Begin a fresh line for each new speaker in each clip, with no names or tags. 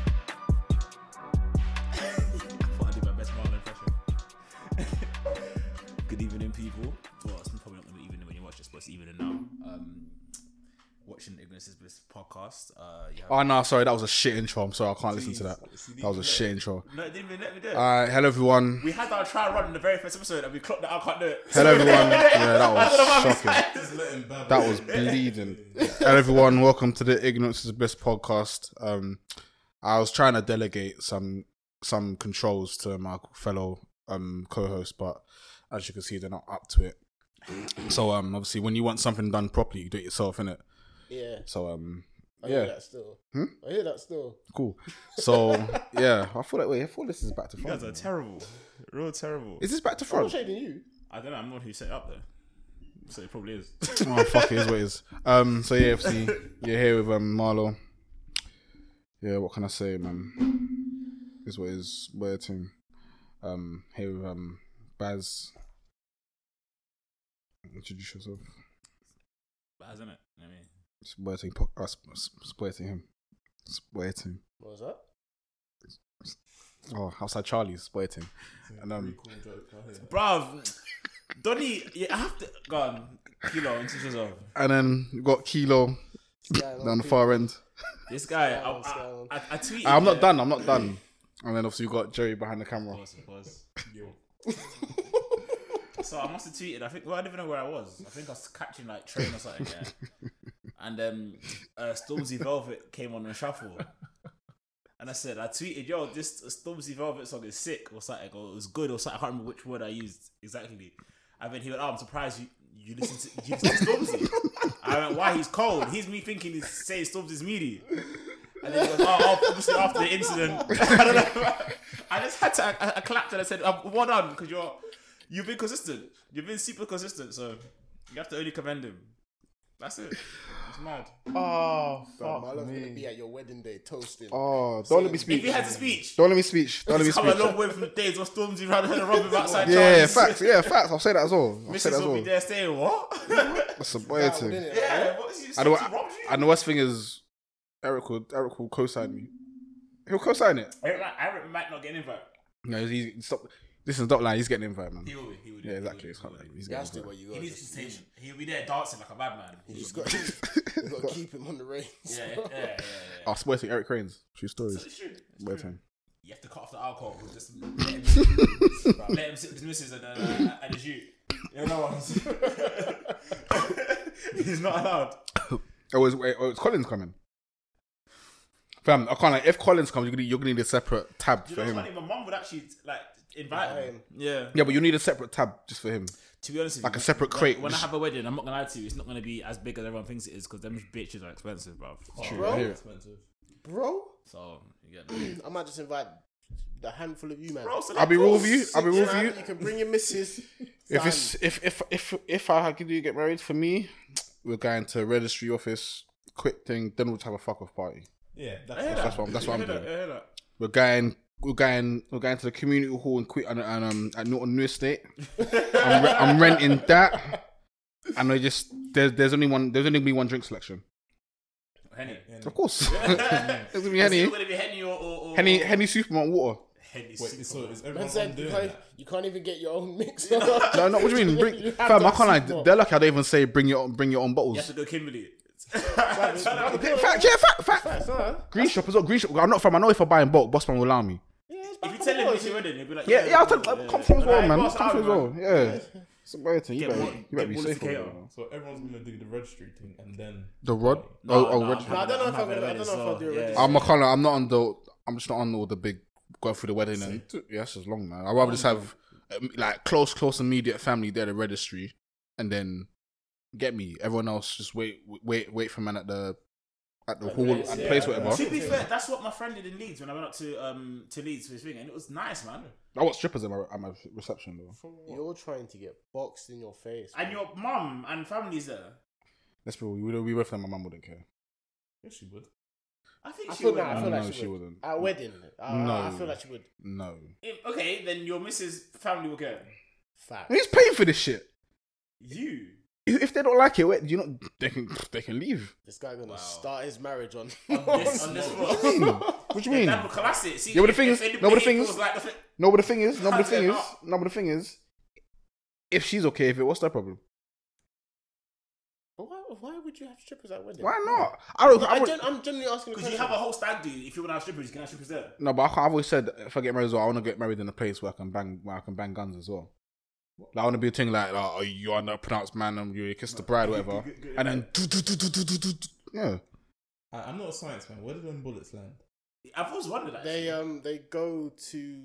England now. Um, watching Ignorance is Bliss podcast. Uh, you have-
Oh no, sorry, that was a shit intro. I'm sorry, I can't listen to that.
Jeez, you
That was a
didn't
shit intro.
No, it didn't even let me do it.
Alright, hello everyone.
we had our try run in the very first episode and we clocked that I can't do it.
Hello everyone. Yeah, that
I don't know
was
why we
shocking.
decided to-
That was bleeding. hello everyone, welcome to the Ignorance is Bliss podcast. Um, I was trying to delegate some some controls to my fellow um co-host, but as you can see, they're not up to it. So um, obviously, when you want something done properly, you do it yourself, innit?
Yeah.
So um,
I hear
yeah, Hmm?
that still. I hear that still.
cool. So yeah, I thought. Wait, I thought this is back to
You
front.
guys are terrible. Real terrible.
Is this back to
I'm not
front?
shading you.
I don't know. I'm not who set it up though. So it probably is.
oh fuck it is what it is. Um so yeah, obviously you're here with um Marlo. Yeah, what can I say, man? Is what it is we're team. Um here with um Baz. Introduce yourself.
But hasn't it? I mean,
It's we're team po- uh, sp- sp- swear to him. Swear to him.
What was that?
Oh, outside Charlie's swear to him. And um
bruv, Donny, you have to go on. Kilo, introduce yourself.
and then we've got Kilo down the far end.
This guy, I,
Sound, sound.
I, I, I tweeted.
I'm not
yeah.
done, I'm not done. And then obviously you've got Jerry behind the camera.
Pause, pause. so I must have tweeted. I think. Well, I don't even know where I was. I think I was catching like train or something. Yeah. And um, uh, Stormzy Velvet came on the shuffle, and I said I tweeted, "Yo, this Stormzy Velvet song is sick or something, or it was good or something." I can't remember which word I used exactly. And then he went, "Oh, I'm surprised you you listen to, you listen to Stormzy." I went, "Why? He's cold. He's me thinking he's saying Stormzy's meaty." And then he goes, oh, oh, obviously after the incident, I don't know. I just had to, I, I clapped and I said, um, well done, because you're, you've been consistent. You've been super consistent, so you have to only commend him. That's it. It's mad.
Oh,
Bro, my
fuck
love's gonna
me.
be at your wedding day toasting.
Oh, don't let me
If
speak.
he has a speech,
Don't let me speak. Don't let me
he's come
speak.
a long way from the days of Stormzy ran and robbed him outside
Yeah,
Charlie's.
facts. Yeah, facts. I've said that as well. I've said
Mrs.
that as
will be
well.
there saying, what?
That's a boy thing.
Didn't it?
yeah, what is he,
And, the-
Stormzy robbed you?
and the worst thing is, Eric will Eric will co-sign me. He'll co-sign it.
Eric might- Eric might not get an invite.
No, he stop. Listen, stop lying. He's getting an invite, man.
He will be, he will be.
Yeah,
he will
exactly.
be,
It's
he will
not
be.
like he's
You
getting.
have to, but you
He
got
needs
just,
attention. He'll be there dancing like a madman.
you just got, you got to keep him on the reins.
Yeah, yeah, yeah. yeah, yeah.
I swear to Eric Crane's true stories.
It's true. It's
Boy
true.
thing.
You have to cut off the alcohol. We'll just let him, let him sit with his missus and, uh, and his you. You know what? He's not allowed.
Oh, was wait, oh, is Collins coming? Fam, I can't. Like, if Collins comes, you're gonna you're gonna need a separate tab
Do you
for
know what's
him.
funny? My mum would actually like invite him. Yeah.
Yeah, but you need a separate tab just for him.
To be honest, with
Like
you,
a separate
when-
crate,
When, I
just-
have a wedding, I'm not gonna lie to you. It's not gonna be as big as everyone thinks it is because them bitches are expensive, bro.
I hear
Bro,
it.
bro,
So you get me.
I might just invite the handful of you, man.
Bro, so
I'll be
that
real
goes-
with you. I'll be real with
Man,
you.
You can bring your missus.
If
Son,
it's if if if if I had- do get married for me, we're going to registry office, quick thing, then we'll have a fuck off party.
Yeah,
I hear
that's
that.
That's what I'm- that's what
I
I'm
hear that,
doing.
I hear that.
We're going we're going we're going to the community hall in quick and, and um at Norton New Estate. I'm, re- I'm renting that. And I just there's there's only one there's only gonna be one drink selection.
Henny.
Of course. there's gonna
It's
be Henny.
still gonna be Henny or, or, or
Henny Henny Superman water.
Henny.
Wait, so is everyone
Man
on
said you
doing
can't,
that?
you can't even get your own mix.
No, no, what do you mean? Bring, fam, I can't like they're lucky I don't even say bring your own bring your own
You
bottles.
have to go Kimberly.
Yeah, fact, yeah, fact, fact. Green shop as well. Green shop. I'm not from. I know if I buy in bulk, Bossman will allow me.
If you tell him it's your wedding, he'll be like,
Yeah, yeah, I'll tell,
cool,
I'll come from as well,
Alright,
man.
boss,
come from as
I'll
well.
do
Yeah. It's a Burton. You
Get
better,
more-
you better
get
be
more
safe.
to cater.
over there.
So everyone's gonna do the registry thing and then
The rod?
No,
oh, oh,
no,
reg-
I'm
I don't know if I'm
having
gonna- I
a
don't know if I'll do a
wedding,
register.
so-
I'm not kind of, I'm not on the. I'm just not on all the big going through the wedding and yes, it's long, man. I'd rather just have um, like close, close, immediate family there at the registry, and then get me. Everyone else just wait, wait, wait for man at the at the hall
place,
at
yeah.
place whatever.
To be fair, that's what my friend did in Leeds when I went up to um to Leeds for his thing, and it was nice, man.
I want strippers at my, at my reception though.
You're trying to get boxed in your face.
And your mum and family's there.
Let's be real. We would be with them. My mum wouldn't care.
yes, she would.
I think
I
she um,
feel
would.
like- I feel
man.
like
No,
she,
she
would.
wouldn't.
At a wedding, I,
No.
I feel like she would.
No.
If- okay, then your missus family will care.
Fact.
Who's paying for this shit?
You.
If if they don't like it, wait, you know they can they can leave.
This guy gonna
Wow.
start his marriage on.
This, on this
What
floor.
do you mean? What do you mean?
That would class it. See,
Yeah, but the
if-
thing
if
is-
anybody
no, but the thing is-
feels like the thing-
No, but the thing is, no, but the thing is,
How's it
no, but the thing is, if she's okay, if it, what's their problem?
Why, why would you have strippers at weddings?
Why not? I don't. I
I
would-
gen- I'm generally asking
Because you have a whole stag do. If you want to have strippers, you can have strippers there.
no, but I can't- I've always said if I get married as well, I want to get married in a place where I can bang, where I can bang guns as well. Like, I want to be a thing like, like, oh, you are not a pronounced man, and you kiss the bride, whatever,
Good- good- good-
and then do, do, do, do, do, do, do, do. yeah,
I, I'm not a science man. Where did them bullets land?
I've always wondered that.
They um they go to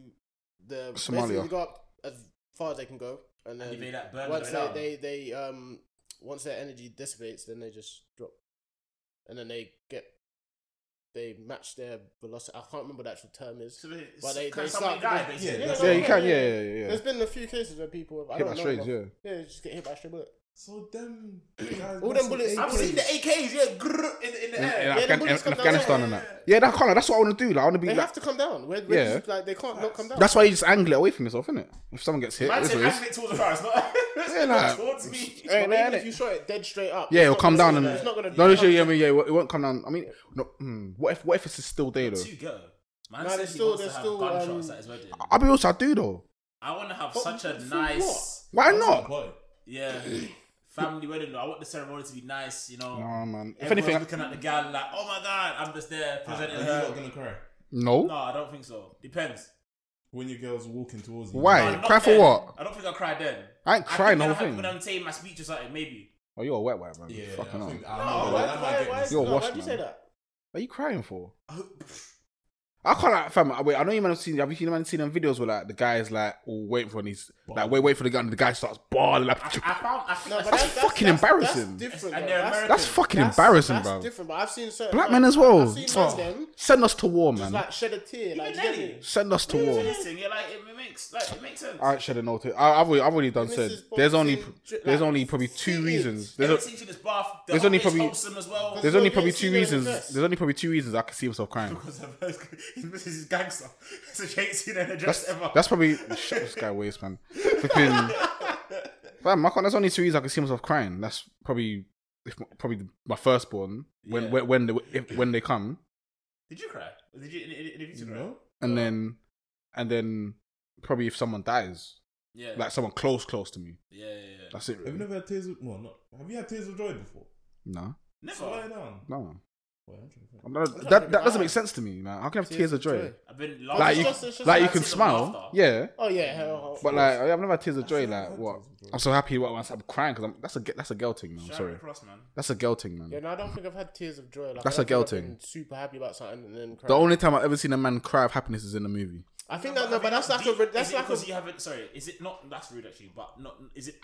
the
Somalia.
basically They go up as far as they can go,
And
and then
you made that burn
once
it down.
um, they, they they um once their energy dissipates, then they just drop, and then they get they match their velocity. I can't remember the actual term is.
So they-
But they-
can
they
somebody
start-
die,
yeah,
basically.
that's-
yeah, you can, yeah, yeah, yeah. yeah.
There's been a few cases where people have, I
Hit
don't
by
know
strays,
enough.
yeah.
yeah, just get hit by a stray bullet.
So them guys.
All them
must-
bullets-
I've seen the AKs, yeah, grrr, in, in the
In, in,
air.
the
Afghan-
bullets
in
come down
Afghanistan
there.
and that. Yeah, that kind of, that's what I want to do. Like, I want to be.
They
Like,
have to come down. We're,
Yeah.
we're just, like they can't not come down.
that's why you just angle it away from yourself, isn't it? If someone gets hit,
Man
that's
said,
what it is.
"Hand it towards the crowd, it's not- it's
Yeah,
not
nah.
towards me."
Hey,
But
man,
even if
innit?
you shot it dead straight up,
Yeah,
it's
it'll
not
come
gonna-
down and
it's not gonna.
no, no, sure, yeah, I mean, yeah, it won't- it won't come down. I mean, no, hmm, what if what if it's still day though?
Two go. Man
Nah,
said
there's
he
still-
wants to
there's
have
still,
gunshots
um,
at his wedding.
I'll be honest, I do though.
I want to have
But
such a
for
nice,
Why
That's
not?
the point.
yeah, family wedding. Though. I want the ceremony to be nice, you know.
No man. If
Everyone's
anything,
looking at the gal like, oh my god, I'm just there
Are
presenting
you
her.
not gonna cry
no.
No, I don't think so. Depends.
when your girl's walking towards you?
Why?
No,
Hey,
not
cry for
then.
what?
I don't think I cried then.
I ain't crying
think
the
I'll
whole
have- When
thing.
I'm saying my speech or something, maybe.
Oh, you're a wet wet man.
Yeah, yeah,
Fucking
I
hell.
think
No,
I know,
why,
that
why,
might get
why,
me.
You're
no,
washed,
why'd you say
man.
that?
What Are you crying for?
Oh,
I can't like fam. Wait, I know you man have seen. Have you seen man seen them videos where like the guy's like all waiting for and he's like wait wait for the gun and the guy starts barling like
I, I found. I found
No, but
That's fucking embarrassing.
That's different.
And
bro.
they're
that's,
American.
that's fucking
that's-
embarrassing,
that's
bro.
different, but I've seen certain
Black
man
men as well.
I've seen
Oh.
man's them
Send us to war,
just
man.
like shed a tear. Like,
Even
you get
Nelly.
me?
Send us to
It's
war.
interesting. You're like, it makes like it makes sense.
I should have noted. I, I've already, I've already done
Mrs.
said.
Bobson
There's only
dri- like,
there's only probably two
seated.
reasons. There's
Everything
a,
in this bath. The
there's
there's
only
only
probably-
wholesome as well.
there's
No,
only
you
probably
ain't
two
seen her in the
reasons.
dress.
There's only probably two reasons I could see myself crying.
Because of this is gangster. So she ain't seen her in a dress
That's,
ever.
that's probably shut this guy waste, man. Freaking, fam, I can't, that's only two reasons I could see myself crying. That's probably if, my- probably my firstborn when
Yeah.
when, when they if, when they come
Did you cry? Or Did you? Did, did you two cry?
No.
and then and then probably if someone dies
Yeah.
like someone close close to me.
yeah, yeah, yeah.
That's it.
Have you
Really.
never had tears of well, not have you had tears of joy before?
No,
Never.
So lie down.
no,
Wait, I'm trying to think.
I'm not- that that doesn't make sense to me. man. How can I have tears, of joy?
I've been
Like
laughing.
you,
just- it's just
like you
like
can
tears of
smile.
laughter.
Yeah.
Oh yeah, hell, hell.
But like, I've never had tears of joy.
That's
Like,
not
what?
tears of joy.
I'm so happy. What? I'm crying because I'm. That's a ge- that's a girl thing. Man. I'm
Shout
sorry.
across, man.
That's a girl thing,
yeah,
man.
no, I don't think I've had tears of joy. Like,
That's
I
a
don't
girl
think I've
thing.
been Super happy about something and then cry.
The only time I've ever seen a man cry of happiness is in a movie.
I think that no, but that's like a
Is
re- that's
it
like a
because you haven't. Sorry, is it not? That's rude, actually. But not. Is it?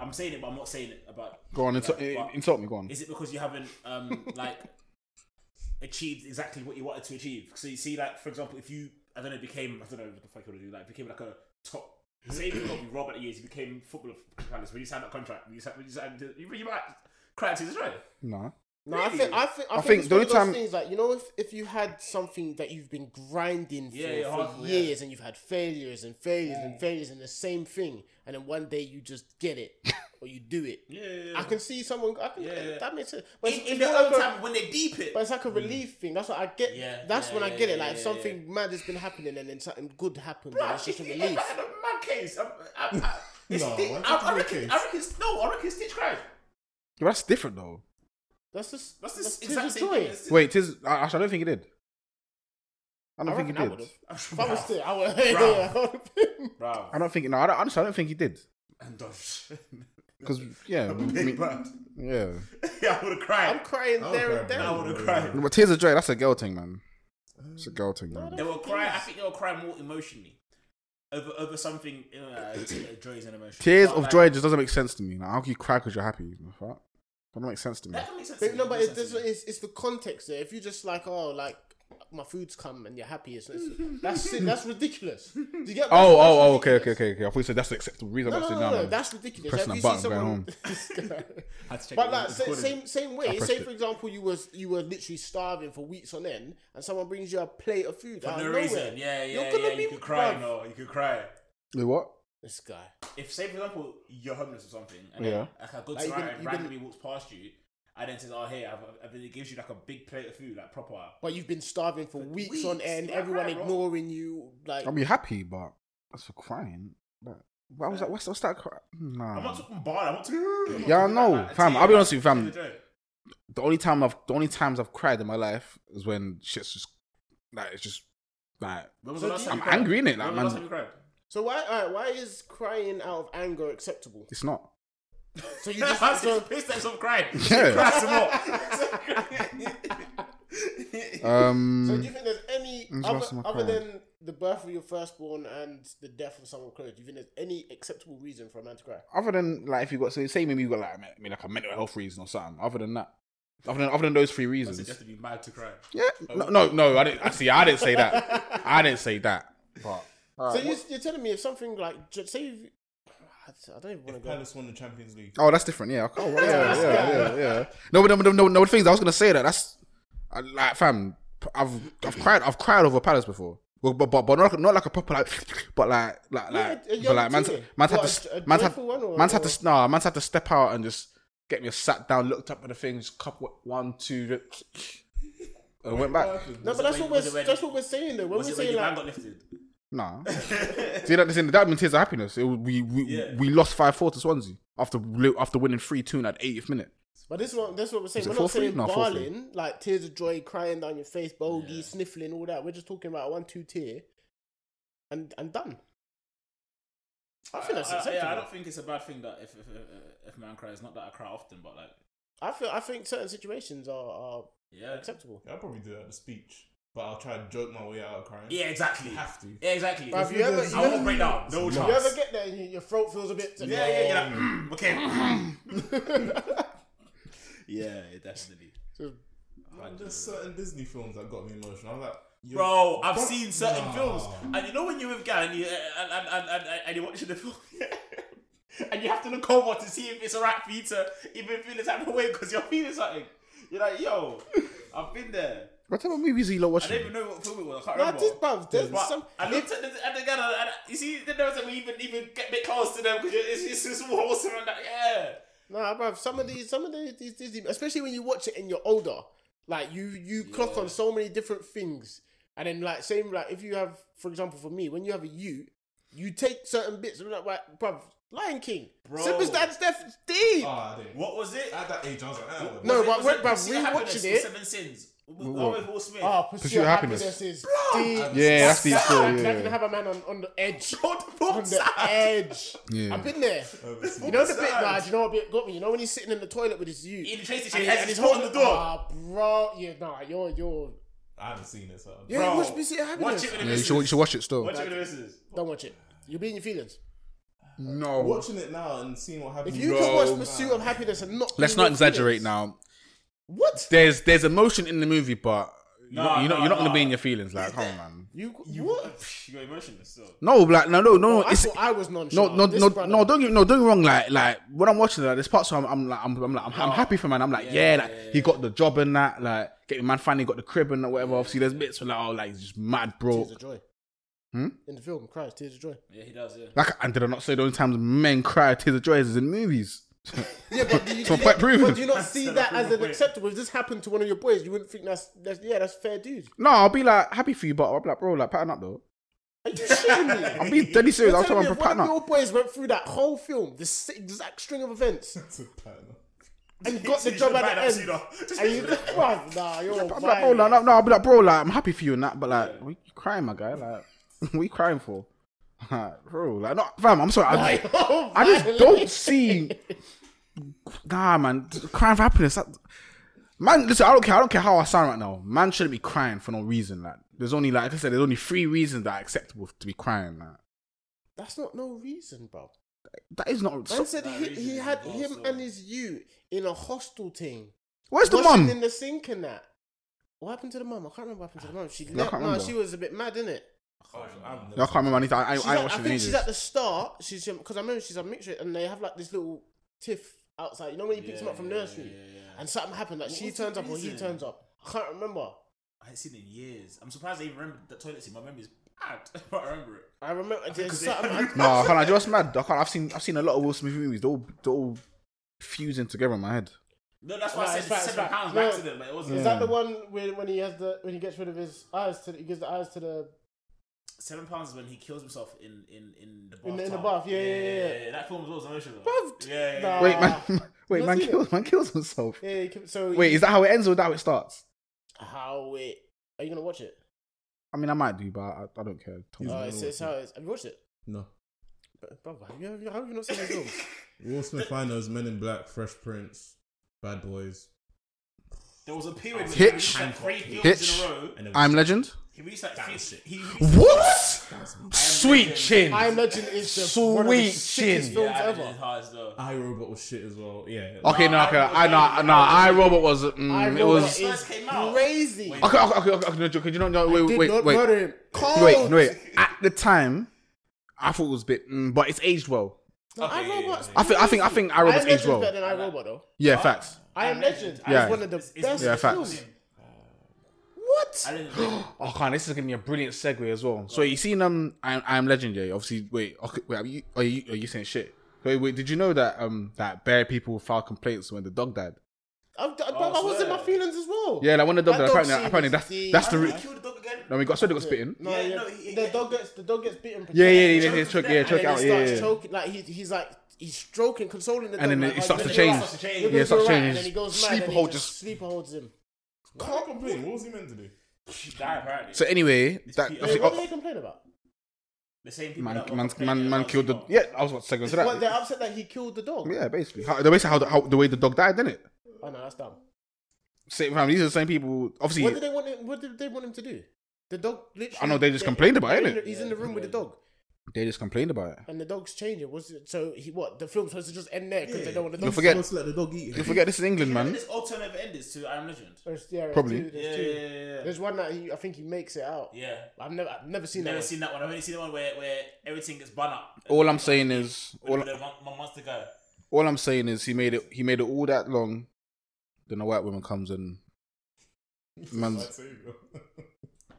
I'm saying it, but I'm not saying it about.
Go on, insult,
Yeah, but-
insult me. Go on.
Is it because you haven't um like achieved exactly what you wanted to achieve? So you see, like for example, if you I don't know became I don't know what the fuck you want to do like became like a top. Say if you got Rob at the years, you became footballer for Palace. When you signed that contract, when you signed, when you, signed, you, you might cry to right.
No.
No, I think I think I,
I
think,
think
it's
the only
one of those
time-
things like you know if if you had something that you've been grinding for,
Yeah, yeah,
for
hardcore, yeah.
years and you've had failures and failures and failures and the same thing, and then one day you just get it or you do it.
Yeah, yeah,
I can see someone. I can,
Yeah, yeah.
That makes sense. But
In,
it's-
in
it's
the
not
old
like a-
time when they deep it,
but it's
Mm.
like a relief thing. That's what I get.
Yeah,
That's
yeah,
when
yeah,
I get
yeah,
it. Like
yeah,
something mad has been happening, and then something good happens. and
Nah,
it's just a
it's-
relief.
It's like a mad case. I'm, I'm, I, it's
No,
Stitch-
why
I, I
fucking
reckon.
case?
I reckon. No, I reckon Stitch cried.
Yeah, That's different though.
That's just
That's
that's
the
just
exact same
joy.
thing. It's-
Wait, tis. I, actually, I don't think he did. I don't
I
think he
reckon I
did.
would've. If I was there, I would. Yeah,
Bruh.
I would've been-
Bruv.
I don't think. No, I don't, honestly, I don't think he did.
and dodge.
Because yeah, I
Big
mean,
bird.
yeah.
yeah, I would have cried.
I'm crying
I would
there
cry,
and
bro.
then.
I would have cried.
But tears of joy. That's a girl thing, man. It's a girl thing.
Uh,
Man.
They will cry. I think they will cry more emotionally over over something. You know, like, t- uh, joy is an emotion.
Tears
But,
of
like,
joy just doesn't make sense to me. Like, how can you cry because you're happy? That doesn't make sense to me.
That can make sense.
But no, but it's,
this
it's, it's, it's the context there. If you just like, oh, like my food's come and you're happy, it's, it's, that's it, that's ridiculous. Do you get?
Oh,
that's
oh, oh, okay, okay,
ridiculous.
okay, okay. I thought you said that's the acceptable reason.
No,
I'm not
no, no,
sitting
no,
down
no,
on-
that's ridiculous.
pressing
If you
that
see
button,
someone, but like sa- same same way.
pressed
Say
it.
for example, you was you were literally starving for weeks on end, and someone brings you a plate of food
For
out
no
of nowhere.
reason. Yeah, yeah,
You're gonna
yeah.
be
you could cry.
bruv.
No, you could cry.
Wait, what?
This guy.
If, say, for example, you're homeless or something, and then,
Yeah.
like a good
Like, you've been-
Samaritan
you've been-
randomly walks past you, and then says, "Oh, hey, I've, I've, it gives you like a big plate of food, like proper."
But you've been starving for,
For
weeks, on
weeks.
end.
Yeah,
everyone
right, bro.
ignoring you. Like
I'll be happy, but that's for crying. But But I was like, what's, what's that? Crap?
I'm
Nah.
not talking bar. I'm not talking. I'm not
Yeah, I
talking
know,
about that.
fam,
Tea,
I'll be
man.
honest with you, fam.
Tea, the joint.
The only time I've the only times I've cried in my life is when shit's just like it's just like
When was the
So
last
do
time
I'm
you cried?
angry in it. Like
When was the last time
man,
you cried?
So why alright, why is crying out of anger acceptable?
it's not.
So you
You just
just so,
pissed at some crying.
Yeah.
Cry some more.
Um,
so do you think there's any
When's the
other,
last time I
other
cried?
than the birth of your firstborn and the death of someone close? Do you think there's any acceptable reason for a man to cry?
other than like if you got so say maybe you got like I mean like a mental health reason or something. Other than that, other than other than those three
I
reasons,
suggest to be mad to cry.
yeah. No, no, no. I didn't. I see. I didn't say that. I didn't say that. But
so you, you're telling me if something like ju- say you I don't even want to go.
Palace won the Champions League.
oh, that's different. Yeah. Oh, right, yeah, yeah, yeah, yeah. No, but no, no, no, no. The things I was gonna say that that's I, like fam. I've I've cried I've cried over Palace before. Well, but but but not, not like a proper like but like like like
a- a
but
young
like man's
tear.
man's had
What,
to
a-
s-
a
man's had
joyful one or-
man's had to
or-
s- nah man's had to step out and just get me a sat down looked up at the things couple one two and went back
No, but
when-
that's what we're
was it when-
that's what we're saying though. When
Was
we're
it when
saying
your hand
like
got lifted?
nah see that that that means tears of happiness it, was- we we,
Yeah.
we lost five four to Swansea after lo- after winning three two in that 80th minute
But this is what this is what we're saying.
it
We're
4-3?
not saying
No, 4-3.
barling, like tears of joy, crying down your face, bogey, sniffling, all that. We're just talking about one, two tear, and and done. I think that's
I- I-
acceptable.
Uh, yeah,
I,
I don't think it's a bad thing that if if, if- if man cries, not that I cry often, but like
feel I think certain situations are, are
yeah,
acceptable.
I'll probably do that at the speech, but I'll try to joke my way out of crying.
yeah, exactly,
You have to.
yeah, exactly.
Bruv,
If
you
you-
ever- you
I won't
ever-
break down, no
You
chance.
You ever get there and you, your throat feels a bit.
yeah, yeah, you're like, mm, okay, yeah, yeah, definitely.
So,
Like, there's certain Disney films that got me emotional. I'm like, yo,
Bro, I've
don't-
seen certain
Nah.
films, and you know when you're with Gal and you and and, and, and, and you're watching the film, and you have to look over to see if it's alright for you to even feel this type of way because you're feeling something. You're like, yo, I've been there.
what type of movies are you lot
I don't even
watching
know what film it was. I can't
nah,
remember.
this, bruv, there's
But
some.
I looked at the, at the Ghana, and you see, then there was like, we even even get a bit close to them because it's, it's just more wholesome and that, yeah.
Nah, bruv, some of these, some of the, these Disney, especially when you watch it and you're older, like you, you clock on so many different things, and then like same like if you have, for example, for me, when you have a you, you take certain bits. and like, like bruv, Lion King,
Bro. Oh,
Simba's dad's death deep.
Ah, I didn't.
What was it?
At that age, I was like, ah, whatever.
No,
Was it-
but
was
wait,
it
bruv,
Pursuit of
rewatching
Happiness or
it-
Seven Sins.
What?
What? With Will Smith.
Ah, pursuit,
Pursuit
of
of
happiness,
Happiness.
is
I've
deep.
yeah that's the
That,
story
that can
yeah.
have a man on, on the edge.
On the book
On the
side.
edge.
Yeah.
I've been there.
Overseas.
You know the bit,
Sad.
nah, do you know what bit got me? You know when he's sitting in the toilet with his you?
In the train station,
and,
and,
and
he's holding the door.
Ah, bro, yeah, nah, you're, you're,
I haven't seen it, so. I don't-
Yeah,
Bro,
watch Pursuit of Happiness.
Watch it with the
yeah, you
missus.
should you should watch it still
Watch it with the missus.
Don't watch it. You'll be in your feelings.
no
Watching it now and seeing what happens.
If you
Bro,
can watch Pursuit of Happiness and not. be
Let's
in
not
your
exaggerate
feelings-
now.
What?
There's there's emotion in the movie, but
No,
you're not you're not,
no,
you're not gonna
no.
be in your feelings. Like, come on, man.
You,
You,
what?
You're emotionless. So.
No, like no, no, no.
Oh, I
it's
thought I was
no,
nonchalant.
no,
This
no,
brother-
no. Don't get no. Don't get me wrong. Like, like when I'm watching that, there's parts where I'm, I'm like, I'm, I'm like, I'm,
Oh.
I'm happy for man. I'm like, yeah, like he got the job and that. Like, getting man finally got the crib and whatever. Obviously, there's bits where like, oh, like he's just mad, bro.
Tears of joy.
Hmm?
In the film, cries tears of joy.
Yeah, he does. Yeah.
Like, and did I not say the only times men cry tears of joy is in movies?
Yeah, but do you,
So quite proven.
but do you not see that as an
Wait.
acceptable? If this happened to one of your boys, you wouldn't think that's, that's yeah, that's fair, dude.
No, I'll be like happy for you, but I'll be like, bro, like pattern up though.
Are you shitting me?
I'm being deadly serious.
You're
I'll
telling
tell
me
my
if one
pattern
of
up.
your boys went through that whole film, this exact string of events,
It's a pattern.
and got the
You
job
should
at
find
the
out
end.
sooner.
And you, bruv, nah, you're
I'm like, bro, like,
wild.
no, no, I'll be like, bro, like, I'm happy for you and that, but like, what you crying, my guy? Like, what you crying for? Like, bro, like, no, fam, I'm sorry. I,
You're
I just
wild.
don't see. Nah, man, crying for happiness. That, man, listen, I don't care. I don't care how I sound right now. Man shouldn't be crying for no reason. Like, there's only like I said, there's only three reasons that are acceptable to be crying. Like,
That's not no reason, bro.
that is not.
Man
So,
said
that
he,
reason
he
is
had
false,
him
though.
and his you in a hostel thing.
where's the
Washing
mum?
in the sink and that. What happened to the mum? I can't remember what happened to the mum. She
I
left.
can't
No,
remember.
she was a bit mad, innit? it?
Oh, I'm
No, I can't remember. I, need to, I, I,
She's
I
at-
ain't
I
watched
think
it in
she's
ages.
at the start. She's because I remember she's a mixture, and they have like this little tiff outside. You know when he picks him up from nursery, and something happened. Like
What
she
was the
turns up or he
reason?
turns up. I can't remember.
I haven't seen it in years. I'm surprised I even remember the toilet scene. My memory's bad, but I remember it.
I remember. There's
'Cause they-
something. I,
No, I can't. I just mad. I can't. I've seen. I've seen a lot of Will Smith movies. They're all, they're all fusing together in my head.
No, that's why
Nah,
I said
it's right, it's
seven
right.
pounds
No.
by accident, but it wasn't.
Is that the one when when he has the when he gets rid of his eyes to he gives the eyes to the
Seven Pounds is when he kills himself in in in the bath.
In the- in the bath, yeah, yeah, yeah, yeah.
That film was also emotional.
Bruv,
Yeah, yeah,
nah.
yeah.
Wait,
Ah,
man. Wait,
not
man
seen it.
kills. Man kills himself.
Yeah, you can- so
Wait,
you-
is that how it ends or that how it starts?
how it? Are you gonna watch it?
I mean, I might do, but I, I don't care. Tom's
He's
Uh,
not
not-
it's,
gonna
it's
watch
how it's, have you watched it?
No.
Bro, have you, have you- how have you not seen these films?
Will Smith, I know, is Men in Black, Fresh Prince, Bad Boys,
There was a period when
Hitch.
he released like three films
Hitch.
in a row.
and then
I'm Legend.
He released like
That's
three.
it.
He released
What?
Legend.
Sweet chin.
I imagine it's the, one of the
Sweet
sickest
chin.
films
yeah,
ever.
It's hard as though.
I Robot was shit as well. Yeah.
Okay, no,
I-
okay,
I-
I know, no, I Robot was.
I
Mm, it
Robot
was.
it first
is
came out.
crazy.
Wait,
Okay, okay, okay, okay, okay, no, Joe, could you not? No, wait,
Did
wait,
not
wait,
murder him. Cold.
wait, no, wait. At the time, I thought it was a bit, mm, but it's aged well.
No, I
Okay, yeah,
Robot's
yeah,
I think, I think, I think I
I
Robot's
am
aged
Legend's
well.
better than I Robot though.
Yeah, facts.
I am Legend.
I
Yeah.
It's one of the
It's- it's-
best
Yeah, facts.
films. What?
I didn't think.
Oh, can this is gonna be a brilliant segue as well. So you seen um, I, I am Legend, yeah. Obviously, wait, okay, wait, are you, are you, are you saying shit? Wait, wait, did you know that um, that bear people filed complaints when the dog died?
I, I, bro, I was in my
swear.
feelings as well.
Yeah, like when the dog died.
That dog
Apparently,
scene
apparently
is
that's
the-
that's
I
the.
mean,
Re-
he killed the dog again.
no, we got so they got spit in.
No,
Yeah,
yeah,
no, he-
the
he-
dog gets the dog gets beaten.
Yeah, yeah, yeah,
Choke him
yeah, yeah, choke,
to
yeah,
death,
choke
and
And
out,
then
yeah,
he starts
yeah.
choking, like he, he's like he's stroking, consoling the dog.
And then
like,
it
like,
starts
you're
to
gonna be
change.
alright.
Starts to change.
You're
Yeah,
it
gonna be
starts to
alright.
change.
And then he goes mad.
Sleeper
Sleeper
hold
hold just
just-
sleeper holds him.
Can't complain. What was he meant to do?
She died apparently.
So anyway, that
Wait,
obviously,
Wait, what do
oh,
they complain about?
the same people.
man,
that were
man,
complaining
man, man
about
killed the.
Simo.
Yeah, I was about to segue to
What, they're
that.
upset that he killed the dog.
Yeah, basically, how, the way how, the- how the way the dog died, didn't it?
Oh no, that's dumb.
Same family. These are the same people.
What did
Obviously,
they want? Him, what did they want him to do? The dog literally.
I know they just
yeah,
complained about it,
they're in the-
innit?
He's in the room with the dog,
they just complained about it.
and the dog's changing. Was it, so he what? The film's supposed to just end there because they don't want the dog.
You'll forget.
Supposed to let the dog eat
You
him.
forget this is England,
You know
man.
This alternative end is to I Am Legend.
There's, yeah, there's
Probably.
Two, there's,
Yeah,
two.
yeah, yeah, yeah.
there's one that he, I think he makes it out.
Yeah.
I've never, I've never seen
Never
that. one.
seen that one. I've only seen the one where, where everything gets bun up.
All I'm saying is,
With
all,
the mon- mon- monster guy.
all I'm saying is, he made it. He made it all that long. Then a white woman comes and, man,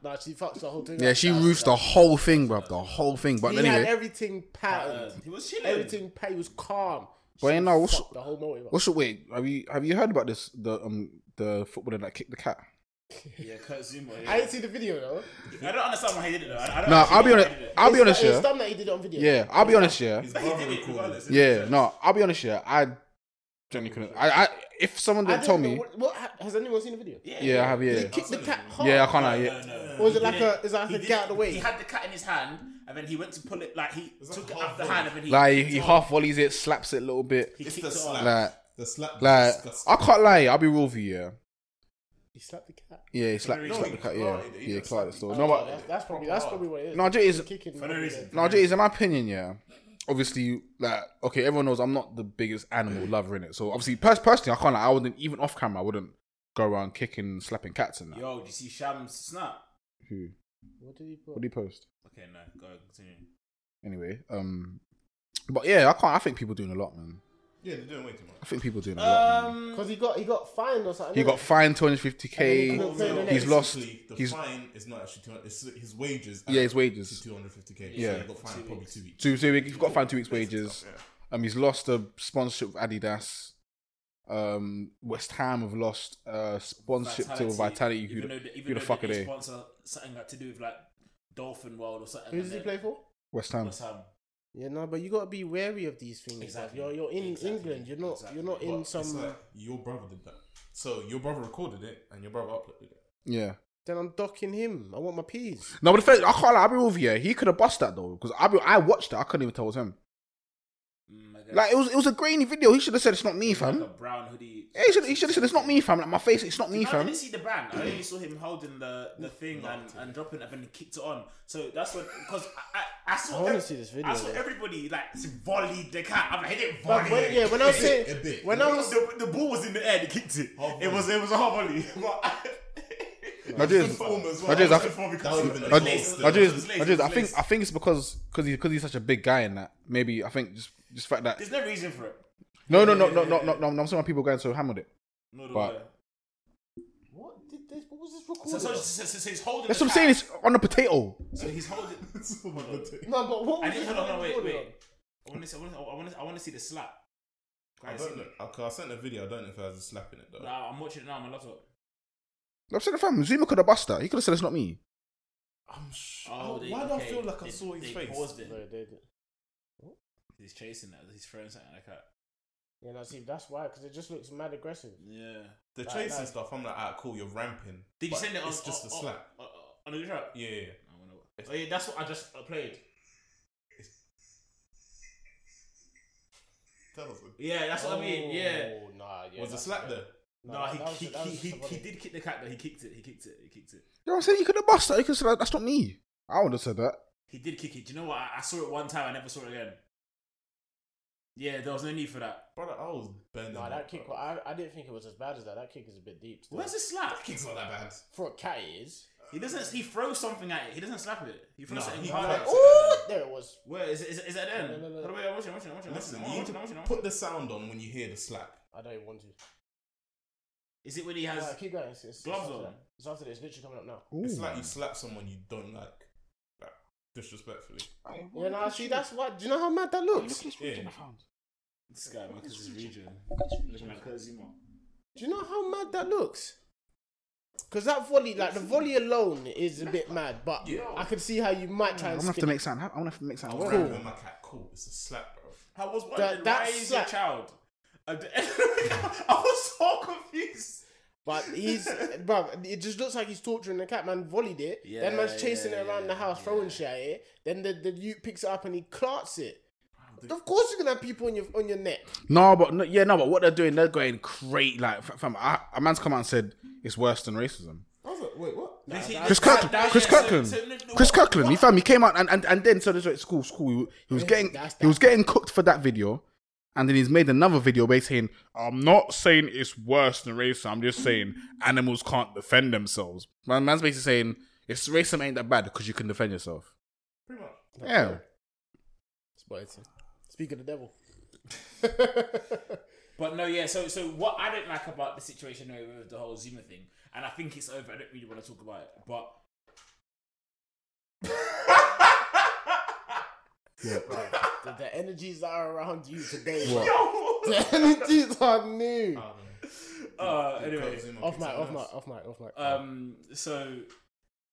Nah, she fucks the whole thing.
yeah,
up.
she
Nah,
roofs the whole thing, bruv, the whole thing. But
He had
anyway,
everything patterned.
Uh, he was chilling.
everything patterned. He was calm.
But
She
you know, what's-
fucked the whole motive. up.
what's your wait? Have you have you heard about this? The um the footballer that kicked the cat.
Yeah, Kurt Zuma. Yeah.
I didn't see the video though.
I don't understand why he did it though. I, I don't
No,
actually
I'll be
know why
honest.
he did it.
I'll be
It's-
honest,
It's
yeah.
dumb that he did it on video.
Yeah, I'll be honest, yeah.
His
But he
brother
did it
recorded
regardless.
it.
Yeah, no, I'll be honest, yeah. I genuinely couldn't. I, I if someone
I
didn't
didn't
tell
know
me,
What, what ha- has anyone seen the video?
Yeah,
yeah, I have,
Did
yeah,
he kick the cat hard?
yeah, I can't, lie,
No,
yeah.
no.
Or is it
He
like
didn't.
a- is it like
He
a
did
get
it-
out the way?
He had the cat in his hand, and then he went to pull it. Like he
that
took it
half
out the
volley?
hand, and then he
Like
kicked
he
it
half volleys it, slaps it a little bit.
He
It's
kicked
the
it off.
slap.
Like,
The slap.
like
disgusting.
I can't lie. I'll be real with you, yeah.
He slapped the cat.
Yeah, it's like,
No,
it's like the
he
cut, yeah,
clarted it, he
yeah,
just
clarted
like-
it. So
Oh,
no,
that's,
but
that's probably that's probably what it is.
no, it is.
kicking
For no reason.
No, it is. In my opinion, yeah. Obviously, like okay, everyone knows I'm not the biggest animal lover in it. So obviously, pers- personally, I can't. Like, I wouldn't even off camera. I wouldn't go around kicking, slapping cats and that.
Yo, did you see Shams snap?
Who?
What did he put?
What do you post?
Okay, no, go continue.
Anyway, um, but yeah, I can't. I think people doing a lot, man.
Yeah, they're doing way too much.
I think people doing a lot. man.
Um,
Because he got he got fined or something.
He
innit?
got fined 250k.
And then he couldn't pay the
He's
next.
lost.
Basically, The
He's-
fine is not actually 200. It's his wages.
Yeah, his wages.
Two hundred fifty k.
Yeah.
so he got fined probably two weeks.
Two, two weeks. He's got fined two weeks' wages. Um, he's lost a sponsorship with Adidas. Um, West Ham have lost uh sponsorship to Vitality. Who,
even
the-
though, even
who the
though
fuck are
they did
they?
Sponsor something like to do with like Dolphin World or something.
Who does he play for?
West Ham.
West Ham.
Yeah, no, but you gotta be wary of these things.
Exactly.
Exactly. You're you're in
Exactly.
England. You're not
Exactly.
you're not
But
in
it's
some.
like, your brother did that. So your brother recorded it and your brother uploaded it.
Yeah.
Then I'm docking him. I want my peas.
No, but the fact I can't. Lie, I'll be with you. He could have bust that though, because I be, I watched that. I couldn't even tell it was him.
Mm, I guess.
Like it was it was a grainy video. He should have said it's not me,
Like a
fam.
brown hoodie.
Yeah, he should he should have said it's not me, fam. Like my face, it's not me,
No, I
fam.
didn't see the ban. I only saw him holding the, the thing and, and dropping it and then he kicked it on. So that's when because I, I, I saw
I wanna
ev-
see this video,
I saw
though.
everybody like volleyed the cat. I'm like, he didn't volley.
But when, yeah,
it.
when I was
A bit,
saying
a bit.
when I was
the, the ball was in the air, they kicked it.
Half
it was it was a hard volley. But
Nigerians, Nigerians, I-
Lace.
I just,
Lace,
I just, I
lace.
think, I think it's because because he's because he's such a big guy in that. Maybe I think just just fact that
there's no reason for it.
no, no, no, no, no, no, no. I'm seeing why people going so ham with it.
No, no,
But-
no.
what did this? What was this
So,
recorded?
so,
on?
so, so, so he's holding.
That's
the
what I'm
cat.
saying. It's on a potato.
So he's holding.
no, but what
I
was
need.
this
Hold on, hold on, wait,
recorded
wait. I want to see. I want to. I want to see the slap.
I
Guys,
don't know. I, 'cause I sent a video. I don't know if I was slapping it though.
Nah, I'm watching it now on my laptop.
I'm saying, fam, Zuma could have bust that. He could have said it's not me.
on?
I'm sure.
Oh, they-
why do I
okay,
feel like I
they-
saw his
they
face?
paused it.
No, they-
He's chasing that. He's throwing something like that.
Yeah, no, see, that's why, because it just looks mad aggressive.
Yeah.
The
Like,
chasing
like-
stuff, I'm like, ah, cool, you're ramping.
Did you
But
send it on? oh,
It's just
on,
a slap.
On, on, on the trap.
Yeah, yeah.
I wanna- Oh yeah, that's what I just uh, played.
Tell us.
Yeah, that's what I mean. Yeah.
Oh, Nah, yeah.
was the
that's
slap
bad.
there?
No,
that- that was-
he,
that was
he, he,
just a
he,
volley.
did kick the cat though. He kicked it. He kicked it. He kicked it.
You know what I'm saying? You could have bust that. You could have said, that's not me. I would have said that.
He did kick it. Do you know what? I, I saw it one time. I never saw it again. Yeah, there was no need for that.
Brother, I was bending.
Nah,
up,
that kick,
bro.
I, I didn't think it was as bad as that. That kick is a bit deep. Still.
Where's the slap?
That kick's not that bad.
For a cat, it is.
He doesn't. He throws something at it. He doesn't slap it. He throws
No,
it.
he
hard
throws
at it.
it.
Oh, there it was.
Where is it? Is, it- is that then?
No, no, no, no.
Hold on, wait, I'm watching. I'm watching. I'm watching.
Listen,
I'm
you
watching. I'm watching. I'm watching.
put the sound on when you hear the slap.
I don't even want to.
Is it when he
Nah,
has?
keep going. It's, it's,
gloves
it's after
on.
that. It's after this. It's literally coming up now.
It's
Ooh.
like you slap someone you don't like, like disrespectfully.
Yeah, nah, see, that's why. Do you know how mad that looks?
Yeah. region I
found.
This guy, man, this is region. Looking like Kazima.
Do you know how mad that looks? Because that volley, like the volley alone, is a bit mad. But
Yeah.
I can see how you might try
I'm
and
gonna have
skin
to make something happen. I'm gonna have to make
I
something
was
work.
rapping with my cat. Cool, it's a slap, bro.
I was wondering
That- that
why is your
slap-
child? At the end of the- I was so confused.
But he's, bro. It just looks like he's torturing the cat. Man volleyed it. then man's
Yeah,
chasing
yeah,
it around the
yeah,
house, throwing
yeah.
shit at it. Then the the youth picks it up and he clarts it.
dude.
Of course, you're gonna have people on your on your neck.
No, but no, yeah, no, but what they're doing, they're going crazy. Like, f- fam, I, a man's come out and said it's worse than racism.
I was like, wait, what?
Did he-
Chris
that-
Kirkland,
that-
Chris
yeah, so-
Kirkland,
so no- no,
Chris
what-
Kirkland. You
what-
fam, he came out and, and, and then so this was at school, school. He, he was
Yeah,
getting
that's
he was
that.
getting cooked for that video, and then he's made another video basically saying, "I'm not saying it's worse than racism. I'm just saying animals can't defend themselves." My man's basically saying it's racism ain't that bad because you can defend yourself.
Pretty much.
Yeah,
Speak of the devil.
But no, yeah. So, so what I don't like about the situation with with the whole Zuma thing, and I think it's over. I don't really want to talk about it, but.
the, the energies that are around you today. bro.
Yo.
The energies are new.
I don't
Uh,
know.
anyway,
Because Zuma
off
kicks
mic, off
someone
mic,
else.
off mic, off mic.
Um. So,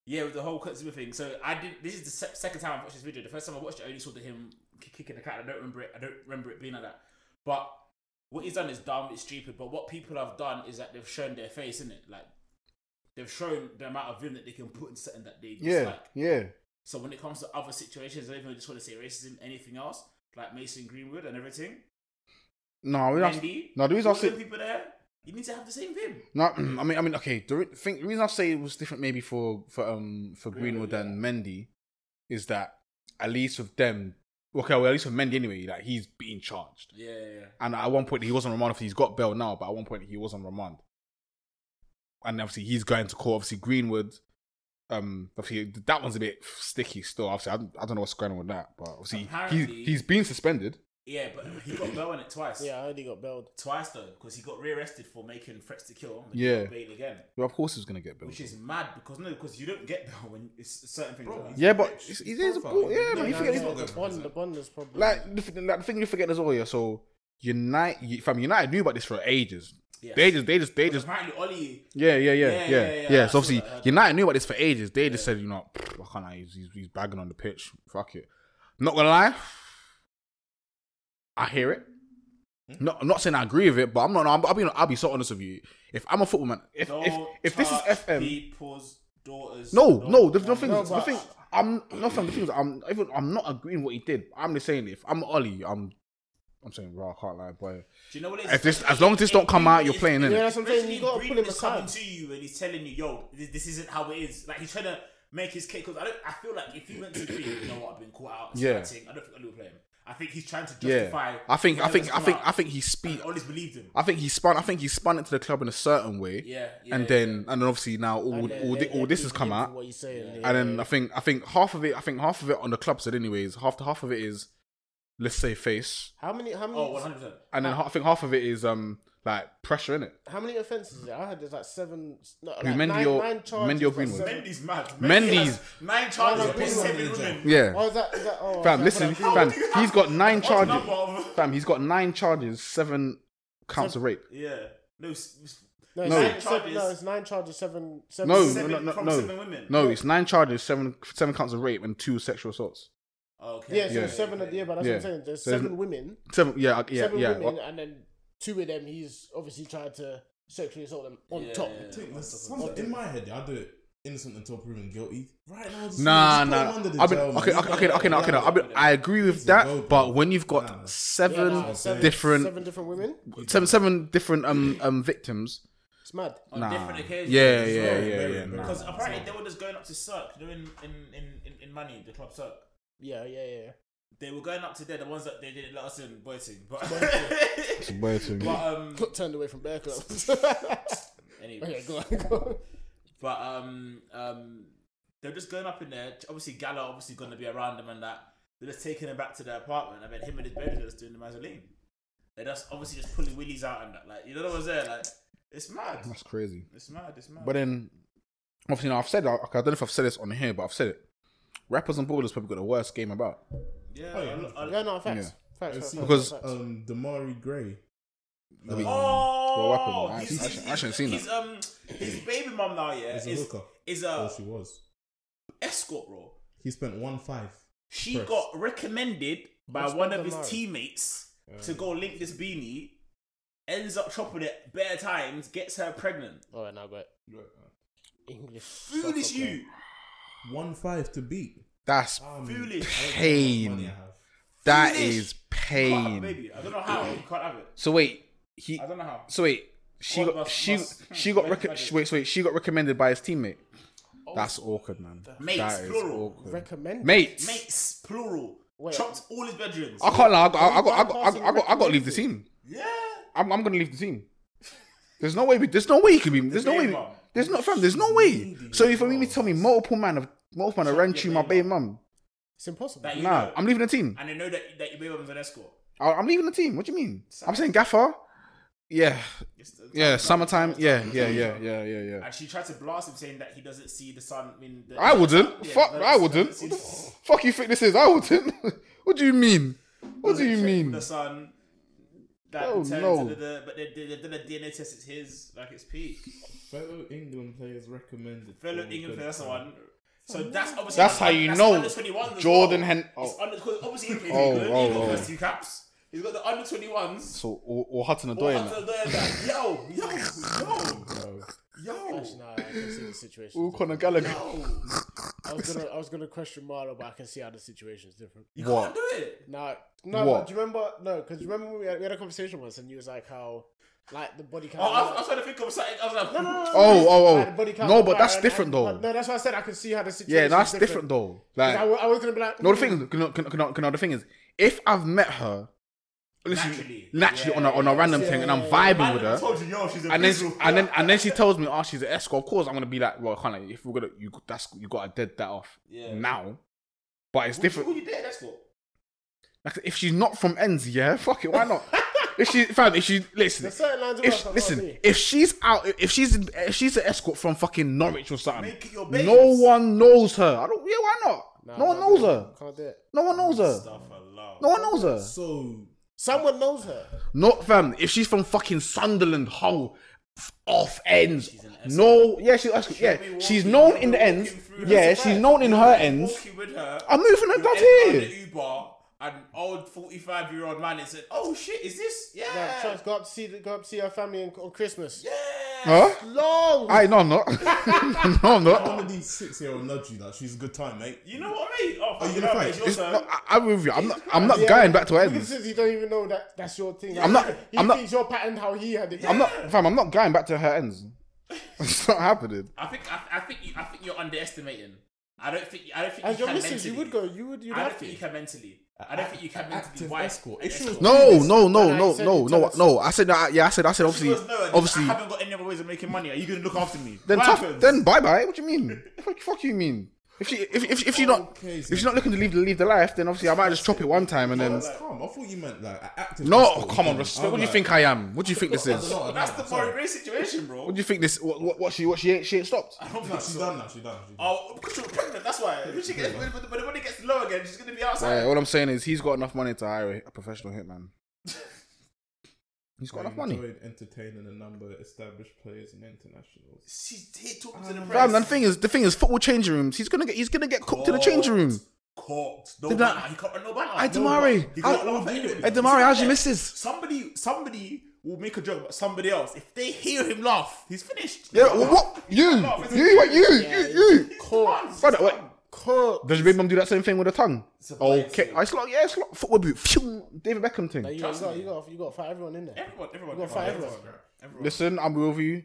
yeah, with the whole Kutsuma thing. So I did. This is the se- second time I've watched this video. The first time I watched it, I only saw the him ki- kicking the cat. I don't remember it. I don't remember it being like that. But what he's done is dumb. It's stupid. But what people have done is that they've shown their face in it. Like they've shown the amount of vim that they can put in something that they dislike.
yeah, yeah.
So when it comes to other situations, I don't even just want to say racism, anything else, like Mason Greenwood and everything.
No, we don't.
Mendy,
no, the reason
all
I say-
them people there, you need to have the same vim.
No, I mean, I mean, okay. The re- thing, the reason I say it was different, maybe for for um for Greenwood and Mendy, is that at least with them, okay, well, at least with Mendy anyway, like he's being charged,
Yeah, yeah.
and at one point he was on remand. Obviously, he's got bail now, but at one point he was on remand, and obviously he's going to court. Obviously, Greenwood, um, obviously that one's a bit sticky still. Obviously, I don't, I don't know what's going on with that, but obviously
Apparently-
he he's been suspended.
Yeah, but he got bail on it twice.
yeah, I heard he got bailed.
Twice though, because he got rearrested for making threats to kill. but
Yeah.
He got bail again,
Well, of course, he's gonna get bail.
which is mad because no, because you don't get bail when it's certain things.
Bro,
like that.
Yeah, but it's- it is a
Profile.
ball- yeah, man, you
Nah,
forget he's
nah,
not going
the
to
bond,
prison.
the bond is probably
Like the, th- like, the thing you forget is all yeah. So United, fam, United knew about this for ages.
Yes.
They just, they just, they
Because
just,
apparently Ollie.
yeah, yeah,
Yeah,
yeah, yeah,
yeah,
yeah.
yeah, I saw
So obviously,
that, I heard
United knew about this for ages. They just said, you know, "Pfft, I can't. lie, He's, he's, he's bagging on the pitch. Fuck it. Not gonna lie, I hear it.
Hmm?
No, I'm not saying I agree with it, but I'm not. I'm, I'll be, I'll be so honest with you. If I'm a football man, if
Don't
if, if this is
touch
FM,
people's daughters.
no,
Don't
no, the, the
want
thing,
to
no,
the
but-
thing, I'm not saying the thing. is, I'm even, I'm not agreeing what he did. I'm just saying if I'm Ollie, I'm, I'm saying raw. I can't lie, boy.
Do you know what it is?
If this, as long as this don't come out, you're playing in
Yeah,
it.
that's what I'm saying. You
Basically,
gotta pull him
Greenwood is coming
aside.
to you and he's telling you, "Yo, this, this isn't how it is." Like he's trying to make his case. Cause I don't. I feel like if he went to the field, you know what, I've been caught out. it's
Yeah.
fighting," I don't think Ollie will play him. I think he's trying to justify.
Yeah, I think, I think, I
whatever's
think,
come
I
out.
think he speed.
And Ollie's believed him.
I think he spun. I think he spun it to the club in a certain way.
Yeah, yeah,
and then, and then obviously now all,
Yeah,
all,
yeah,
thi-
yeah,
all this
keep
has come
him for
out.
What he's saying.
And then I think I think half of it I think half of it on the club said anyways half the half of it is let's say face
how many? How many?
Oh, 100. percent
and then ha- I think half of it is um like pressure in it
How many offences? is it? I heard there's like seven. No, like
Who, Mendy
nine,
or-
nine charges
Mendy or
for
Greenwood?
seven-
Mendy's mad.
Mendy's-
has nine charges
Oh, no,
against
Greenwood.
seven women.
yeah
Oh, is that? Is that oh,
Fam,
okay,
listen,
I thought
fam,
do you
he's
have-
got nine
What's
charges.
number of-
Fam, he's got nine charges, seven counts of rape.
Yeah. No, s- s-
No, it's
No.
nine charges.
Charges.
No, it's nine charges, seven. seven
No,
seven,
no, no,
from
no.
seven women.
No, it's nine charges, seven seven counts of rape, and two sexual assaults.
Oh, Okay.
Yeah, so
Yeah.
seven at the end, but that's what I'm
Yeah.
saying. There's
There's-
seven women,
Seven, yeah, uh, yeah,
seven
yeah.
women, and then two of them he's obviously tried to sexually assault them on
Yeah,
top.
yeah.
Think there's something- in my head, I do it innocent until proven guilty. Right now, just
Nah,
just put
nah.
him under the
I've been
jail, man.
okay, okay, okay, okay, okay, no, I've been, I agree with that, but when you've got
Yeah,
seven
nah, seven
different,
seven different women.
seven seven different um um victims,
It's mad.
On
nah.
different occasions.
Yeah,
as
yeah,
well.
yeah, yeah.
Because
Nah.
Because apparently they were just going up to Cirque, you know, in, in, in, in, in money, the club Cirque.
Yeah, yeah, yeah.
They were going up to there, the ones that they didn't let us in, boating. But,
But,
but um,
Got turned away from Bear Club.
anyway,
okay, go on, go on.
but um, um, they're just going up in there. Obviously, Gala obviously going to be around them and that. They're just taking him back to their apartment. I mean, him and his baby are just doing the mazzoline. They're just obviously just pulling willies out and that. Like, you know what I'm saying? Like, it's mad.
That's crazy.
It's mad. It's mad.
But then, obviously, now I've said, okay, I don't know if I've said this on here, but I've said it. Rappers and ballers probably got the worst game about
yeah.
Oh, yeah.
a lo- a lo-
Yeah, no, facts. Facts,
I've
facts,
seen-
facts,
Because,
facts.
um, Damari Gray. Um,
I mean,
Oh,
Well, what happened? I-
he's-
I- I
he's-
shouldn't have seen
he's, Um, his baby mum now, yeah,
Is
is
a
is,
hooker.
a
Oh, she was.
escort role.
He spent one five.
She
Press.
got recommended by
What's
one
with
of
the
his
line?
teammates to go link this beanie. Ends up chopping it bare times, gets her pregnant.
All right, now got English.
Foolish
sucks up
you,
One five to beat.
That's
Um,
foolish.
Money I
pain.
have.
That
Foolish.
is
Can't have a
pain.
baby. I don't know how you can't have it.
So wait, he.
I don't know how.
So wait, she
God
got
must-
she
must-
she got
hmm,
rec-
recommended.
wait so wait she got recommended by his teammate. That's awkward, man.
Mates,
that is
Oh. plural.
there.
awkward.
Recommend.
Mates,
Mates, plural,
Wait.
chopped all his bedrooms.
I can't lie. I got I got I got I
bypassing
got, I got, I got to leave the team.
Yeah,
I'm I'm gonna leave the team. There's no way. We, there's no way he could be. There's no way.
baby
we-
mum.
There's not fam. There's no way. So if you mean to tell me multiple man of multiple man of
Shut
ran through
your
my
baby
baby mum,
It's impossible.
that you
nah,
know.
I'm leaving the team.
and they know that that your baby mum's an escort.
I- I'm leaving the team. What do you mean? I'm saying Gaffer. Yeah,
It's-
yeah. Summertime. Yeah, yeah, yeah, yeah, yeah, yeah.
And she tried to blast him, saying that he doesn't see the sun. I mean, the,
I wouldn't.
Yeah,
fuck,
doesn't-
I wouldn't.
doesn't
What
see
the fuck you think this is? I wouldn't. what do you mean? What do
doesn't
you
check
mean?
The sun. That
Oh,
turns
no.
into the, but they, they, they did a DNA test. It's his, like it's peak.
Fellow England players recommended.
Fellow
for
England
good
player, that's the
time.
one. So that's obviously
That's how you know
under 21s as
Jordan
well.
Hen-
It's
oh.
under, 'cause obviously he played
Oh,
England.
oh,
he got
oh.
first two caps. He's got the under twenty ones.
So or, or Hudson
Yo,
Odoi. innit?
yo,
So,
yo, yo,
Nah, I can see the situation.
Or Conor Gallagher.
yo.
I was gonna, I was gonna question Marlo, but I can see how the situation's different.
You
What?
can't do it.
No, no.
What?
But do you remember? No, because remember we had, we had a conversation once, and you was like how, like the body count.
Oh, I, was- I was trying to think of something. I was like,
no, no, no, no,
Oh, oh,
like,
oh.
the body count
No,
was
but that's
higher,
different,
and-
though.
but No, that's why I said I can see how the situation.
Yeah, that's different though. Like,
I, wa- I was gonna be like,
no, the
mm,
thing, no, no, no, the thing is, if I've met her, listen, naturally,
Naturally.
on a on a random thing, and I'm vibing
Man,
with
I
her,
told you, yo, she's a
and then
visual.
and then and then she tells me, oh, she's an escort. Of course, I'm gonna be like, well, kind of, if we're gonna, you that's you gotta dead that off
Yeah.
now. But it's different.
Who you did? That's what.
Like, if she's not from ends, yeah, fuck it, why not? if she, fam, if she, listen,
There's certain lines of work I
if,
can't
listen,
be.
if she's out, if she's, if she's an escort from fucking Norwich or something,
Make it your babes.
no one knows her. I don't, yeah, why not? no one
can't
knows
do it.
her.
Can't do it.
No one knows her.
Stuff allowed.
No one knows her.
so
Someone knows her.
Not fam. If she's from fucking Sunderland, Hull, f- off ends. No, yeah, she's escort. Yeah,
You'll be
she's
walking-
known
you'll
in
be
the ends.
walking through
Yeah,
her
she's
surprise.
known in
You'll
her
be
ends.
walking with her.
I'm moving her
You'll end
down
up on
here.
the Uber, an old forty-five-year-old man, and said, "Oh shit, is this? Yeah,
Like, Charles, go up to see, the- go up to see her family on, on Christmas.
yeah."
Huh?
Long.
I no, I'm not. no, I'm not.
one of these six-year-old nudge you that she's a good time, mate.
You know what I mean? Oh, fuck,
you
you
gonna
know,
fight?
it's your
It's
turn.
not, I, I'm with you. I'm not. I'm not going back to
Because
ends.
since you don't even know that that's your thing.
I'm not-
He
I'm not-
thinks your pattern how he had it.
I'm not, fam. I'm not going back to her ends. It's not happening.
I think, I, I think, you, I think you're underestimating. I don't think, I don't think
As
you
your
can
missus,
mentally.
you would go. You would. You'd
I
have
don't
to.
think you can mentally. I don't think you can mentally.
active
Why?
escort. If she was-
No, no, no,
And I
no,
said
no,
you
no,
tell
no. I said that. Yeah, I said. I said.
She
Obviously,
goes, no,
obviously.
I haven't got any other ways of making money. Are you gonna look after me?
Then
What
tough.
happens?
Then bye bye. What do you mean? Fuck, fuck you mean? If she, if if if she not,
Okay,
if she's not looking to leave the leave the life, then obviously I might just chop it one time and then.
That's Um, calm. I thought you meant like a active.
No,
escort.
oh, come on, respect. What do you think I am? What do you think this
I
is?
don't know, I
What
don't
That's
know,
the
sorry.
Boris Gray situation, bro.
do you think this? What what, what she what she ain't she ain't stopped?
I don't
No,
think
She's
so.
done now. She's done. She's done.
Oh, because she was pregnant, that's why. When, she gets, when, when the money gets low again, she's going to be outside.
Yeah, all I'm saying is he's got enough money to hire a professional hitman. He's got
I
enough money.
enjoyed entertaining a number of established players and internationals.
See, he talked to the press.
Fam, and the thing is, the thing is, football changing rooms. He's gonna get, he's gonna get cooked in the changing room.
Caught. No
Did
banner.
that-
He caught no banner.
Hey,
No
Damari,
banner. He
how-
can't laugh at anybody.
Hey, Damari, how's your
He's
missus?
Somebody, somebody will make a joke about somebody else. If they hear him laugh, he's finished.
Yeah, well, what you, you, what you, you, you.
Caught.
Brother, wait. Does your big mum do that same thing with her tongue? Okay, it's like yeah, it's like football boot. Phew, David Beckham thing.
Like, you, got, you, got, you got to fight everyone in there.
Everyone, everyone,
You got five
everyone,
of them.
everyone.
Listen, I'm with you.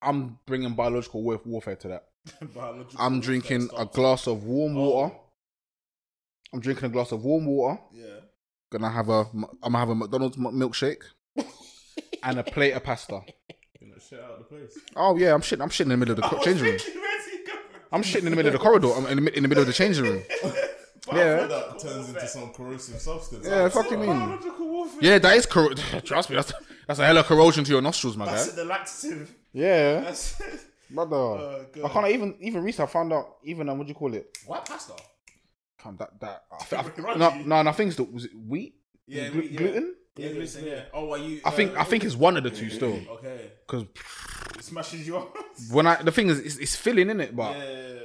I'm bringing biological wa- warfare to that.
Biological
I'm
warfare
drinking a
starts.
glass of warm
Oh,
water. I'm drinking a glass of warm water.
Yeah.
Gonna have a, I'm gonna have a McDonald's m- milkshake and a plate of pasta.
You know, shit out of the place.
Oh yeah, I'm shitting. I'm shitting in the middle of the
I
co-
was
changing room.
thinking, where's he going?
I'm shitting in the middle of the corridor. I'm in the, mi- in the middle of the changing room.
But
Yeah,
that turns into some corrosive substance.
yeah.
Like,
Fuck you
so-
mean?
Biological warfare.
Yeah, that is corrosive. Trust me, that's that's a hell of corrosion to your nostrils, my guy.
That's the laxative.
Yeah,
That's
brother.
Oh, God.
I can't even even recently I found out even um, what do you call it?
Why pasta?
Damn, that that I think, I think-
Rugby.
no no no. I think it's the, was it wheat?
Yeah,
Glu-
wheat, yeah.
gluten.
Yeah, listen, yeah. Oh, are you?
I think I think it's one of the two still.
Okay.
Because
It smashes you up.
when I the thing is, it's, it's filling in it, but
yeah.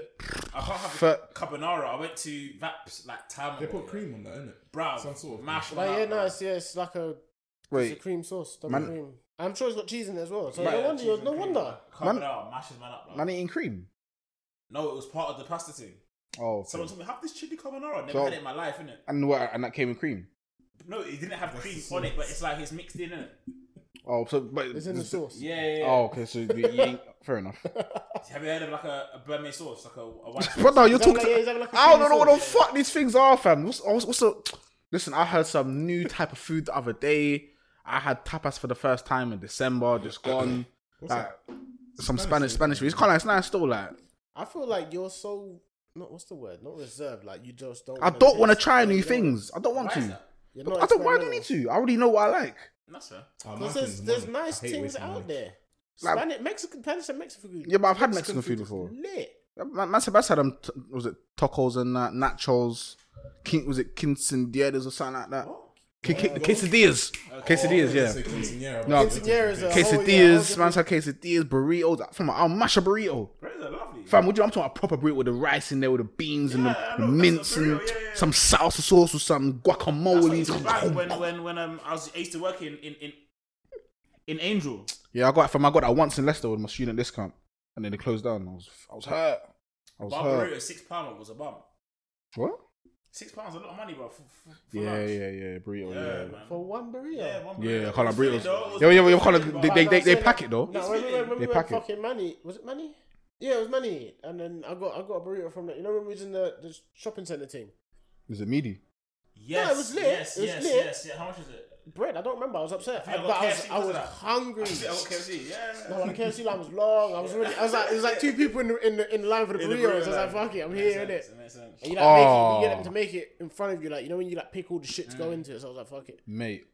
I can't have
Fuck.
carbonara. I went to Vaps like time.
They
ago.
put cream on that, innit?
Bruv,
Some sort of
mash one
Like, yeah,
out,
no,
bruv.
it's, yeah, it's like a, it's a
wait,
cream sauce, double
Man-
cream. I'm sure it's got cheese in it as well. So
Yeah,
no wonder,
cheese
you're,
and
no
cream.
wonder.
Carbonara mashes man up. bruv.
man eating cream.
No, it was part of the pasta thing.
Oh, okay.
Someone told me, have this chili carbonara. Never
So-
had it in my life, innit?
and what? And that came in cream.
No, it didn't have cream on it, but it's like it's mixed in, innit?
Oh, so but
It's in the sauce.
Yeah, yeah, yeah.
Oh, okay. So you you ain't, fair enough.
Have you heard of like a, a Burmese sauce? Like a, a white sauce?
But no, you're
Is that
talking.
like- yeah, is that like a
I don't know
cream
what the
sauce?
fuck these things are, fam. What's, what's, what's the- Listen, I had some new type of food the other day. I had tapas for the first time in December. Just gone.
What's
like,
that?
some Spanish
Spanish
Spanish food. It's kind of it's nice still. Like
I feel like you're so not what's the word? Not reserved. Like you just don't.
I don't want to
taste-
try
like,
new
you're-
things. I don't want
Why is
to.
that?
You're not
I don't. Why do I
experimental.
need to? I already know what I like.
That's fair.
Oh,
Because
Mexicans
there's, there's nice
money. I hate
things
wasting
out
money.
there.
Like-
Spanish, Mexican, Spanish and Mexican food.
Yeah, but I've had Mexican food
is
before.
Lit.
Man, man said man said, um, t- was it tacos and that nachos? Kin- was it quinceañeras or something like that? Qu- qu- quesadillas, quesadillas,
They
yeah.
say quinceañera,
No.
but they're
Quinceañeras
different
are-
things.
Oh,
Quesadillas,
yeah, I was
man said quesadillas, burritos. Fam, I'll mash a oh, burrito.
Burritos are lovely.
Fam, would you? I'm talking about proper burrito with the rice in there, with the beans and the,
Yeah,
the
look, that's
mince
a burrito,
and
yeah, yeah, yeah.
some salsa sauce or some
That's what it's about
guacamole.
when when when um I was I used to work in in in, in Angel.
yeah, I got fam, I got that once in Leicester with my student discount, and then they closed down. I was, I was hurt. I was hurt.
Barbarita six pounder was a bum.
What?
Six pounds a lot of money, bro. For, for, for
Yeah,
lunch.
yeah, yeah, burrito.
yeah,
Yeah,
man.
For one burrito.
yeah, one
yeah,
burrito.
I can't
It
like
was
burritos.
$20,
Yo, yo,
it
yo,
was
can't like-
$20,
they-
but
they-
But
they-
I'm saying,
pack it, though.
No, when we, went- when we
They
went
pack it.
fucking money, was it money? Yeah, it was money. And then I got I got a burrito from that. You know when we was in the, the shopping center thing?
Is it meaty?
Yes,
No, it was lit.
Yes,
It was
yes,
lit.
yes, yeah. How much is it?
Bread. I don't remember. I was upset.
I think I
but
got
I was,
KFC
I
because
was
of that.
hungry.
Yeah, okay, KFC. Yeah.
No, the KFC line was long. I was really, I was like, it was like two people in the in the, in the line for the
In
burritos.
the
I
burrito
was like,
line.
fuck it, I'm
Makes
here,
sense,
innit?
makes sense.
And you like make it,
Oh.
you get them to make it in front of you, like you know when you like pick all the shit to
Mm.
go into it. So I was like, fuck it.
Mate,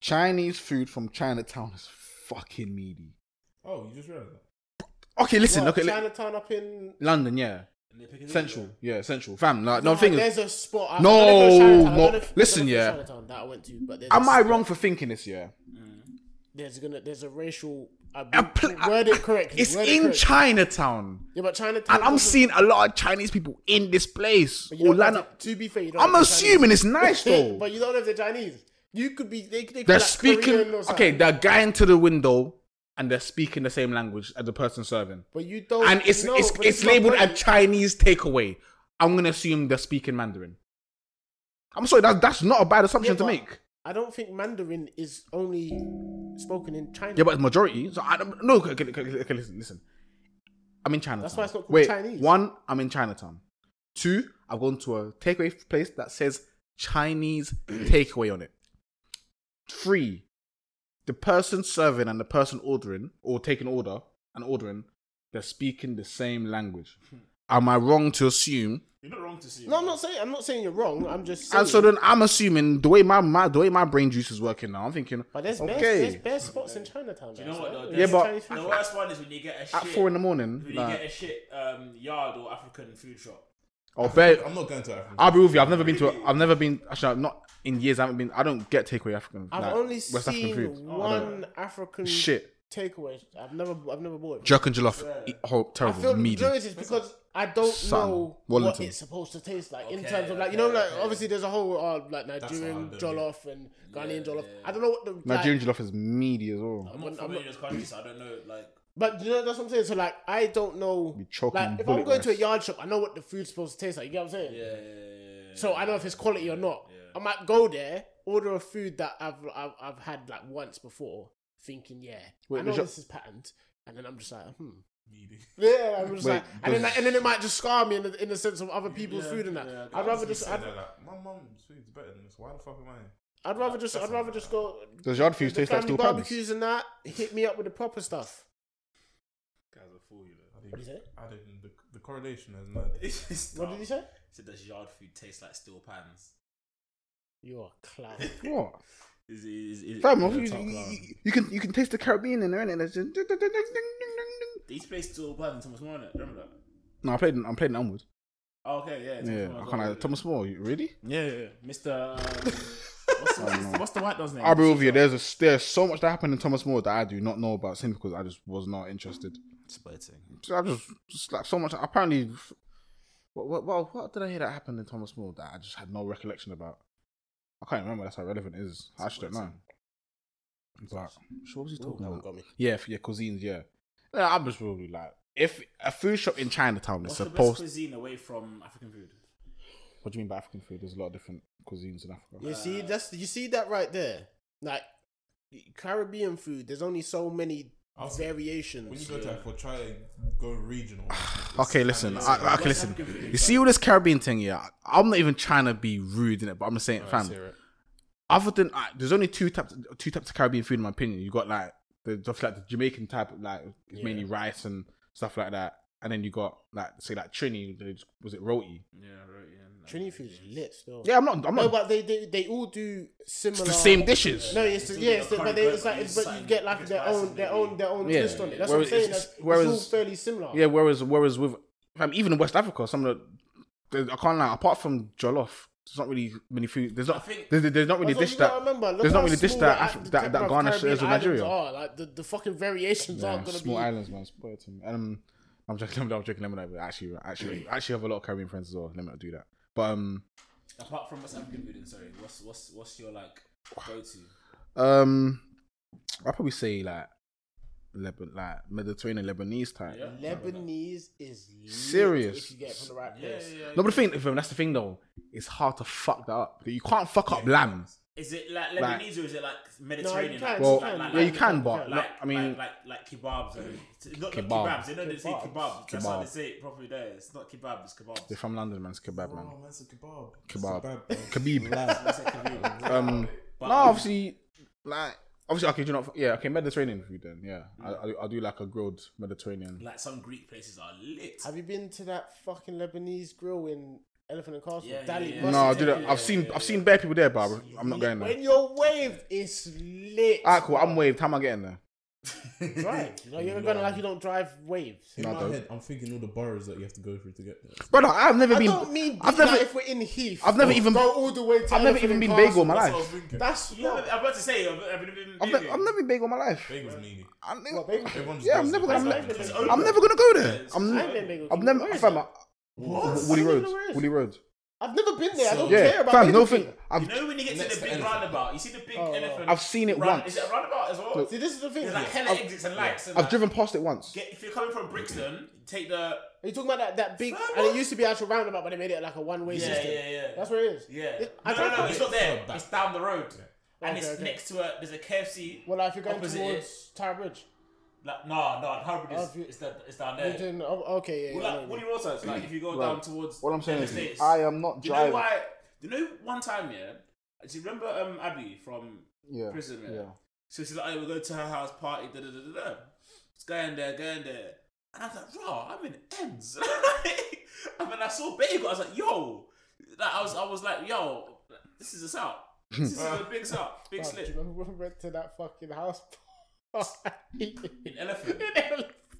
Chinese food from Chinatown is fucking meaty.
Oh, you just read that.
Okay, listen,
What,
look at li-
Chinatown up in
London, yeah.
And they pick it up,
Central,
yeah.
yeah, central. Fam, like, no,
Nah,
the thing is,
there's a spot. I- I
No,
don't know if it's Chinatown, I
no.
don't know if- I don't
Listen,
know if it's
yeah.
Chinatown that I went to, but there's a
am I
spot-
wrong for thinking this? Yeah,
There's gonna there's a racial. I
I
word
pl- I-
it correctly.
It's
word it
in
correctly.
Chinatown,
Yeah, but Chinatown.
and I'm
doesn't-
seeing a lot of Chinese people in this place.
but you
All
don't know if
line up.
they- To be fair, you don't
I'm
know if they're
assuming
Chinese.
it's nice though.
but you don't know if they're Chinese. You could be. They, they could be
they're
like
speaking.
Korean or
Okay,
something.
they're going to the window, and they're speaking the same language as the person serving.
But you don't.
and it's
know,
it's
but
it's
my
labeled a
point.
Chinese takeaway. I'm gonna assume they're speaking Mandarin. I'm sorry, that's that's not a bad assumption
Yeah,
to
but
make.
I don't think Mandarin is only spoken in China.
Yeah, but it's majority. So I don't no. Okay, okay, okay, okay, listen, listen. I'm in Chinatown.
That's why it's not called
Wait,
Chinese.
One, I'm in Chinatown. Two, I've gone to a takeaway place that says Chinese takeaway on it. Three, the person serving and the person ordering or taking order and ordering, they're speaking the same language. Am I wrong to assume?
You're not wrong to see.
no, I'm not saying I'm not saying you're wrong. I'm just saying.
And so then I'm assuming the way my, my the way my brain juice is working now. I'm thinking,
but there's best, there's
okay,
best spots in Chinatown.
You know what? Though,
Yeah,
There's-
but-
Chinese food.
the worst one is when you get a shit.
at four in the morning,
when you
like,
get a shit um, yard or African food shop.
I'll bet
I'm not going to Africa.
I'll be with you. I've never been to. A, I've never been. Actually, I'm not. in years. I haven't been. I don't get takeaway African.
I've
like,
only
West African
seen
food.
one African
Shit,
takeaway. I've never, I've never bought it.
jerk and jollof, eat- oh,
I
terrible,
feel the
medium.
majority is because I don't
Son,
know what
Wellington.
it's supposed to taste like in
Okay,
terms of like you
okay,
know like
okay.
obviously there's a whole uh, like Nigerian
doing it.
jollof and Ghanaian
Yeah,
jollof.
yeah.
I don't know what the like-
Nigerian jollof is meaty as well.
I'm not
I'm
from
not-
those countries, so I don't know. Like,
But you know that's what I'm saying. So like I don't know.
Be choking
Like if I'm
bullet
going to a
rice.
yard shop, I know what the food's supposed to taste like. You get what I'm saying?
yeah, yeah, yeah, yeah.
So I know if it's quality or not. I might go there, order a food that I've I've, I've had like once before, thinking, yeah,
Wait,
I know
does your-
this is patterned, and then I'm just like, hmm.
Meaty.
Yeah, I'm just
Wait,
like, and then
does-
like, and then it might just scar me in the, in the sense of other people's
Yeah,
food and that.
yeah,
I'd rather
You
just
said
I'd,
that, like, my mum's food's better than this. Why the fuck am I? here?
I'd rather just
That's
I'd rather
not
just
bad.
go
Does yard food
the
taste like
family
steel pans?
barbecues and that. Hit me up with the proper stuff.
guys are fool, you know.
I
What did you say?
I didn't. The, the correlation is mad.
What did you say?
said does yard food taste like steel pans?
You are a clown.
What?
Is is, is
Fam,
is
you,
the top
you-
line.
you- you can you can taste the Caribbean in there, and it's just ding, ding, ding, ding, ding, ding, ding.
They used to play steel pans in Thomas More, innit? Remember that?
No, I played in- I'm playing Elmwood.
Oh, okay, yeah. Thomas
Yeah,
More
I
as
can't.
well,
Like, Thomas Moore, you- really?
Yeah, yeah, yeah. Mr. um, what's, the, what's, the, what's the white dog's name?
I'll be with you. There's a, there's so much that happened in Thomas More that I do not know about simply because I just was not interested.
Splitting.
So I just, just like so much. Apparently, what, what what what did I hear that happened in Thomas More that I just had no recollection about? I can't remember. That's how relevant it is. I actually don't know. But so what was he talking about?
me.
Yeah, for your cuisines. Yeah, yeah. I'm just really like if a food shop in Chinatown is
What's the best
supposed.
cuisine away from African food?
What do you mean by African food? There's a lot of different cuisines in Africa.
You see, that's you see that right there. Like Caribbean food, there's only so many
I'll say- When you
variations.
go to Africa, try to go regional.
Okay, listen.
It's-
I, okay, listen. You see all this Caribbean thing, yeah. I'm not even trying to be rude in it, but I'm just saying, fam. Other than uh, there's only two types, two types of Caribbean food in my opinion. You got like the just like the Jamaican type, like it's mainly rice and stuff like that, and then you got like say like Trini, they just- was it roti?
Yeah, right, yeah.
Trinity food's lit still.
Yeah, I'm not. I'm
No,
not.
but they they, they all do similar.
it's the same dishes.
No, it's,
It's
yeah,
like
it's
a
the, but
curry
they, it's
goat,
like
but it's
it's, but you
something
get like their
spicy
own
and
their
they-
own their own
Yeah.
twist on it. That's
Whereas
what I'm saying.
it's-
That's,
whereas-
it's all fairly similar.
Yeah, whereas whereas with fam, even in West Africa, some of the I can't lie. Apart from jollof, there's not really many food. There's
I
not.
think-
There's, there's not really
That's what
dish
you gotta
that.
remember. Look
there's not
how
really dish
small
that
the-
Af-
the
that, that
type
Ghana
of Caribbean
shares with
islands
Nigeria.
Are. Like the, the fucking variations
Yeah,
aren't gonna
small
be.
islands, man. Spoil to me. Um, I'm joking. I'm joking. Let me not. Actually, actually, I actually have a lot of Caribbean friends as well. Let me not do that. But um,
Apart from West African food, and sorry, what's what's what's your like go to?
um, I'll probably say like, Leban, like Mediterranean Lebanese type.
Yeah.
Lebanese is lit
Serious.
If you get it from the right
Yeah, yeah,
place.
yeah.
No, but the thing, fam, that's the thing though. It's hard to fuck that up. You can't fuck up lamb.
Is it like Lebanese
Like-
or is it like Mediterranean?
can,
like,
Well,
you
like, like,
yeah, you
like-
can, but
Like,
I mean,
like like, like kebabs, and, not,
Kebab.
not kebabs. They know they say
Kebabs.
kebabs. That's how they
Kebab.
say it properly. There, it's not kebab, it's kebabs.
they're from London, man. It's kebab, man.
Oh, that's a kebab.
Kebab.
It's a
Kebab.
Lad.
Um,
But,
no,
um,
obviously, like obviously, okay, do you not? Yeah, okay, Mediterranean food then. Yeah, I, I, I do like a grilled Mediterranean.
like some Greek places are lit.
Have you been to that fucking Lebanese grill in Elephant and Castle?
Yeah, yeah,
Dali
yeah.
Bus
No, I
is
do that.
lit.
I've seen I've seen bare people there, but I- I'm not going there.
When you're waved, it's lit.
Alright, cool. I'm waved. How am I getting there?
Drive. You know, you're gonna like you don't drive waves.
In
No, I
my
don't.
head, I'm thinking all the boroughs that you have to go through to get there.
Brother, I've never
I
been.
don't mean
I've
like,
never.
if we're in Heath.
I've never
go-
even-
go all the way. To
I've never
Elephant
even
and
been
Castle.
bagel in my
That's what I was
life.
thinking.
That's
Yeah,
not.
I'm about to say. I've, I've never been.
I've, ne- I've never been bagel in my life.
Bagel's meaty.
I think-
What, bagel?
Everyone just
Yeah,
goes
I'm never
to
gonna-
Bagel.
It's
I'm never gonna go there. I'm,
I've
ne-
been bagel.
I've never.
Where is
Fam,
it?
I- Woody
I don't even
Road.
know where it is.
Woody Road.
I've never been there. I don't care
Yeah,
about
fam.
bagel
No thing.
thing.
You
I've
know when you get
Next
to
to
the big
elephant.
roundabout, you see the big
Oh, oh.
elephant.
I've seen it
round-
once.
Is it a roundabout as well?
See, this is the thing.
There's like hella
I've-
exits and lights. and
I've
that.
driven past it once.
Get, if you're coming from Brixton, take the
Are you talking about that, that big?
Fam,
And it
what?
used to be actual roundabout, but they made it like a one way
yeah,
system.
yeah, yeah.
That's where it is.
yeah.
It- I
no, no,
don't
no,
know.
it's not there.
back.
It's down the road, and
Okay,
it's
okay.
next to a. There's a KFC.
Well, like, if you're going
Opposite
towards Tower Bridge,
Like, no, no, Harvard
Oh, if
is
you-
it's, that, it's down
you're
there.
doing, oh, okay, yeah.
Well,
yeah,
like,
yeah,
Woody Road sides, like if you go
Right.
down towards.
What I'm saying
the
is,
States.
I uh, am not
Do you know
driving.
why? Do you know one time, yeah? Do you remember um Abby from
Yeah.
prison, yeah?
Yeah.
So she's like, oh, we'll go to her house party, da da da da da. It's going there, going there. And I was like, raw, I'm in ends. and then I saw Bagel, I was like, yo. Like, I was I was like, yo, this is a south. This is a big south, big
yeah. Fam, Do you
slip.
remember when we went to that fucking house?
In elephant.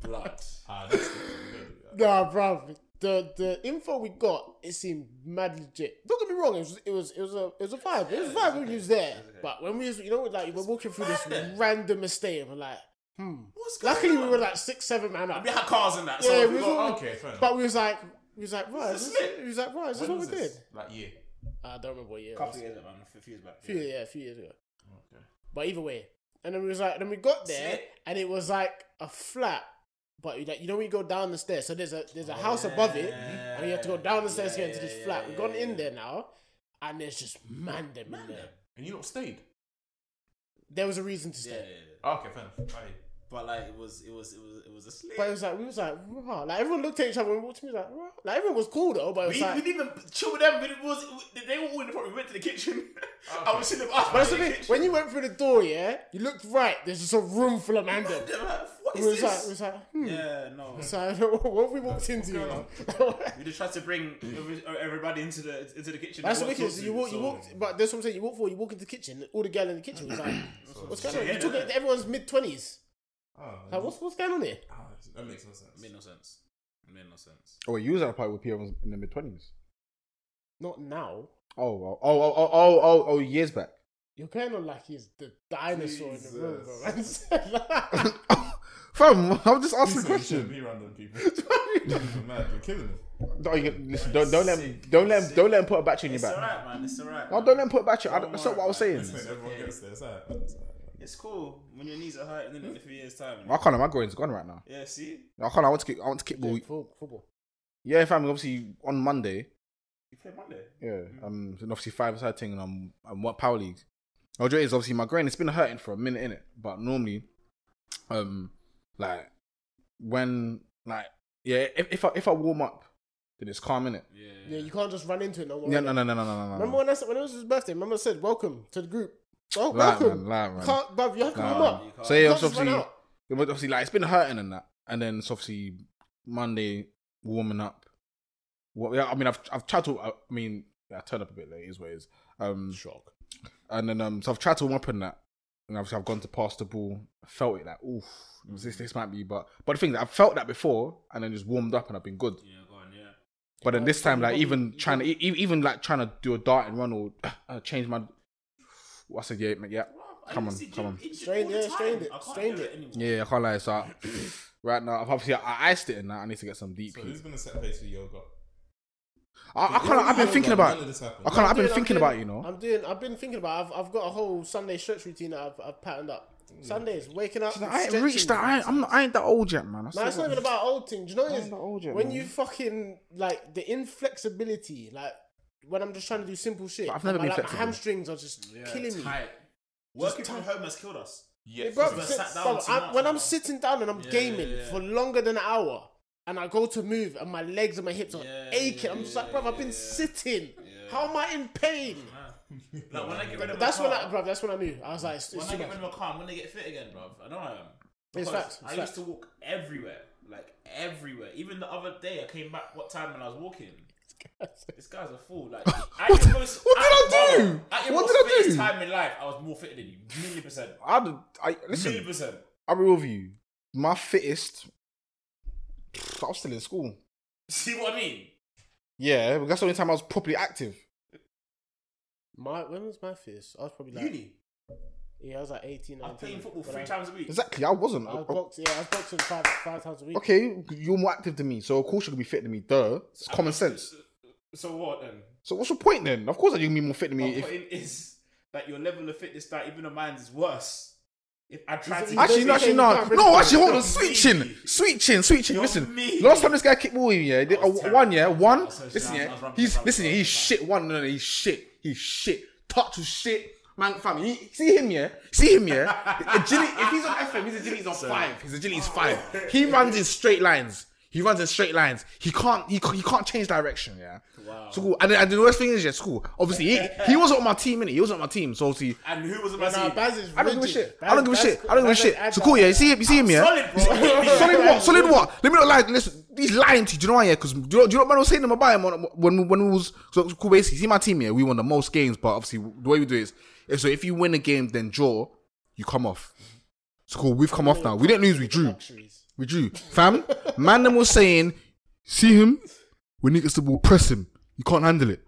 Blood.
Ah, that's good.
nah, bro. the the info we got, it seemed mad legit. Don't get me wrong, it was it was it was a it was a vibe. It was a vibe when we was there. But when we was you know like we're walking through this random estate and we're like, hmm.
What's going
Luckily we
on?
were like six, seven man up.
We had cars in that. So
Yeah,
if
we
we
was
go,
all-
okay, fair enough.
But we was like we was like, right, is this,
lit.
we was like, right, is this
When
what we
was
did?
this? Like, yeah.
I don't remember what year.
A
it was.
couple years ago, man. A few years back.
few, yeah, a few years ago.
Okay.
But either way, and then we was like, then we got there,
Sick.
and it was like a flat, but you like you know when you go down the stairs, so there's a there's
Oh,
a house above it, and you have to go down the stairs to get into this flat. We've gone in there now, and there's just man them in there.
And you not stayed?
There was a reason to
Yeah,
stay.
yeah, yeah.
Okay, fair enough. Aye.
But like it was, it was, it was, it was a slip.
But it was like we was like, rah. like everyone looked at each other and walked to me like, rah. like everyone was cool though, but it was
we,
like,
we didn't even chill with them. But it was, they were all in the front. We went to the kitchen. I was in the
but that's the
in the
thing.
kitchen.
When you went through the door, yeah, you looked right. There's just a room full of man them.
They're like, what
We
is
was
this?
like, we was like, hmm.
yeah, no.
So I don't know what we walked into.
going
here.
We just tried to bring every- everybody into the into the kitchen.
That's
and
the
walk towards
wicked. You walk, you
so-
walk, but that's what I'm saying. You walk forward, you walk into the kitchen, all the girl in the kitchen was like, "What's going on?"
Yeah,
You took
yeah.
it. Everyone's mid twenties.
Oh,
Like, what's what's going on here?
ah, that makes no sense.
Made no sense. Made no sense.
Oh, wait, you was at a party with Pierre was in the mid twenties.
Not now.
Oh, well, oh, oh, oh, oh, oh, oh, years back.
You're going on like he's the dinosaur in the room, bro. man.
Fam, I'm just asking
You
a
said you shouldn't
question.
Be random people. You're mad. You're killing me.
Don't, you, listen, don't, don't let him, don't let him, don't let him put a battery in your
It's
back.
alright, man. It's alright.
No,
man.
don't let him put a battery. I don't,
Don't
that's not
worry
what I was
about
saying.
it.
Listen, everyone
okay.
gets there. It's alright. man, it's alright.
It's cool when your knees are hurt and then
Hmm?
in a few years time.
I can't. My groin's gone right now.
Yeah, see,
I can't. I want to kick. I want to kick.
Yeah,
Yeah,
fo- football.
yeah fam. Obviously on Monday.
you play Monday.
Yeah.
Mm.
Um. And obviously five side thing and I'm I'm what power league. Oh, is obviously my groin. It's been hurting for a minute in it, but normally, um, like when like yeah, if, if I if I warm up, then it's calm in it.
Yeah.
Yeah, you can't just run into it no more.
Yeah.
innit?
No. No. No. No. No. No.
Remember
no.
when I said when it was his birthday? Remember I said, "Welcome to the group." Oh,
Lie, man.
welcome.
Lie, man.
Can't, bruv, you have to
Nah,
warm up.
you can't.
So yeah, obviously,
You can't just run
obviously,
out.
it was obviously like it's been hurting and that, and then it's obviously Monday warming up. Well, yeah, I mean, I've I've tried to. I mean, yeah, I turned up a bit late. Is what it is. Um, Shock. And then um, so I've tried to warm up in that, and obviously I've gone to pass the ball. Felt it like oof, this this might be, but but the thing is, I've felt that before, and then just warmed up and I've been good.
Yeah, go on. Yeah.
But then this time, like
Probably-
even trying to e- e- even like trying to do a dart and run or uh, change my. I said yeah, mate, yeah. Come on, come on.
Strained, yeah, strained it,
I can't
strained
do
it.
anymore.
Yeah, I can't lie. So I- right now, I've obviously I iced it, and now I need to get some deep.
So
heat.
who's been a set face for yoga?
I, I kind of I've been
Yoga,
thinking
None of
about.
this happened.
I kind of I've been
Dude, I'm
thinking
doing-
about it, you know.
I'm doing. I've been thinking about. I've, I've got a whole Sunday stretch routine that I've, I've patterned up.
Mm.
Sundays, waking up.
I ain't
stretching.
reached that. I ain't, I'm not, I ain't that old yet, man. I
No,
still
it's not
got-
even about old things. Do you know
I
what it
ain't
is?
that old yet.
When
man.
you fucking like the inflexibility, like when I'm just trying to do simple shit,
I've never
my,
been
like,
flexible.
My hamstrings are just killing me.
tight. Working from home has killed us.
Yeah,
Bro,
Because
sit-
I sat down
bro,
too
I-
much,
when I'm
man.
sitting down and I'm
Yeah,
gaming
yeah, yeah.
for longer than an hour, and I go to move, and my legs and my hips are
Yeah,
aching. I'm
yeah,
just like, bro, I've been
yeah.
sitting. How am I in pain?
Like when I get rid of
That's
my
when,
car,
I, bro. That's when I knew. I was like, it's, it's
when
too
I get
much.
rid of my car, I'm gonna get fit again, bro. I know I am.
It's
Because
facts, it's
I
facts.
used to walk everywhere, like everywhere. Even the other day, I came back. What time when I was walking? This guy's a fool. Like, at
What-
your most-
what did I
at-
do?
bro, At your
What
most
did I do?
fittest Time in life, I was more fit than you, million percent,
I'd, I
million
listen.
percent.
I'll be with you. My fittest. I was still in school.
See what I mean?
Yeah, but that's the only time I was properly active.
My when was my fist? I was probably like
Uni.
Yeah, I was like 18,
I
19.
was playing football
But
three
I-
times a week.
Exactly, I wasn't.
I was boxing, yeah, I was boxing five, five times a week.
Oh, Okay, you're more active than me, so of course you're gonna be fit than me. Duh, it's common sense.
So what then?
So what's your point then? Of course, you're gonna be more fit than
My
me. If,
point is that your level of fitness that even a man's is worse. If I tried to
Is it-
Actually,
Don't
no,
you
actually,
think you
no,
can't really
no,
fight?
actually, hold
You're
on. Sweet chin,
mean.
sweet chin, sweet chin.
You're
Listen,
mean.
last time this guy kicked ball, yeah, they-
was
uh,
terrible.
one, yeah, one.
I was so
Listen,
shy. I
yeah,
was running
he's
around
listen, yeah,
the
he's
outside.
shit. One, no, no, he's shit. He's shit. Touch was shit. Man, fam, he, see him, yeah. See him, yeah. Agility. If he's on FM, his agility's on five. His agility's five. He runs in straight lines. He runs in straight lines. He can't. He, can't- he can't change direction. Yeah.
Wow.
School. And, then- and the worst thing is, yeah, school. Obviously, he, he wasn't on my team, innit? He wasn't on my team, so obviously.
And who was on my
Nah,
team?
Baz is
I don't give a
rigid.
shit.
Baz-
I don't give a
Baz-
shit. I don't give a
Baz
shit.
is
So cool, yeah. You see him, you see him, yeah.
Solid, bro.
Solid what? Solid what? Let me not lie. Listen, he's lying to you. Do you know why? Yeah, because do, you know- do you know what I was saying to him about him on, when when we was so cool. Basically, see my team here. We won the most games, but obviously the way we do it is if- so if you win a game, then draw, you come off. So cool. We've come off now. We didn't lose. We drew.
luxuries.
We drew. Fam, man, them was saying, see him. When he gets the ball, press him. You can't handle it.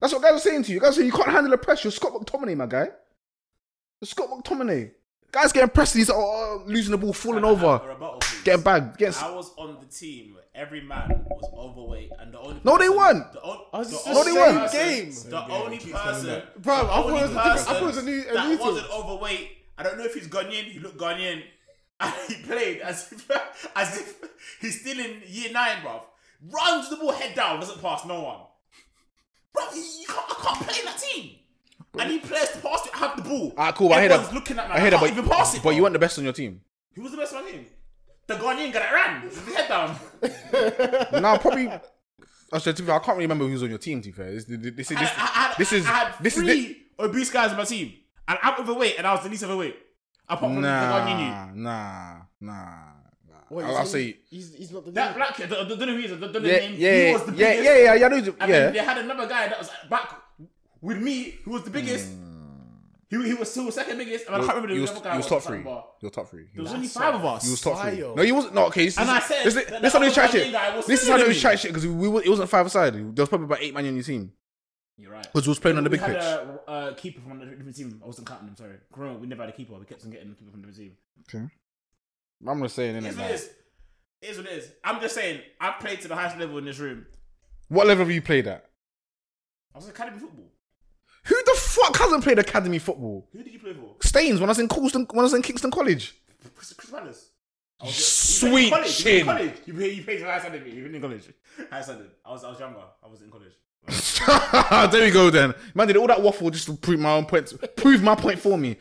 That's what guys were saying to you. Guys were saying you can't handle the press. You're Scott McTominay, my guy. You're Scott McTominay. Guys getting pressed. He's oh, oh, losing the ball, falling
I have
over,
a rebuttal, please.
getting bagged. Gets...
I was on the team. where Every man was overweight, and the only
No, they
person-
weren't.
The on-
Oh, it's
the
the
only
same
person-
game.
The
Same game,
only
it keeps
person,
coming back.
Bro, I
the
thought it
only
was a different- I thought it was a
person
new- a
that
new team.
wasn't overweight. I don't know if he's Ghanaian. He looked Ghanaian, and he played as if as if he's still in year nine, bruv. Runs the ball head down, doesn't pass no one. Bruv, you you can't, I can't play in that team. And he plays to pass it, have the ball.
Ah, cool. I hear
Everyone's
that.
looking at me.
I hear that,
can't
but,
even pass it.
but
bruv.
you want the best on your team.
Who was the best man in? The Ghanaian guy that ran with his head down.
now probably. Actually, to be fair, I can't really remember who's on your team. To be fair, this, this, this,
I, I, I,
this is
I had
this
three
is thi-
obese guys on my team, and I'm overweight, and I was the least overweight. Apart from the Ghanaian.
nah, nah, nah, nah.
What,
I'll,
he's
I'll
in-
say
He's, he's not the
That
leader.
black kid, I don't know who he is. I don't know
yeah,
the name. he
yeah,
was the
yeah,
biggest.
yeah, yeah, yeah, I know,
And
yeah.
then they had another guy that was back with me, who was the biggest. He, he was still second biggest, and I
You-
can't remember
you
the
Hmm. was,
other guy.
you was
who
top
the
three.
bar.
You're top three.
There was only five of us.
You was top three.
Fire.
No, you wasn't. No, okay. This,
And
this,
I said
this,
that
this
the
how they
other
chat shit.
Ghanaian guy was
This is how
skinnier
they
than
chat
me.
shit because we, were- it wasn't five aside. There was probably about eight man on your team
You're right.
because we was playing on the
We
big
had
pitch.
a uh, keeper from a different team. I wasn't counting him. Sorry, Growing up, we never had a keeper. We kept on getting a keeper from the different team.
I'm just saying,
It
innit?
is what it
Like,
is. It is what it is. I'm just saying, I played to the highest level in this room.
what level have you played at?
I was academy football.
Who the fuck hasn't played academy football?
Who did you play for?
Staines when I was in Kingston, when I was in Kingston College.
Chris, Chris Wallace.
Sweet
You Oh,
chin.
played in college. You played, you played to high standard. You played in college. High standard. I was, I was younger. I was in college.
there we go then. Man did all that waffle just to prove my own point prove my point for me.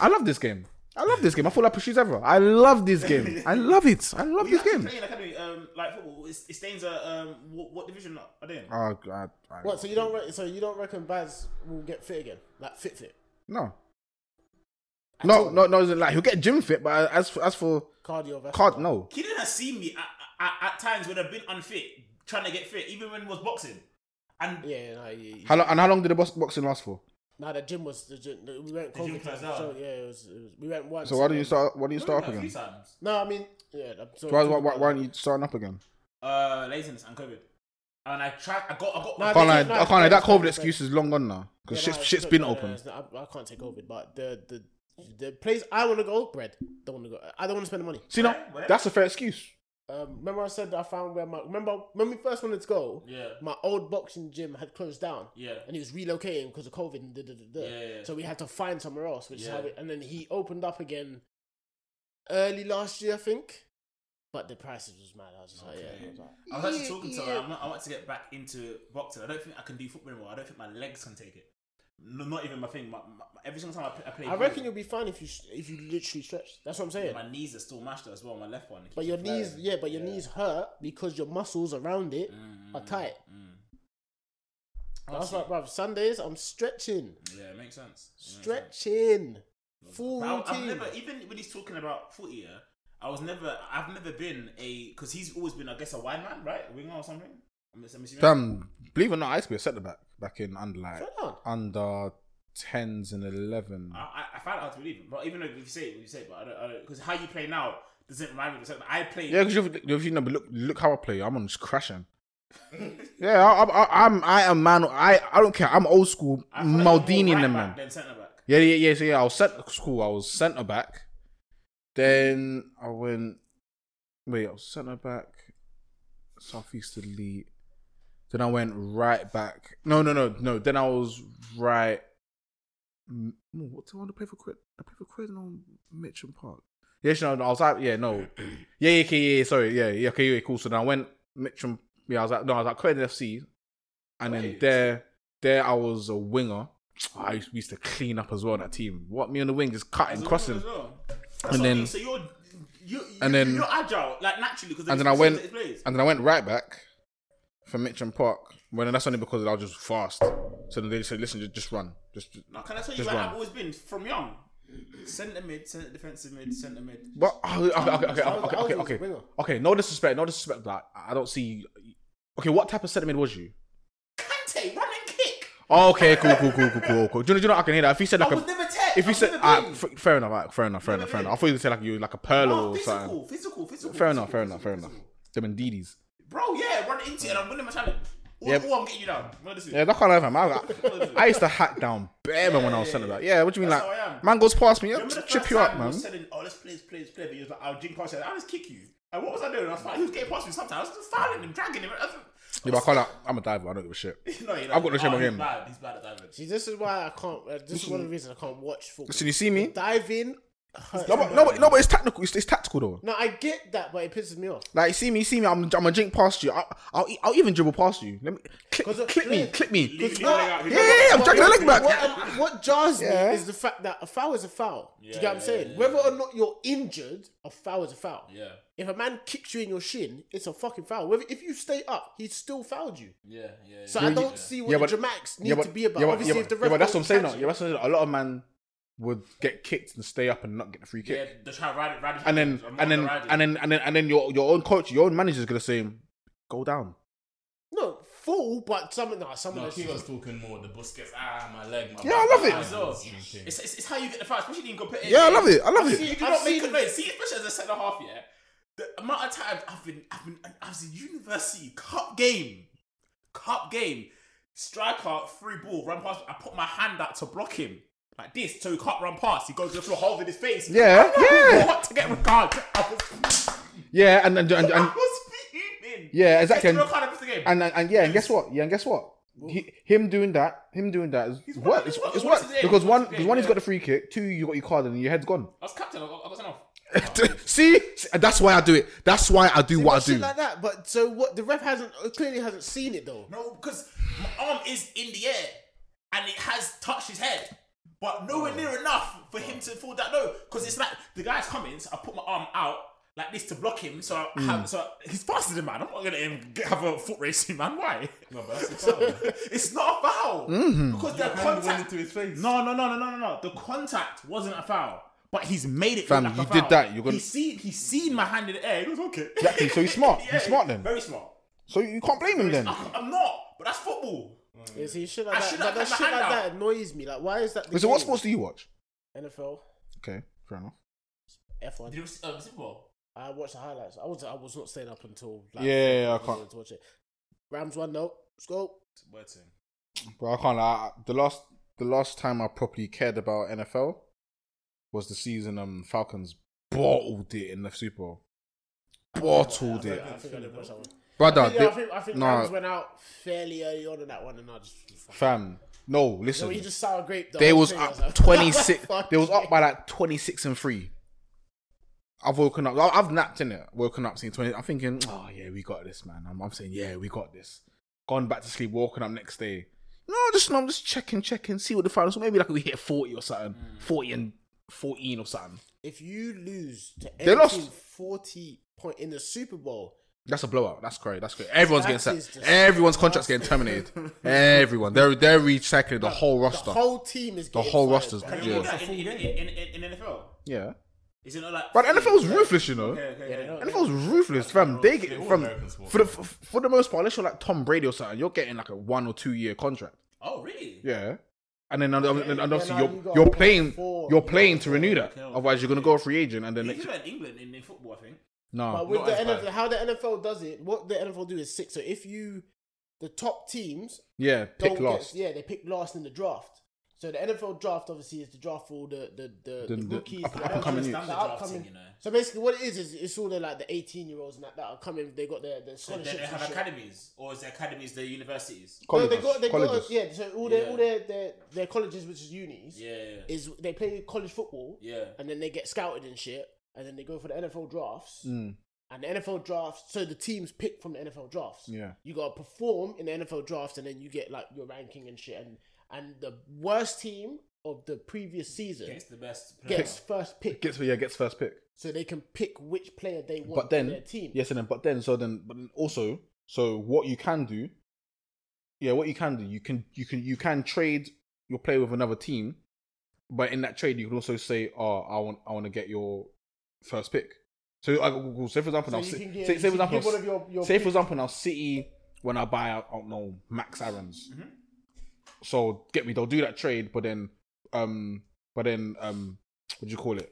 I love this game. I love this game. I feel like Pushy's ever. I love this game. I love it. I love
We
this
actually
game.
play in academy, um, like football. It, it stains a um, what, what division are they in?
Oh god. I-
What? So you don't? Re- so you don't reckon Baz will get fit again? Like fit fit?
No. No, no, no, it's like he'll get gym fit, but as for, as for
Cardiovascular.
card, no.
Keelan has seen me at, at, at times when I've been unfit, trying to get fit, even when I was boxing. And
yeah, no, yeah, yeah.
How long, and how long did the box, boxing last for?
Nah, the gym was the gym. We went
The gym
COVID.
closed
times, so,
down.
yeah, it was, it was, we went once.
So why don't you
and-
start? Why do you start up
a few
again?
times.
No, I mean, yeah. I'm sorry.
Why, why, why, why aren't you starting up again?
Uh, laziness and COVID. And I tried. I got. I got.
I
No,
can't lie.
Nah,
I can't lie. That
it's not-
COVID excuse is long gone now
Yeah,
because
no,
shit's
it's
shit's
good.
been
No, no,
open.
it's not- I, I can't take COVID, but the the the place I want to go, bread. Don't want to go. I don't want to spend the money.
See, no,
Where? Where?
that's a fair excuse.
Um, remember I said that I found where my remember when we first wanted to go.
Yeah.
My old boxing gym had closed down.
Yeah.
And he was relocating because of COVID. And da, da, da, da.
Yeah, yeah.
So we had to find somewhere else, which is how
Yeah.
we, And then he opened up again early last year, I think. But the prices was mad. I was just like, yeah. I was like,
I was actually talking to her.
yeah.
I'm not, I want to get back into boxing. I don't think I can do football anymore. I don't think my legs can take it. No, not even my thing. My, my, every single time I play, I, play
I reckon you'll be fine if you if you literally stretch. That's what I'm saying.
my knees are still mashed as well. My left one.
But your knees, yeah, but your knees hurt because your muscles around it
Mm.
are tight. That's right, bruv. Sundays, I'm stretching,
Yeah, it makes sense. It makes sense.
stretching, full
But I, I've
routine.
never, even when he's talking about footy, yeah, I was never. I've never been a because he's always been, I guess, a wide man, right? A winger or something. I'm, I'm assuming.
Damn, believe it or not, I used to be a centre back back in under like
Shut down.
under tens and eleven.
I, I, I found it hard to believe, it. but even though if you say it, you say it, but I don't- I don't because how you play now doesn't remind me of the something I played.
Yeah, because you've, you've you know, but look look how I play. I'm on just crashing. yeah, I, I, I'm I am man. I I don't care. I'm old school
I feel like you're more
Maldini in
right
them
back
man.
Than centre back.
Yeah, yeah, yeah. So yeah, I was centre school. I was centre back. Then I went. Wait, I was centre back. Southeast Elite. Then I went right back. No, no, no, no. Then I was right. Mm, ooh, What do I want to play for? Cre- I play for Croydon on Mitcham Park. Yeah, no, no, I was at yeah, no, yeah, yeah, okay, yeah, yeah, sorry, yeah, yeah, okay, yeah, cool. So then I went Mitcham. Yeah, I was at no, I was at Croydon FC, and then
Wait.
there, there I was a winger. I used, we used to clean up as well on that team. What me on the wing, just
As
cutting,
a
crossing.
winger as well. That's
And
what I
then-
mean, so you're you, you
and then-
you're agile like naturally because
and then I went and then I went right back for Mitcham Park. Well, then that's only because I was just fast. So then they said, "Listen, just, just run, just."
Now, can I tell you
Just
where
one.
I've always been from young? Centre mid, centre defensive mid, centre mid.
But oh, okay, okay, okay, okay,
I was-
okay,
I was
okay,
always a
okay,
winger.
okay. No disrespect, no disrespect. Like I don't see. Okay, what type of sentiment was you?
Kante, run and kick.
Oh, okay, cool, cool, cool, cool, cool, cool. Do you know, do you know what I can hear that? If you said like
I was
a,
never tech.
if you
I've
said,
never
ah,
been.
f- fair enough, like, fair enough, fair
Never
enough, fair
been.
enough. I thought you would say like you were like a pearl
Oh,
or
physical,
something.
physical, physical,
Fair
physical,
enough, fair
physical,
enough, fair enough.
physical.
Them and Didis.
Bro, yeah, run into it and I'm winning my challenge. Or,
Yep.
or I'm getting you down. No, this is
Yeah, that can't happen. I, I used to hack down Bearman when I was centre back. Yeah, what do you mean?
That's how I
like,
am.
man goes past me, yeah,
Remember the first
chip you up,
time we
man.
was telling, oh, let's play, let's play, let's play. But he was like, I'll drink past you. I'll just kick you. And what was I doing? I was fine. He was getting past me sometimes. I was just fouling him, dragging him. I was-
Yeah, but I can't. Like, I'm a diver. I don't give a shit.
no, you're
I've got no
like,
shame
oh,
on
he's
him.
Bad. He's bad at damage.
See, this is why I can't. Uh, this is one of the reasons I can't watch football.
Mm-hmm. So you see me?
Diving. hurts.
No, but no, but, no, but it's tactical. It's, it's tactical though.
No, I get that, but it pisses me off.
Like, you see me, you see me. I'm, I'm gonna drink past you. I, I'll, e- I'll even dribble past you. Let me clip,
'Cause of-
clip me,
yeah.
clip me.
Leave- leave the
Ah,
leg out.
yeah, yeah, yeah, I'm
But
dragging the
what-
leg back.
What, um, what jars
Yeah.
me is the fact that a foul is a foul. Do you get what I'm
Yeah,
saying?
yeah,
Whether or not you're injured, a foul is a foul.
Yeah,
If a man kicks you in your shin, it's a fucking foul. Whether if you stay up, he's still fouled you.
yeah, yeah.
So I
Yeah,
don't
yeah.
see what
Yeah,
the
but-
dramatics need
yeah, but,
to be about.
yeah, but,
Obviously,
yeah,
if the
but- yeah,
ref
but that's what I'm saying.
don't
Now,
catch
yeah, that's what I'm saying. A lot of man would get kicked and stay up and not get the free kick.
yeah, just try to ride it, ride it.
and then
I'm on
and
the
then
riding.
and then and then and then your your own coach, your own manager is gonna say, "Go down."
no full, but some no, some
No,
of
he
the
was talking more. The bus gets ah my leg. My
Yeah, I love it.
As well. It's, it's, it's how you get the fight, especially in competitive.
Yeah, I love it. I love
I've
it.
seen-
You do
I've
not make
seen-
a noise. See, especially as a centre half, yeah. The amount of times I've been, I've been, I was in university cup game, cup game, striker free ball, run past. I put my hand out to block him like this, so he can't run past. He goes to the floor, holding his face.
Yeah,
I don't know
yeah.
What to get regard? I was,
Yeah, and and and,
I
and
was fuming.
Yeah, exactly.
Get the red card after the game.
and, and, and yeah, and guess what? Yeah, and guess what? He, him doing that, him doing that is
He's
what?
won-
It's,
he's won-
it's
he's
what?
won today,
Because
he's
one,
won
because
today,
one, he's
yeah.
got the free kick. Two, you got your card, and your head's gone.
I was captain. I got, I got sent off.
See, that's why I do it. That's why I do what I
shit
do.
like that. But so what? The ref hasn't uh, clearly hasn't seen it though.
No, because my arm is in the air and it has touched his head, but nowhere near enough for him to fall down. No, because it's like the guy's coming, so I put my arm out like this to block him. So I have, so he's faster than man. I'm not gonna let him get- have a foot racing man. Why?
No, but that's the foul.
it's not a foul because the
Hand went
contact.
into his face.
No, no, no, no, no, no, no. The contact wasn't a foul. But he's made it.
Fam,
look
you
like a
did
foul.
that, you're gonna-
He's seen. He's seen my hand in the air. He was okay.
Exactly, so he's smart. He's smart then.
Very smart.
So you can't blame him then.
I- I'm not. But that's football.
You see, shit like
I
that,
should
that,
have
that
had
shit
my
like
hand out.
that annoys me. Like, why is that? The
So what
game?
sports do you watch?
NFL,
Okay, fair enough.
F1.
Did you see, um, Super Bowl?
I watched the highlights. I was I was not staying up until
Yeah, yeah, yeah, I
was
can't.
wanting to watch it. Rams one no. Let's go.
But I can't. lie, I, the last, the last time I properly cared about NFL was the season um Falcons bottled it in the Super Bowl. Bottled it,
I think I did watch that one.
brother.
yeah, I
they-
think, I think
no.
Rams went out fairly early on in that one, and I just.
Fam, no,
So
listen.
he just sour grape. the
they
whole
was
thing. I
up
like,
26
fuck
they was
it.
up by like 26 and 3 I've woken up. I- I've napped in it. Woken up seeing twenty. I'm thinking, oh yeah, we got this, man. I'm, I'm saying, yeah, we got this. Gone back to sleep. Woken up next day. No, just no, I'm just checking, checking, see what the finals. Maybe like we hit forty or something.
Mm.
Forty and fourteen or something.
If you lose to
They
they
lost.
forty point in the Super Bowl,
That's a blowout. That's great. That's great. Everyone's
That
getting
is
sacked.
disgusting.
Everyone's contracts getting terminated. Everyone. They're they're recycling the whole roster.
the whole team is
The
getting
whole
fired,
roster's-
bro.
Can you
Yeah.
do that in, in, in, in, in NFL?
yeah.
Is it not like?
But NFL's ruthless, you know.
okay,
Yeah, they don't-
NFL's ruthless, fam. They get
all
from
American sports.
for the for for the most part, unless you're like Tom Brady or something, you're getting like a one or two year contract.
Oh really?
Yeah, and then and, and
yeah,
obviously
no, you
you're
got
you're
like
playing
four,
you're
you
playing
got
to renew that.
okay, okay.
Otherwise, you're gonna go a free agent and then
You
next
do that in England in, in football, I think.
But
no.
with
Not
the
as
NFL,
bad.
how the NFL does it, what the NFL do is six. So if you, the top teams
Yeah,
don't
pick last.
get, yeah, they pick last in the draft. So the NFL draft obviously is the draft for all the the
The-
the, the,
the
rookies,
up-
the
up and coming
the
youths.
Standard drafting,
upcoming-
you know.
So basically, what it is is it's all the like the eighteen year olds and that, that are coming. They got their their
So they,
scholarships.
they have
and shit.
academies, or is the academies the universities?
No,
Colleges,
they got they
colleges.
got yeah. So all their
Yeah.
all their, their their colleges, which is unis,
Yeah,
is they play college football
yeah.
and then they get scouted and shit, and then they go for the NFL drafts.
Mm,
And the NFL drafts, so the teams pick from the NFL drafts.
yeah,
You gotta perform in the NFL drafts, and then you get like your ranking and shit. And and the worst team of the previous season
Against the best. player.
gets first pick,
gets yeah gets first pick.
so they can pick which player they want
But
on their
then
team.
yes, and then but then so then but then also so what you can do, yeah, what you can do, you can you can you can trade your player with another team, but in that trade you can also say, oh, I want I want to get your first pick. So I say for example
So
now,
you
Ci-
can get-
say,
you
say for
can
example,
give one of your- your
say for
picks.
example now, City when I buy out, I don't know Max Aaron's,
Mm-hmm.
so get me they'll do that trade, but then um but then um what do you call it?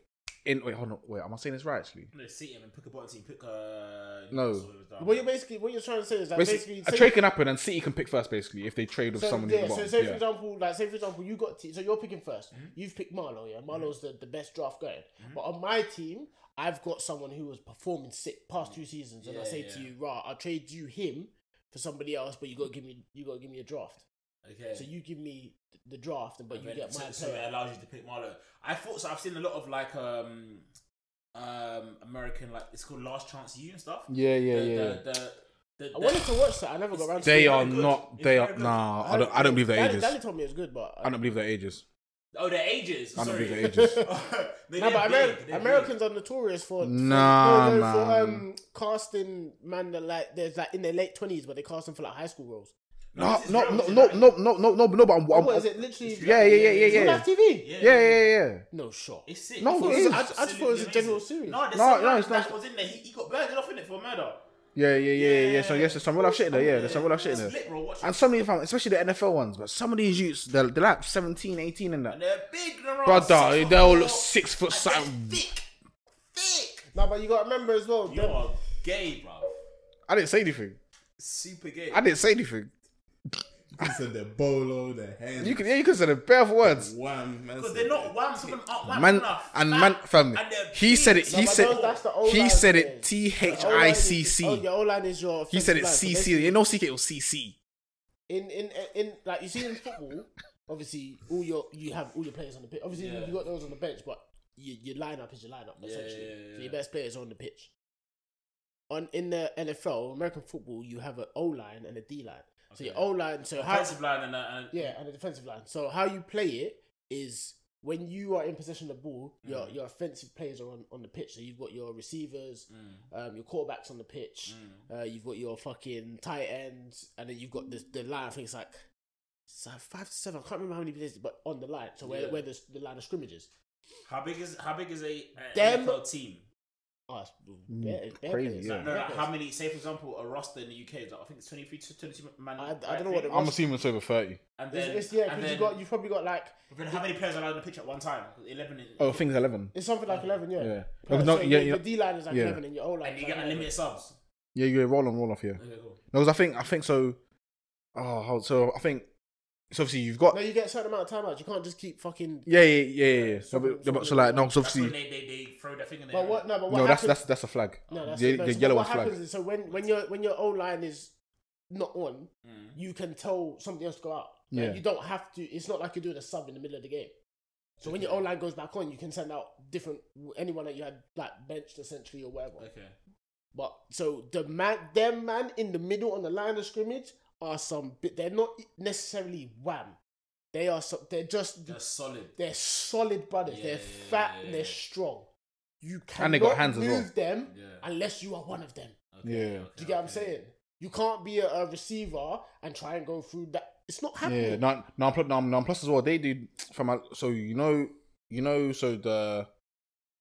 In wait hold on wait am I saying this right actually?
No, see him and pick a bottom team. Pick uh.
No.
so it was, uh, around.
What you're basically what you're trying to say is that
Basically,
basically,
a
say-
trade can happen, and City can pick first. Basically, if they trade with
so,
someone
yeah,
who
so
wants.
say for
yeah. Mm-hmm.
example, like say for example, you got t- so you're picking 1st you You've picked Marlow, yeah. Marlow's the, the best draft going. But on my team, I've got someone who was performing sick past
Mm.
two seasons, and I
Yeah,
say
yeah.
to you, right, I'll trade you him for somebody else, but you
Mm.
got to give me you got to give me a draft.
okay.
So you give me th- the draft, and but
And
you
then-
get
so,
my
so
player.
it allows you to pick Marlowe. I thought so. I've seen a lot of like um um American like it's called Last Chance You and stuff.
yeah, yeah,
the,
yeah. yeah.
The, the, the,
I wanted to watch that. I never got around to
They
it.
are
good.
not.
It's
They
very
are
good.
nah. I don't. I don't believe their
Danny-
ages.
Danny told me it's good, but
I don't believe their ages.
oh their ages.
I don't
Sorry.
believe their ages.
they,
No,
they're
but Ameri-
big, they're
Americans are notorious for, for
Nah,
no, no, for
man.
um, casting man that like there's like in their late twenties, but they cast them for like high school roles.
big.
No,
this is
no,
real,
no,
this is
no,
real.
no, no, no, no, no. But I'm.
Oh,
I'm
what is it? Literally,
Um, yeah, yeah, yeah, yeah,
It's on
yeah.
live TV.
Yeah,
Yeah, yeah, yeah.
No shot.
It's sick.
No,
I thought
it
was-
is.
I
I just thought it was a
absolutely
general
amazing.
series.
No, there's
No,
some
no,
guy
it's
that
not.
was in there. He, he got burgers off in it for murder.
Yeah, yeah, yeah, yeah. yeah. So yes, there's some real life shit there. Yeah, there's some real life shit
It's
there.
lit, bro. Watch
And
it.
so many of them, especially the NFL ones, but some of these youths, they're, they're like 17, 18
And
and that.
they're big. They're around
Brother,
six foot
they all
four.
look six foot
And they're
something.
Thick, thick.
No, but you got to remember as well.
You
them-
are gay, bro.
I didn't say anything.
Super gay.
I didn't say anything.
He said the bolo, the hand.
You can, yeah, you can say the bare words.
wham, man.
Because
said
they're not
that.
wham. Some of them aren't wham. some
Man,
of them are
and
fat,
man, family.
and they're
He
big.
said it. He
but
said.
those- that's the
He
O-line
said it.
players.
T H
the O-line
I
is-
C
Oh, your
C.
O line is your.
He said it.
offensive
C
line, so
C. You know, CK was C C.
basically, In in in like you see in football, obviously all your you have all your players on the pitch. Obviously
Yeah.
you got those on the bench, but your your lineup is your lineup
Yeah,
essentially.
yeah, yeah,
So
yeah.
your best players on the pitch. On in the NFL, American football, you have an O line and a D line. So your
Okay.
O line, so how
Offensive line and, uh, and
Yeah, and the defensive line. So how you play it is when you are in possession of the ball, your
Mm.
your offensive players are on, on the pitch. So you've got your receivers,
mm,
um, your quarterbacks on the pitch, uh, you've got your fucking tight ends, and then you've got the the line. I think it's like it's like five to seven. I can't remember how many players, but on the line. So where
Yeah.
where the, the line of scrimmage is.
how big is how big is a, a
Them-
NFL team?
Oh, it's bare, it's bare
Mm, crazy,
players,
yeah.
like
No,
bare
like
players.
how many? Say for example, a roster in the UK is like, I think it's 23 to 22 man.
I- I don't
right
know what
thing.
it was.
assuming it's over thirty.
And
It's,
then,
it's- yeah,
and
because
then,
you got you've probably got like
then how many players are allowed on the pitch at one time? 11 in,
Oh, I think it's eleven.
it's something like eleven, yeah.
Yeah.
Players.
No,
So
yeah,
your-
yeah.
your D line is like
Yeah.
eleven, and your O line.
and you get unlimited subs.
Yeah, you roll on, roll off. Yeah,
Okay, cool.
no, because I think I think so. Oh, how- so I think so. Obviously, you've got
No, you get a certain amount of timeouts. You can't just keep fucking.
yeah, yeah, yeah, yeah. yeah. So, but, so, like, no, 'cause
That's when
obviously,
they, they, they throw their thing in there.
But what? No, but what
no, that's
happens?
that's that's a flag.
no, that's
the,
no,
the
so
yellow
what
one's flag.
happens is, so when when your when your O line is not on,
Mm.
you can tell something else to go out. Like,
Yeah.
you don't have to. It's not like you're doing a sub in the middle of the game. So when your O line goes back on, you can send out different anyone that you had like benched essentially or whatever.
Okay.
But so the man, them man in the middle on the line of scrimmage are some. bit They're not necessarily wham. They are. Some, they're just
They're solid.
they're solid brothers.
Yeah,
they're
yeah, yeah,
fat
yeah,
and they're
yeah.
strong. You cannot
And they got hands as
move
well.
them
Yeah.
unless you are one of them.
Okay,
Yeah.
okay,
Do you get what I'm
okay.
saying? You can't be a, a receiver and try and go through that. It's not
Yeah,
happening.
non non plus non, non plus as well. They do from a, so you know you know so the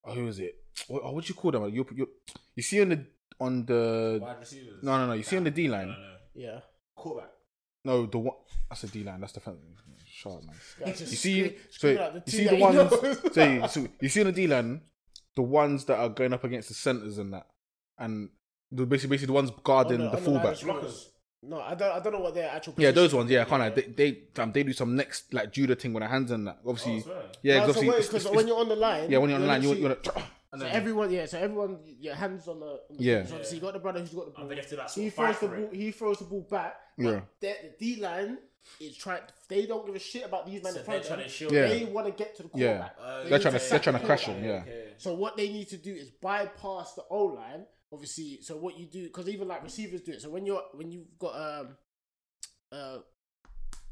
oh, who is it? What, oh, what do you call them? You, you you see on the on the
Wide receivers.
no no no you see on the D
No, no,
line
no.
yeah.
Quarterback.
no the one that's the D line that's the front. Shut up, man.
That's just
You see
scream-
so
screaming out
you
two
see
that
the
he
ones
knows.
so you, so you see on the D line the ones that are going up against the centers and that and the, basically basically the ones
On
guarding
the-
the
on the line
fullback.
of scrimmage. No, I don't. I don't know what their actual.
Yeah, those
position
ones.
is.
Yeah, I can't lie. They they, um, they do some next like Judah thing with their hands and that.
Oh, I
Obviously,
swear.
yeah, 'cause
No, so
obviously
wait,
it's-
'cause
it's-
when you're on the line,
Yeah, when you're on the line, you
literally-
you're like,
So everyone, yeah, so everyone, your hands on the. on the
Yeah.
pitch. So Obviously, you got the brother who's got the ball.
And then after that, sort
He
of fight
throws the
for
ball.
it.
He throws the ball back.
Yeah.
Yeah. The D line is trying. They don't give a shit about these men
So they're
in front of
trying to
them.
shield.
Yeah.
They want to get to the
Yeah.
quarterback.
Uh,
They
they're
need
trying to
sack
they're trying
the
to crash
quarterback.
him. Yeah,
Okay.
So what they need to do is bypass the O line. Obviously, so what you do because even like receivers do it. So when you're when you've got um uh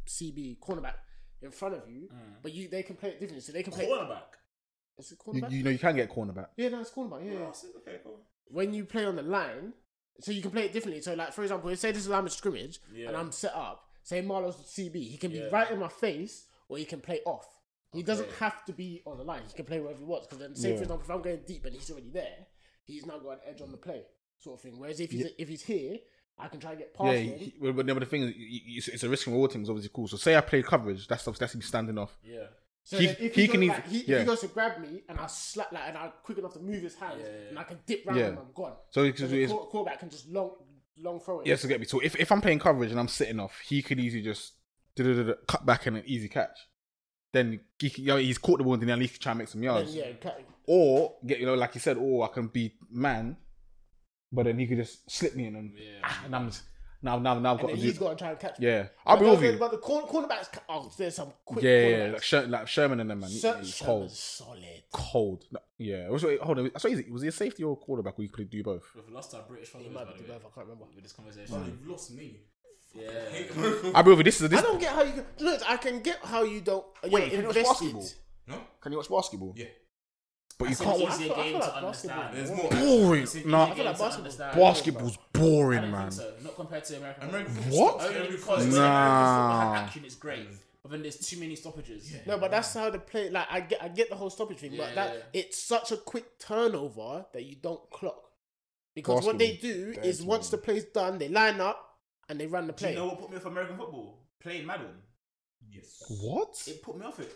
CB cornerback in front of you,
Mm.
but you they can play it differently. So they can play.
Cornerback.
Is it
you,
cornerback?
you know you can get cornerback.
yeah, no, it's cornerback. Yeah, yeah.
Oh, I see. Okay, cool.
When you play on the line, so you can play it differently. So like for example, if say this is line of scrimmage
Yeah.
and I'm set up. Say Marlo's CB, he can be
Yeah.
right in my face or he can play off. He doesn't
Okay.
have to be on the line. He can play wherever he wants. Because then, say
Yeah.
for example, if I'm going deep and he's already there, he's now got an edge on the play, sort of thing. Whereas if he's if he's here, I can try and get past
Yeah,
him.
he- but but no, but the thing is, you- you- it's, it's a risk and reward thing. It's obviously cool. So say I play coverage, that's obviously that's me standing off.
Yeah.
so
he-
then if
he
he,
can
goes,
eas-
like, he,
yeah.
if he goes to grab me and I slap like and I'm quick enough to move his hands
Yeah, yeah, yeah.
and I can dip round
Yeah.
him, I'm gone.
So
So
it's,
the
it's
quar- quarterback can just long long throw. in.
Yeah, so get me tall. If if I'm playing coverage and I'm sitting off, he could easily just da-da-da-da, cut back and an easy catch. Then he, can- you know, he's caught the ball and then at least try and make some
Then,
yards.
yeah, ca-
Or get you know, like you said, oh, I can be man, but then he could just slip me in and ah, and I'm just, now now now I've got
and
to
then
do.
he's got to try and catch.
Yeah, I'll be with you.
But the corner, cornerbacks, ca- oh, there's some quick.
Yeah, yeah, yeah,
cornerbacks.
like, Sher- like Sherman and them man, he-
Ser-
he's
Sherman's
cold,
solid.
cold. No, Yeah, was, wait, hold on. So is it, was he a safety or a quarterback? We could do both.
We've lost our British followers
He
by
might be
the
the
way,
I can't remember.
with this
Man,
conversation.
you've lost me.
Yeah,
I'll be with you. Ah, This is
I
this.
don't get how you can, look. I can get how you don't. uh, You're
Wait, can you watch
invested.
basketball?
No?
Can you watch basketball?
Yeah.
but you
It's
can't
an
watch.
easier
I feel- I
game
feel
to
like basketball.
understand.
There's
It's
more.
Boring.
an
Nah,
easier
I feel
game
like
to
basketball-
understand.
basketball's
I
boring,
don't
man.
think so. Not compared to American.
American
football.
football.
What?
Only because
Nah.
American football had action is great, but then there's too many stoppages.
No, but that's how the play. Like I get, I get the whole stoppage thing,
Yeah,
but that
yeah.
it's such a quick turnover that you don't clock because what they do
Basketball.
is once the play's done, they line up and they run the
Do
play.
you know what put me off American football? Playing Madden.
Yes.
What?
It put me off it.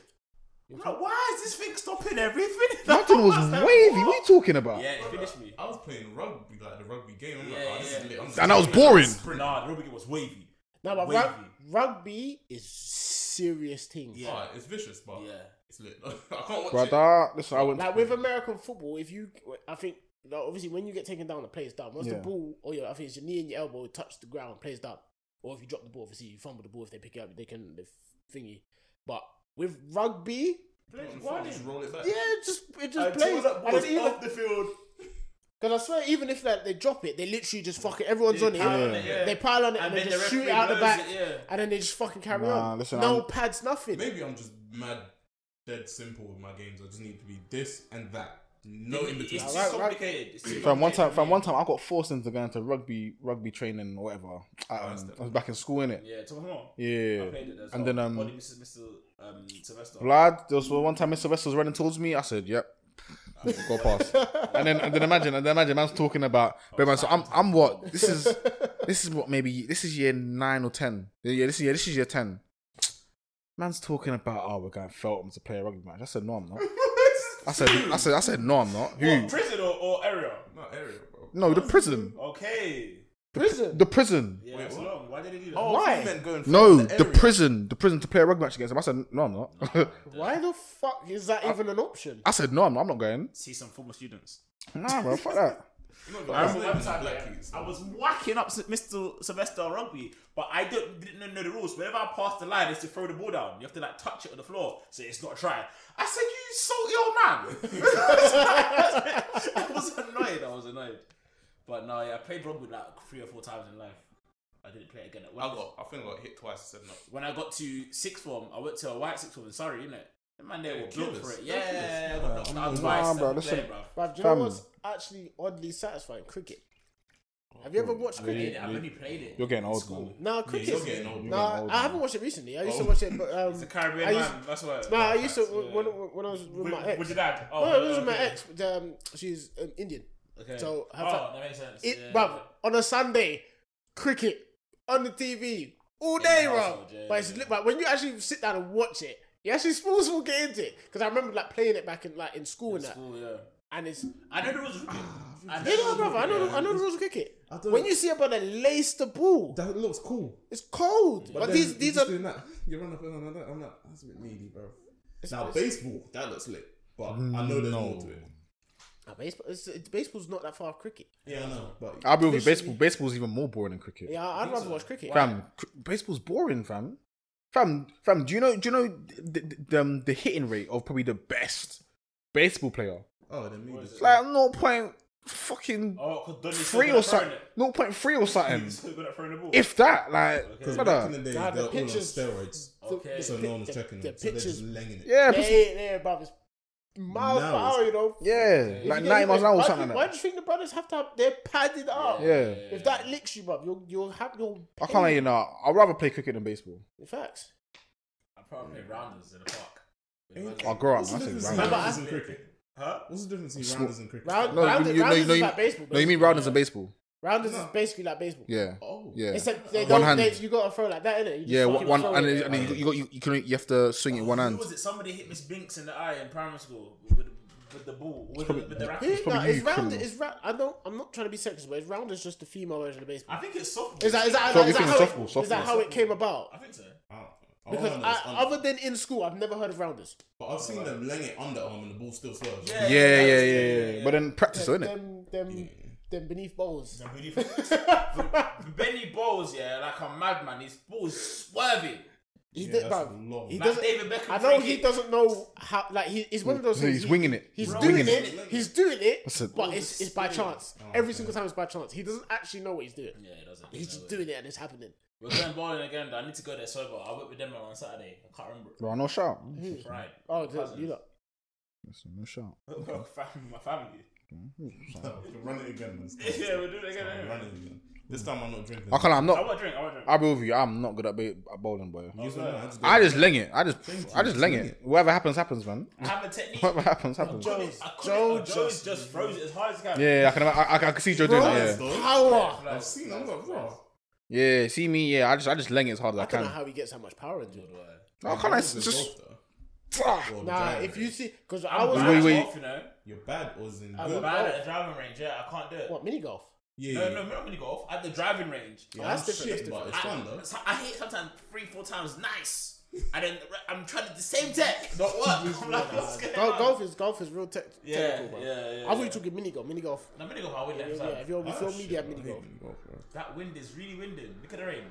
I'm like, why is this thing stopping everything?
Nothing was
Like,
wavy. What are
what?
you talking about?
Yeah, it finished me.
I was playing rugby, like the rugby game. I'm like,
Yeah,
oh, this
yeah.
is lit. I'm just
And that was
gonna
boring.
sprint.
Nah, the rugby game was wavy.
No, but
Wavy.
rug, rugby is serious thing.
Yeah.
Oh, it's vicious, but
Yeah.
it's lit. I can't watch it.
Brother, listen, I went.
Like with American football, if you, I think like, obviously when you get taken down, the play is done. Once
Yeah.
the ball or your, I think it's your knee and your elbow touch the ground, play is done. Or if you drop the ball, obviously you fumble the ball. If they pick it up, they can the thingy. But with rugby,
Why just roll it back?
yeah, it just it just
Uh,
plays.
towards that
And
ball,
it's even
off the field.
because I swear, even if like, they drop it, they literally just fuck it. Everyone's on it.
pile on it, yeah.
They pile on it and,
And
they
then
just
the
shoot it
referee
out the
blows
back,
it, yeah.
and then they just fucking carry
Nah,
on.
listen,
no
I'm-
pads, nothing.
Maybe I'm just mad, dead simple with my games. I just need to be this and that. No in between.
It's
Right, right.
too complicated. It's too
From one time,
complicated.
from one time, I got forced into going to rugby, rugby training or whatever. I, um, I was back in school, innit?
Yeah, Tom Hall. I
Yeah.
played it as
And
well.
then, um,
Only Mrs. Mr. Um, Sylvester.
Vlad, there was one time Mr. Sylvester was running towards me. I said, "Yep, go past." and then, and then imagine, and then imagine, man's talking about, but man, so I'm, I'm what? This is, this is what maybe this is year nine or ten. Yeah, this is yeah, this is year ten. Man's talking about, oh, we're going Feltham to play a rugby match. I said, no, I'm not. I said, I said, I said, no, I'm not. Who?
What, prison or, or area?
Not area, bro.
No, the prison,
Okay.
prison.
the prison.
Yeah,
Wait,
it's
what?
long. Why did they do that?
Oh,
Why?
I thought you meant going from
No, the
area.
prison, the prison to play a rugby match against him. I said, no, I'm not.
Why the fuck is that even an option?
I said, no, I'm not. I'm not going.
See some former students.
Nah, bro, fuck that.
You know,
I
guys,
remember one
it's
time
black
yeah,
kids.
I was whacking up Mr. Sylvester on rugby, but I don't, didn't know the rules. Whenever I pass the line, it's to throw the ball down. You have to like touch it on the floor, so it's not a try. I said, "You salty old man." I was annoyed. I was annoyed. But no, yeah, I played rugby like three or four times in life. I didn't play it again. When
I got. I think I got hit twice. I said no.
when I got to sixth form, I went to a white sixth form in Surrey, innit? The man there were built
killers.
for it.
They're
Yeah, I
killers.
got knocked
Nah,
out twice.
bro,
and
listen.
played, bruv.
But do you know
Fam.
what's actually oddly satisfying? Cricket. Have you ever watched cricket?
I've only played it.
You're getting
in
old,
school.
man.
No, cricket.
you're getting old. You're
Nah,
getting old,
I haven't
man.
watched it recently. I used to
Oh.
watch it, but um,
It's a Caribbean
I
man.
used-
that's why.
Nah, I used to
Yeah.
when, when I was with
With,
my ex.
with your dad. Oh,
No, it was with my
okay.
ex. Um, she's um, Indian.
Okay.
So, I
oh,
fa-
that makes sense.
It,
yeah.
bruv, on a Sunday, cricket on the TV all day,
the
bro.
household, yeah,
but it's
yeah.
lit, but when you actually sit down and watch it, you actually supposed to get into it. Because I remember like playing it back in like in school and that,
School, yeah.
and it's you
I know there was. I know there
know,
was-
bro. I know,
yeah.
I know the rules of cricket.
I don't-
When you see a brother lace the ball,
That looks cool.
it's cold. But,
then
these
you're
these
just
are
doing that. You run up and that. I'm like, that's a bit needy, bro. Now baseball, that looks lit, but I know there's more to it.
Ah, baseball. It's, it's, baseball's not that far off cricket.
Yeah, I know. But
I'll be with you. Baseball, baseball's even more boring than cricket.
Yeah, I'd rather watch cricket.
Fam, cr- baseball's boring, fam. Fam, fam, do you know? Do you know the the, the, um, the hitting rate of probably the best baseball player?
oh, then me.
It's like no point fucking
Oh, because Donny's so
three
good
or
at throwing
something.
it.
No point three or something.
He's so good at throwing the ball.
If that, like,
Because
brother.
back in the day,
Nah, the
they're all on
pictures- Oh,
steroids,
okay.
so no one was checking
the
them. So they're
pictures-
just langing it.
yeah,
They
pers-
ain't there, bruv. It's miles per
Now it's-
hour, you know.
yeah,
If
like
you get
ninety
hit,
miles an hour or
why do-
something
Why
like
do
that.
you think the brothers have to have they're padded
Oh,
up?
Yeah.
If that licks you, bruv, you'll you'll have you'll.
I can't let
pay.
you know. I'd rather play cricket than baseball.
Facts.
I probably played rounders in the park.
Ain't-
I'll grow up,
What's the
I think
difference
rounders.
in
Remember,
rounders
I-
and cricket?
Huh?
What's the difference between
Small-
rounders and cricket?
Round,
No,
rounders,
you- you- no,
rounders
no,
is
you-
like baseball.
No, you mean rounders and baseball?
rounders
No.
is basically like baseball.
Yeah,
Oh,
yeah,
Except they
One
don't,
hand.
They, you gotta throw like that, innit? You just
yeah.
fucking
One,
throw
and
it.
then, and then you, you got you, you can you have to swing it in one
Who
hand.
was it? Somebody hit Miss Binks in the eye in primary school with with the ball, with,
probably-
the, with the
Yeah,
racket.
It's
nah,
probably
it's
you,
round.
criminal.
It's round. I don't. I'm not trying to be sexist, but it's round is just the female version of baseball.
I think it's softball.
Is that is that,
So
is
you
that,
think
how,
it's softball,
it, is that
softball.
how it came about?
I think so.
I don't- all I
Because
know
I,
is under-
other than in school, I've never heard of rounders.
but I've seen them laying it underarm and the ball still swerves.
Yeah,
yeah, yeah,
yeah,
yeah, yeah, yeah. But then practice,
Them,
isn't it?
them, them, them beneath balls.
Then really- Benny Bowles, yeah, like a madman. His ball's swerving.
He
Yeah,
did,
that's
bruv.
long.
He
Like
Like
doesn't.
David Beckham.
I know
free
he
kick.
doesn't know how. Like he, he's one of those.
No,
things
he's
he-
winging it.
He's
He's
doing
winging
it.
it.
He's doing it,
That's it.
but it's, it's by chance.
Oh,
Every
okay.
single time it's by chance. He doesn't actually know what he's doing.
Yeah, he doesn't.
He's just doing it and it's happening.
We're going bowling again. though. I need to go there sober. I went with them on Saturday. I can't remember.
Bro, no shout.
Fried.
Oh,
Cousins.
you look.
Listen, No shout.
Well, fam- my family.
Run it again. man. It's
yeah,
fine.
we're doing it again.
Run it
Anyway.
again. This time I'm not drinking.
I can't. lie, I'm
I
not.
want drink. I want drink.
I'll be with you. I'm not good at ba- at bowling, boy.
Use it now,
I
go.
just ling it. I just.
Thank
I
you,
just
just
ling
ling
it. Whatever happens, happens, man.
I have a technique.
Whatever happens, happens.
Joe,
Joe's-
I couldn't-
Joe
Joe just,
just-
froze it as hard as he can.
Yeah, I can. I, I, I can see Joe doing
Yes,
that. Yeah.
though.
Power.
Like,
I've seen. them, I was like, bro.
Yeah, see me. Yeah, I just. I just ling it as hard as I
I don't know
can.
how he gets that much power into it.
Oh, can't I
You're
just?
both, though. Well,
Nah,
driving.
if you see, because I
I'm
was
bad
Wait,
at
wait.
golf, you know.
you're bad, or is in
I'm
I'm
good?
bad.
bad at the driving range. Yeah, I can't do it.
what mini golf.
Yeah,
No, no, not mini golf. At the driving range.
Yeah,
Oh, that's
I'm
different,
shit,
that's
but
I,
it's fun though.
so- I hit sometimes three, four times. Nice. And then I'm trying to the same tech. Not work. I'm like, what's going
Golf,
on?
golf is golf is real te-
Yeah,
technical, bro.
yeah, yeah.
I thought you took a mini golf. Mini golf.
No, mini golf. I would
Yeah,
every
yeah, if
time.
you're, if
Oh,
you're media,
shit,
mini
I hate
golf.
mini golf, bro.
That wind is really winding. Look at the rain.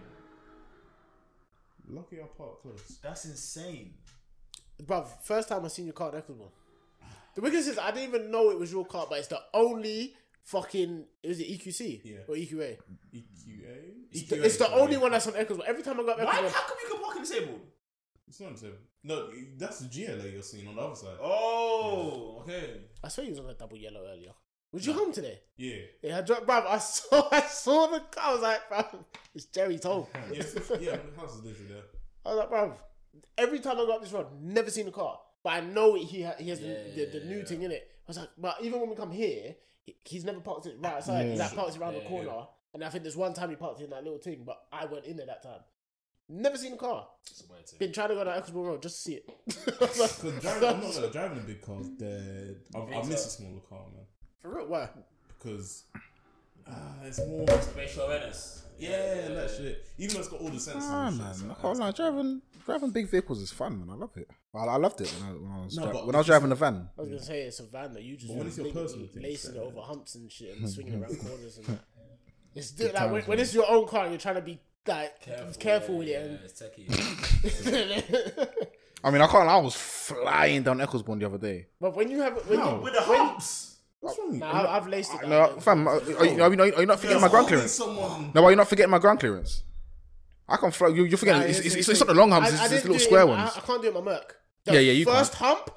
Lucky I parked close.
That's insane.
Bruv, first time I seen your cart, that was one. The wickedness is I didn't even know it was your cart, but it's the only fucking is it EQC
Yeah.
or EQA?
E EQA.
It's
E
the only one that's on Eccles. Every time I go up
Why?
Eccles,
How come you can park in disabled?
It's not disabled. No, that's the GLA you're seeing on the other side.
Oh, okay.
I swear you was on a double yellow earlier. Was you home today?
Yeah.
Yeah, I dropped, bruv. I saw, I saw the car. I was like, bruv, it's Jerry's home.
Yeah, it's- yeah, the house is literally there.
I was like, bruv, every time I go up this road, never seen a car. But I know it, he ha- he has
Yeah,
the, the, the
yeah,
new
yeah.
thing in it. I was like, but even when we come here, he- he's never parked it right outside. He's like parked it around
Yeah,
the corner. And I think there's one time he parked it in that little thing, but I went in there that time. Never seen a car. Been trying to go down Ecclesborough Road just to see it. I was like,
Because driving, I'm not gonna driving a big car. is dead. I, I miss a smaller car, man.
For real, why?
Because ah, it's more.
Spatial awareness.
Yeah, that shit. Even though it's got all the sensors.
Ah
and shit,
man,
so uh,
I can't lie. Driving driving big vehicles is fun, man. I love it. I, I loved it when I, when I was
No,
dri-
but
when I was
it's-
driving the van.
I was gonna say it's a van that you just
But when it's your
big-
personal thing,
lacing it
so-
over humps and shit and swinging around corners and that. It's still like when, when it's your own car, you're trying to be like careful, with
yeah,
it. eh?
it's techie.
And
I mean, I can't. lie, I was flying down Ecclesbourne the other day.
but when you have when you,
With the humps.
What's wrong? with you?
nah, I've, I've laced it. down
No,
there.
fam, are, are you, are, you not, are you not forgetting my ground
Holding
clearance?
Someone.
No, are you not forgetting my ground clearance? I can fly. You, you're forgetting.
Nah,
it's, it's,
it's-
it's, not the long humps.
I-
it's
I
it's
didn't
the little
do it
square
in-
ones.
I, I can't do it in my Merc. The
Yeah, yeah, you
first hump.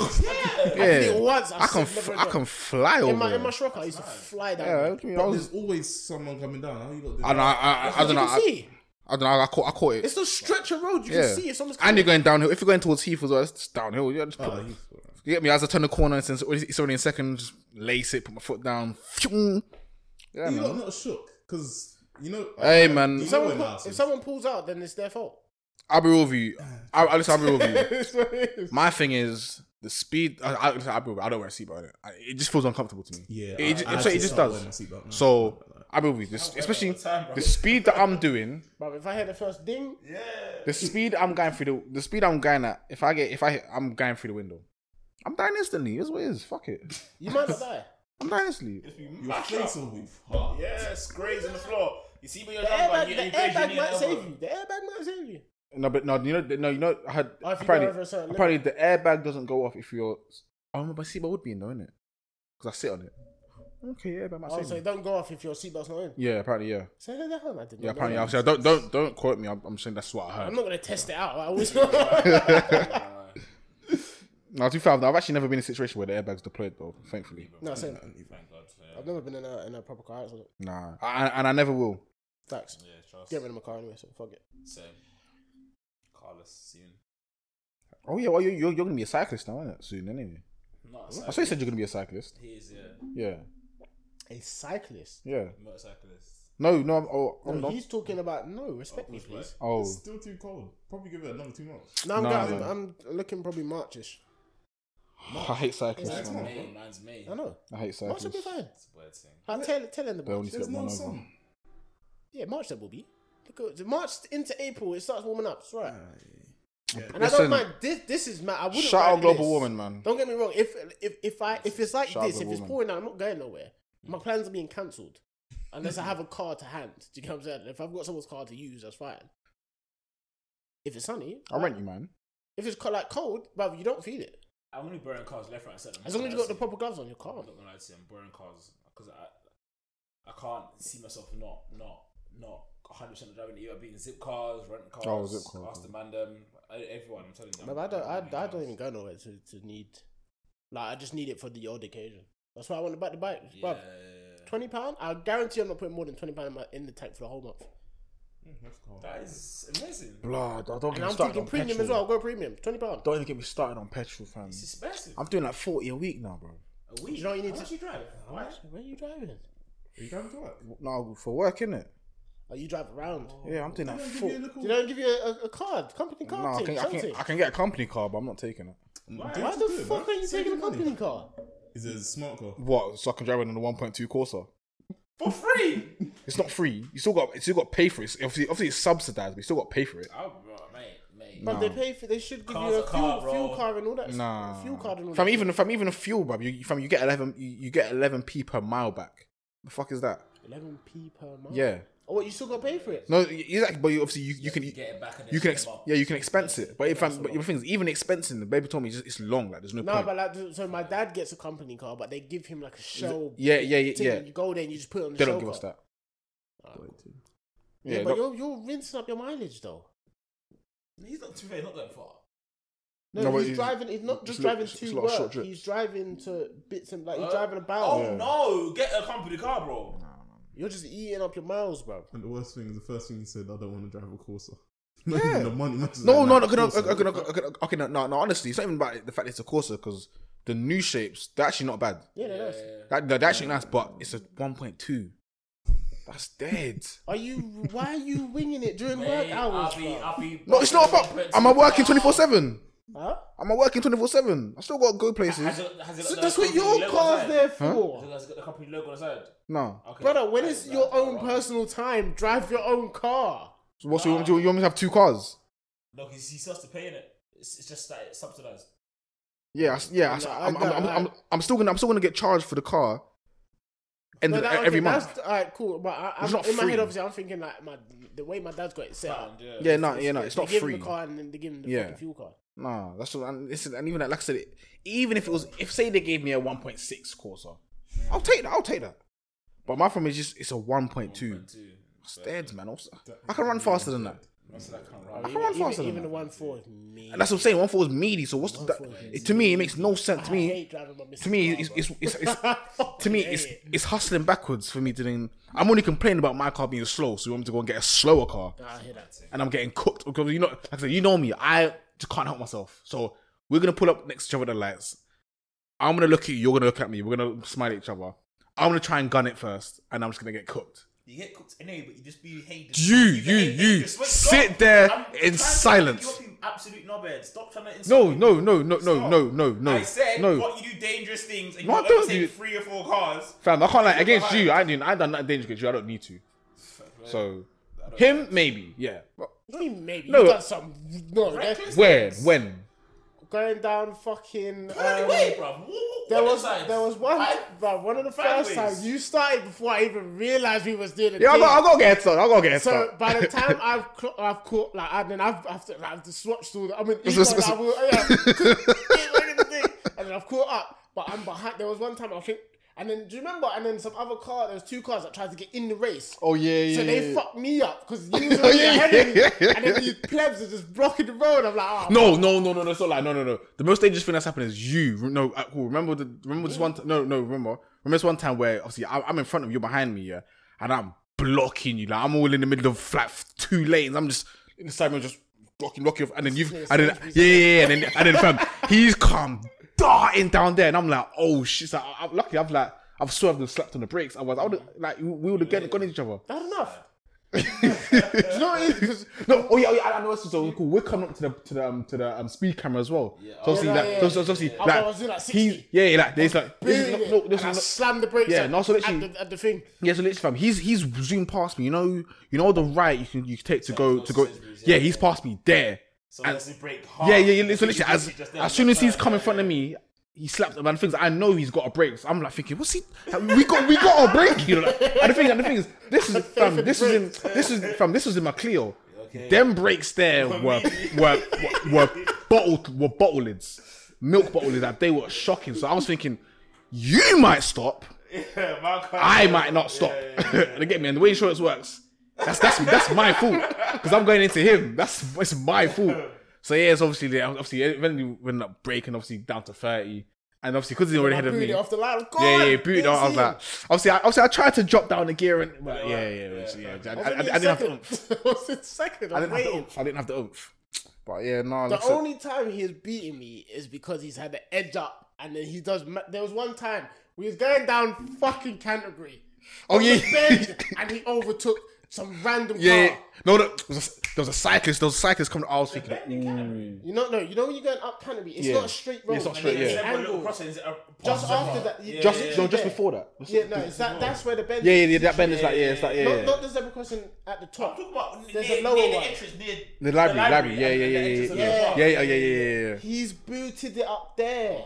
I
yeah,
did it once. I,
I can.
said
f-
never
I
again.
can fly over.
In my
it.
in my Shrock, I used to fly down.
yeah,
there.
what do you mean? I
But
was.
there's always someone coming down. How you got this?
I, don't know, I, I, I,
You
don't know.
can
I,
see.
I don't know. I caught. I caught it.
It's the stretch of road. You
yeah.
can see if someone's.
and you're going
coming.
downhill. If you're going towards Heath as well, it's just downhill. Yeah, just put,
Oh, you-
You get me? As I turn the corner, since it's already in second, just lace it, put my foot down. phew. Yeah,
You lot
man.
not shook because you know.
Uh,
Hey, man.
You
If
know
someone
where my
pull-
house
if
is.
someone pulls out, then it's their fault.
I'll be real with you. I, I'll, listen, I'll be real with you.
It's what it is.
My thing is the speed. I, I, listen, I'll be real with you. I don't wear a seatbelt. innit? I- It just feels uncomfortable to me.
Yeah,
It, it,
I- I
it,
actually
it just
start wearing
does.
my seatbelt now.
So, I'll be real with you. This,
wear it
especially
all the time, bro.
the speed that I'm doing,
But if I hear the first ding,
Yeah.
the speed I'm going through the, the speed I'm going at. If I get, if I, I'm going through the window. I'm dying instantly. That's what it is. Fuck it.
you might not die.
I'm dying instantly.
Your face will be hard.
Yeah, scraves on the floor. You see when you're
The
down, man, you
airbag,
you
the
raise your knee
airbag
and
might
elbow.
save you. The airbag might save you.
No, but no, you know, no, you know, I had
Oh, if you go over
apparently,
a certain
apparently the airbag doesn't go off if you're. Oh, no, but see, but would be in though, innit? Because I sit on it. Okay, yeah, but my
Oh, so it don't go off if your seatbelt's not in.
Yeah, apparently, yeah,
Say that hell, I didn't.
yeah,
know
apparently.
that.
Obviously, I don't, don't, don't quote me. I'm, I'm saying that's what I
I'm
heard.
not gonna test it out. I always. yeah,
Now, to be fair, I've actually never been in a situation where the airbag's deployed though. Thankfully,
No, same.
Thank God. Yeah,
I've never been in a in a proper car accident.
nah, I, and I never will.
Facts.
yeah trust.
Get rid of my car anyway, so fuck it.
Same. Carlos soon.
Oh yeah, well you're you're, you're gonna be a cyclist now, innit? Soon, anyway.
Not a
I
cyclist.
saw you said you're gonna be a cyclist.
He is, yeah.
Yeah,
A cyclist.
yeah.
Motorcyclist.
No, no, I'm, oh,
No,
I'm not.
he's talking about no. Respect me,
push
please.
Oh,
It's still too cold. Probably give it another two months.
No, I'm,
Nah,
going-
man.
I'm, I'm looking probably Marchish.
I hate cyclists.
Next
Man.
month.
May, man's May.
I know.
I hate
March will be
cyclists.
fine.
It's a weird thing.
Like, tell, tell them the
They all need
March.
to
There's
get
no
one over.
sun.
Yeah, March there will be. Look, at- March into April, it starts warming up. It's right. And I
Listen,
don't mind. This, this is mad. I wouldn't.
Shout
ride
out global
this.
warming, man.
Don't get me wrong. If if if I if it's like
Shout out
this,
to
if
the
it's
woman.
pouring out, I'm not going nowhere. My plans are being cancelled unless I have a car to hand. Do you get what I'm saying? If I've got someone's car to use, that's fine. If it's sunny,
I'll rent you, man.
if it's co- like cold, but you don't feel it.
I'm gonna be burning cars left, right, and centre.
As long as you got the
proper.
proper gloves on, you're
I'm
calm.
not gonna lie to you, I'm burning cars because I, I can't see myself not, not, not 100 percent driving. Either being zip cars, renting cars,
Oh, zip cars,
Aston Mandem, everyone. I'm telling you,
No, but I don't. I, I don't even go nowhere to, to need. Like I just need it for the odd occasion. That's why I want to buy the bike.
Yeah,
Yeah. twenty pound. I guarantee I'm not putting more than twenty pound in the tank for the whole month.
that is amazing.
Blood. I don't
And I'm taking premium as well. I'll go premium. Twenty pound.
Don't even get me started on petrol, fam.
It's expensive.
I'm doing like 40 a week now, bro.
a week.
You know what you need
How
to-
much you drive? Why?
Where are you driving?
Are you going to work?
No, for work, innit?
Oh, you drive around.
Yeah, I'm doing
They
like
don't give
40.
you
Do
a little-
they don't give you a, a- a card, company card
No, I
thing,
can, I,
something?
can, I can get a company car, but I'm not taking it.
Why?
Don't
Why the
you do it,
fuck
man?
are you
Save
taking a
your money.
company car?
It's a smart car.
What? So I can drive it in the 1.2 Corsa?
For free?
It's not free. You still got you still got to pay for it. It's- Obviously, obviously it's subsidized, but you still got to pay for it.
oh, bro, mate, mate.
But
No.
they pay for. They should give
Car's
you
a
a fuel,
car, bro.
fuel card and all that.
Nah.
fuel card and all
From
that.
even from even a fuel, bruv. You from you get 11 you, you get 11p per mile back. The fuck is that?
eleven p per month.
Yeah.
Oh, what you still got to pay for it?
No, exactly. But you, obviously you, you can
You get it back and then
you can
get
ex-
it up.
yeah you can expense it. But if I'm,
That's a
but
lot.
the thing is, even expensing, the baby told me it's, it's long. Like there's no,
No,
point.
but like, so my dad gets a company car, but they give him like a shell.
yeah, yeah, yeah,
thing.
yeah.
You go there and you just put it on the
They
shell
don't give
car.
us that.
Yeah,
Yeah,
but
no-
you're you're rinsing up your mileage though.
He's not too fair. He's not going far.
No,
No, but
he's
he's-
driving. He's not
it's
just
a lot-
driving
it's a
to
lot of short
work.
trips.
He's driving to bits and like he's
Uh,
driving about.
Oh
Yeah.
no! Get a company car, bro.
You're just eating up your miles, bro.
And the worst thing is the first thing you said, I don't want to drive a Corsa.
Yeah.
the money. man, she's
No,
like,
no, no,
nah,
okay, no,
Corsa.
okay, no, okay, no, okay, no, no, no, honestly, it's not even about the fact it's a Corsa because the new shapes they're actually not bad.
Yeah, they're nice.
That they're actually nice, but it's a 1.2. That's dead.
Are you? Why are you winging it during work
Mate,
hours,
I'll be,
bro?
I'll be
No, it's not about. Am I working 24 seven?
Huh?
Am I working 24 seven? I still got to go
Has
places.
it, has it got
So
the
that's what
company
your
logo
car's
on the
there
side?
for,
Has it got the company logo on the side?
No.
Okay.
brother. When
That
it's
is
your
bad,
own
bro.
personal time, drive your own car.
So what's you, you, you want me to have two cars?
No, because he starts to pay in it. It's, it's just that it's subsidized.
Yeah, I s- yeah. I s-
Nah, I
I'm, I'm,
got-
I'm,
I-
I'm, I'm still gonna, I'm still gonna get charged for the car. End
No,
of- e,
that-
every
okay,
month.
That's, all right, cool. But I, I'm,
It's not
in my
free.
head, obviously, I'm thinking like my the way my dad's got it set up.
Yeah, no, yeah, no. It's
they
not
give
free.
Him the car and then they give him the
Yeah.
fucking fuel card.
Nah, that's what. And listen, and even that, like I said, even if it was, if say they gave me a 1.6 Corsa, I'll take that. I'll take that. But my problem is just it's a 1.2. It's dead, man. Also, I can run faster than that. I can run
Even,
faster
even
than
the
that.
one four is me.
And that's what I'm saying. One four is meaty. So what's the, that,
1.4 is
it- to me? It makes no sense
I
to me.
hate driving my
To me, it's, it's, it's, it's to me it's it's hustling backwards for me. To then I'm only complaining about my car being slow. So you want me to go and get a slower car?
I hear that.
and I'm getting cooked because you know, like I said, you know me, I just can't help myself. So we're gonna pull up next to each other at the lights. I'm gonna look at you. You're gonna look at me. We're gonna smile at each other. I'm gonna try and gun it first, and I'm just gonna get cooked.
You get cooked anyway, but you just be hated.
You, you,
get
you.
hated. Swear to
Sit
God,
there
I'm
in
trying to
silence.
make You up, you absolute knobhead. Stop trying to insult
No,
me.
no, no, no, no,
Stop.
no, no, no.
I said,
no,
what you do dangerous things, and
No,
you
I
want to
don't
take
do-
three or four cars.
fam, I can't like against
You're
you. I didn't. I done nothing dangerous against you. I don't need to. So him, maybe, yeah. But
What do you mean maybe?
No.
You've done some. No, that's
Reckless
Where?
things.
When?
going down fucking.
Run
um,
away, bruv. Walk- walk
There
on the
was
sides.
there was one
Right?
bruv, one of the
Five
first
ways.
times you started before I even realized we was doing it.
Yeah, I got, I got to get headshot. I got to get
so
headshot.
by the time I've cl- I've caught like I mean I've I've, like, I've just swatched all the I mean
It's-
ego,
it's-
like, I
it's-
will, yeah, yeah, look at the thing. and then I've caught up but I'm behind. There was one time I think and then do you remember and then some other car there was two cars that tried to get in the race.
oh yeah, yeah.
So they
yeah.
fucked me up because you was already
yeah,
ahead of me,
yeah, yeah,
and then these plebs are just blocking the road. I'm like, oh,
No, no, no, no, no. It's not like no, no, no. The most dangerous thing that's happened is you. Re- No, uh, cool. Remember the remember this one. T- no, no. Remember remember this one time where obviously I- I'm in front of you, you're behind me, yeah, and I'm blocking you. Like I'm all in the middle of flat f- two lanes. I'm just in the side, mirror, just blocking, blocking, and then you've and then yeah, yeah, yeah, and then and then fam, he's come darting down there, and I'm like, oh shit. So I- I'm lucky. I've like I've swerved and slapped on the brakes. Otherwise, I would like we would have gone into each other.
not enough.
you know what it is? 'Cause- No, oh yeah, oh, yeah, I know this is so cool. We're coming up to the to the um, to the um, speed camera as well.
Yeah.
So obviously,
Yeah, Oh,
like, so-
yeah,
so
yeah,
obviously,
yeah. I was doing, like,
like,
60.
he's yeah, yeah, like, there's like, this
Doing
is
it.
not, no, this
and I
is not,
slammed the brakes.
Yeah,
at,
no, so literally-
at the, at the thing.
Yeah, so literally, fam, he's he's zoomed past me. You know, you know the right you can you take to go to go. Yeah, he's past me there.
So unless you break hard.
Yeah, yeah, yeah. So literally,
You
as
just- just then
as soon as he's
like,
come in front of me, he slaps him and things. I know he's got a break. So I'm like thinking, what's he? like, we got we got a break. You know, like, and the thing and the thing is, this is fam. This is in this is fam. This was in my Clio. Them breaks there were were were, were bottled were bottle lids, milk bottle lids. Like, they were shocking. So I was thinking, you might stop.
yeah, man, can't-
I might not stop. they get me, and the way insurance works, that's that's that's my fault because I'm going into him. That's it's my fault. So yeah, it's obviously they obviously eventually we ended up breaking, obviously down to thirty, and obviously because he's already ahead of
Booted
me.
it off the line. God,
Yeah, yeah, booted out. I was
didn't see
like,
him.
obviously, I, obviously, I tried to drop down the gear, and but yeah, yeah, yeah,
yeah,
which- yeah.
yeah.
I,
I
I,
was
I,
in
I didn't have the
second.
oomph.
I was in second.
I
I'm
didn't have the
waiting.
oomph. I didn't have the oomph. But yeah, no.
The
like I said-
only time he is beating me is because he's had the edge up, and then he does. Ma- there was one time we was going down fucking Canterbury.
oh
He
yeah,
bend, and he overtook some random
yeah. yeah.
car.
No, no, there was, a, there was a cyclist. There was a cyclist coming. I was thinking,
You know, no, you know when you're going up Canterbury, it's
Yeah.
not a straight road.
Yeah, it's not
and
straight,
it's
Except for a little
angled.
crossing, is it a-
Just
past the
after
bar?
that, you-
Yeah,
just
yeah,
no,
yeah.
just
yeah.
before that.
Yeah, no, it's that. That's where the bend.
Yeah,
is.
yeah, yeah, that bend is like, yeah, it's like, yeah.
Not,
yeah.
not the zebra crossing at the top.
Talk about
There's
near,
a lower
near the
one.
entrance, near
the library, library, yeah,
and
yeah,
the
yeah,
entrance
yeah,
of
yeah,
the
yeah,
bar.
yeah, yeah, yeah, yeah, yeah.
He's booted it up there,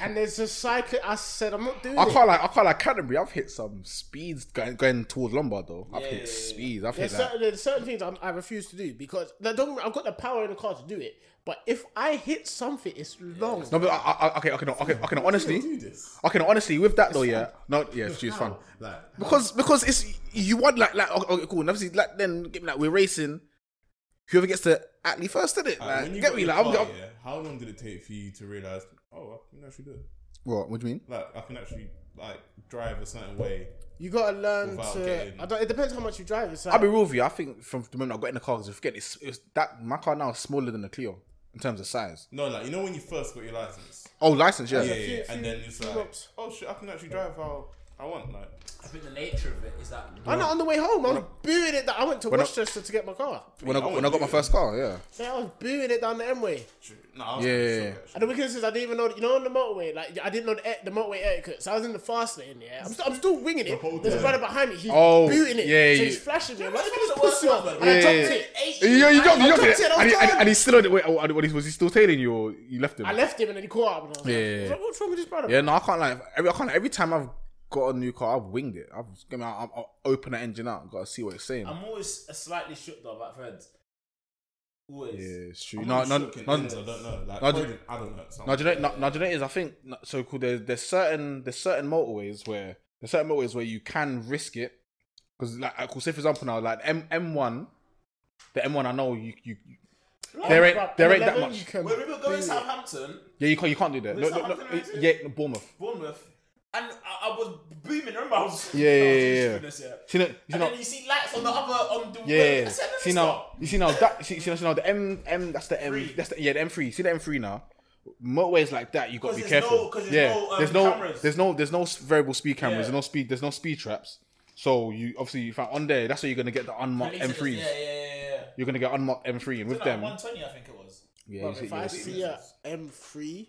and there's a cycle. I said, I'm not doing
I
it.
can't like I can't like Canterbury. I've hit some speeds going, going towards Lombard though. I've hit
yeah, yeah.
speeds. I've
There's
hit like,
certain, there's certain things I'm, I refuse to do because that don't, I've got the power in the car to do it. But if I hit something, it's long.
no, but I, I, I- okay, okay, no, okay, okay, no, honestly,
do this.
okay, no, honestly, with that though, yeah, no, yeah, she was fun
Like,
because because it's you want like like okay, okay, cool. And obviously, like then get me, like we're racing. Whoever gets to Atley first, did it?
like,
Like,
Ah, when you
get
got
me,
your
like, I'm,
car,
I'm,
yeah, how long did it take for you to realize? Oh, I can actually do it.
what? What do you mean?
Like, I can actually like drive a certain way.
You gotta learn
Without
to.
getting-
I don't, it depends how much you drive. It's like,
I'll be real with you. I think from the moment I got in the car, because I forget it's, it's that my car now is smaller than the Clio in terms of size.
No, like you know when you first got your license.
Oh, license, yeah.
Yeah,
few-
yeah,
few-
and then it's
few
like,
laps.
oh shit, I can actually drive how I want. Like,
I think the nature of it is that
I'm not on the way home. I was booing it. That I went to Westchester to get my car.
When I,
I
when I got my
wouldn't do
first car, yeah.
Yeah, I was booing it down the M way.
no, I was
Yeah,
gonna
yeah,
suck,
yeah.
actually.
And the wickedness is I didn't even know. You know, on the motorway, like I didn't know the, et- the motorway etiquette. So I was in the fast lane. Yeah, I'm, st- I'm still winging it.
whole
There's a
time.
brother behind me. He's
Oh,
booting it.
yeah,
so
you-
he's flashing me. I'm like,
Yeah,
look at this
that's
pussy
the
on.
worst
And
one,
I
man.
dropped
Yeah.
it.
eight.
Yeah, you dropped, you dropped
dropped
it,
it, I was
and, he, and,
done.
and he's still on the way. oh, and what, he- was he still tailing you, or you left him?
I left him and then he caught up. And I was like,
Yeah.
I was like, what's wrong with this brother?
Yeah, no, I can't like every I can't like, every time I've got a new car, I've winged it. I've I mean, I- I'll open the engine out, and gotta see what it's saying.
I'm always slightly shook though about Fred. Always.
yeah, it's true.
I'm
No,
not
no,
shook in
no,
ends, I don't know. Like,
no,
Croydon, I don't know. So
No, do you know? No, no, do you know what it is? I think no, so. Cool. There's there's certain there's certain motorways where there's certain motorways where you can risk it because like I could say for example now like M M one, the M one I know you you there ain't
Bruh,
there ain't that
11,
much.
you can
When we were going
boo
to
it.
Southampton,
Yeah, you can't you can't do that. No,
Was
no, no,
Southampton United?
yeah, no, Bournemouth.
Bournemouth, and I, I was booming. Remember, I was
Yeah, yeah,
I was
yeah, yeah.
doing this,
See, no, you
And
know,
then you see lights on the other on the
yeah.
I said, let me
See now,
stop.
you see now that see, see, now- see now the M M that's the M
Three.
that's the yeah the M three. See the M three now. Motorways like that, you got to be
'Cause there's
careful.
no- 'cause there's
yeah,
no, um,
there's no,
cameras.
there's no, there's no s- variable speed cameras.
Yeah.
There's no speed, there's no speed traps. So you obviously if I on there, that's where you're gonna get the unmarked
Police are just-
M3s.
Yeah, yeah, yeah.
You're gonna get unmarked M3, and with
yeah.
them,
One twenty, I think it was.
yeah, you
Bruh,
see-
If I
yeah.
see a M3,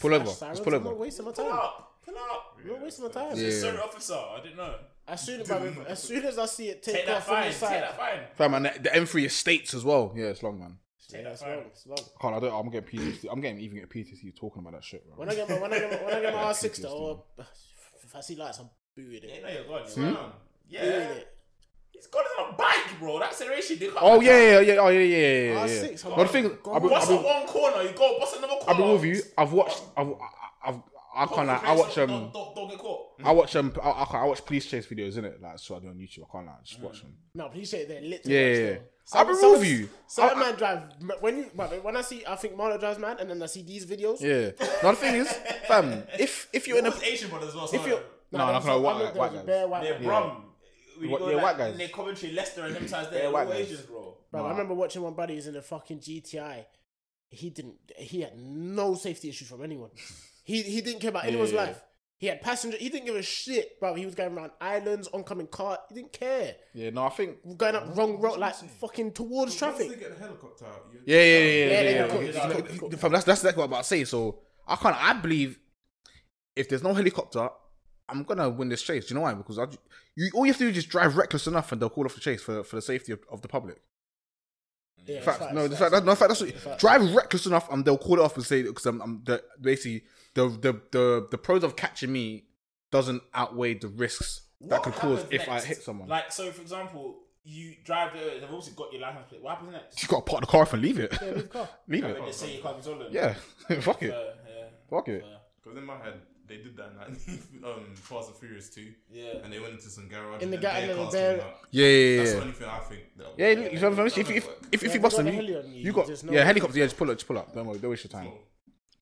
pull over,
flash
just
sirens,
pull
I'm
over.
not wasting my
Pull
time.
up, pull up.
I'm not wasting my time.
Yeah.
Sorry, officer, I didn't know.
As soon as, bruh, as soon as I see it take,
Take that
off from
fine.
the
Take
side,
that fine.
Fam, and the, the M3 estates as well. Yeah, it's long, man.
Take
yeah,
that
it's long,
fine.
it's long.
I can't. I don't. I'm getting PTSD. I'm getting even get PTSD talking about that shit. bro.
When I get my when I get my, when I get my
Yeah,
R6
PTSD,
though, oh, if I see lights, I'm booing
Yeah,
it.
no, you're gone.
Hmm?
You're gone. Yeah.
Booing it.
He's gone on a bike, bro. That acceleration. They can't
Oh yeah, yeah, yeah, oh yeah, yeah, yeah.
Ah,
yeah, yeah.
R6,
No, the thing,
go
I'll be, I'll,
on.
What's on
be,
one corner? You go. What's another corner?
I'll be with you. I've watched, I've, I've, I've kind of, I watch um,
Don't, don't, don't get caught.
I watch um, I, I, can't- I watch police chase videos, innit? Like, so I do on YouTube. I can't like just watch them.
No, please say they're lit. to
Yeah, yeah,
watch
yeah.
though.
I'll be real with you.
So
I-
that man drive when you but when I see I think Marlo drives mad, and then I see these videos.
Yeah. Now the thing is, fam, if if you're in
It
a,
was Asian brothers as well.
if
If
you're
you,
no, no,
there was
no,
a- I
white,
remember
white,
there was
white
a
guys.
bare white
they're
guy.
brum. We
Wha-
go
yeah,
like,
white guys.
They're Coventry, Leicester, and them times
Yeah,
they're
white
all
guys.
Asians, bro.
Bro, I remember watching one buddy who's in a fucking GTI. He didn't. He had no safety issues from anyone. He he didn't care about anyone's
Yeah.
life. He had passenger. He didn't give a shit, bro. He was going around islands, oncoming car. He didn't care.
Yeah, no, I think.
Going up wrong road, like fucking towards
Once they
traffic.
get the helicopter out, you-
Yeah, yeah, yeah,
Yeah,
yeah.
they
yeah,
got
yeah.
caught, they got
You-
caught.
you- fam, That's that's exactly what I'm about to say. So I can't. I believe if there's no helicopter, I'm gonna win this chase. Do you know why? Because I, you all you have to do is just drive reckless enough, and they'll call off the chase for, for the safety of, of the public.
Yeah,
Facts.
facts,
No, the
facts.
fact, that, no, fact. That's what, drive reckless enough, and they'll call it off and say because I'm, I'm the, basically the, the the the pros of catching me doesn't outweigh the risks that
What
could cause
happens
if I
next?
hit someone.
Like, so for example, you drive the, they've obviously got your license plate. What happens next?
you got to park the car off and leave it.
Yeah, we've got-
leave
When they
it.
say you can't be stolen.
Yeah, fuck
Uh,
it.
yeah.
Fuck it.
Uh,
Because in my head, they did that in like, um, Fast and Furious 2.
Yeah.
And they went into some garage.
In the
and
gar-
their
and
cars
then
came
they're-
out.
Yeah, yeah,
That's
yeah.
the only thing I think. That
Yeah, look, if, I'm honest, if,
That
if,
would work.
if, if
Yeah,
you
they
bust
got
them,
the
you,
heli on you,
you,
you
got
just know.
yeah helicopter. Yeah, just pull up, just pull up. Don't worry, don't waste your time.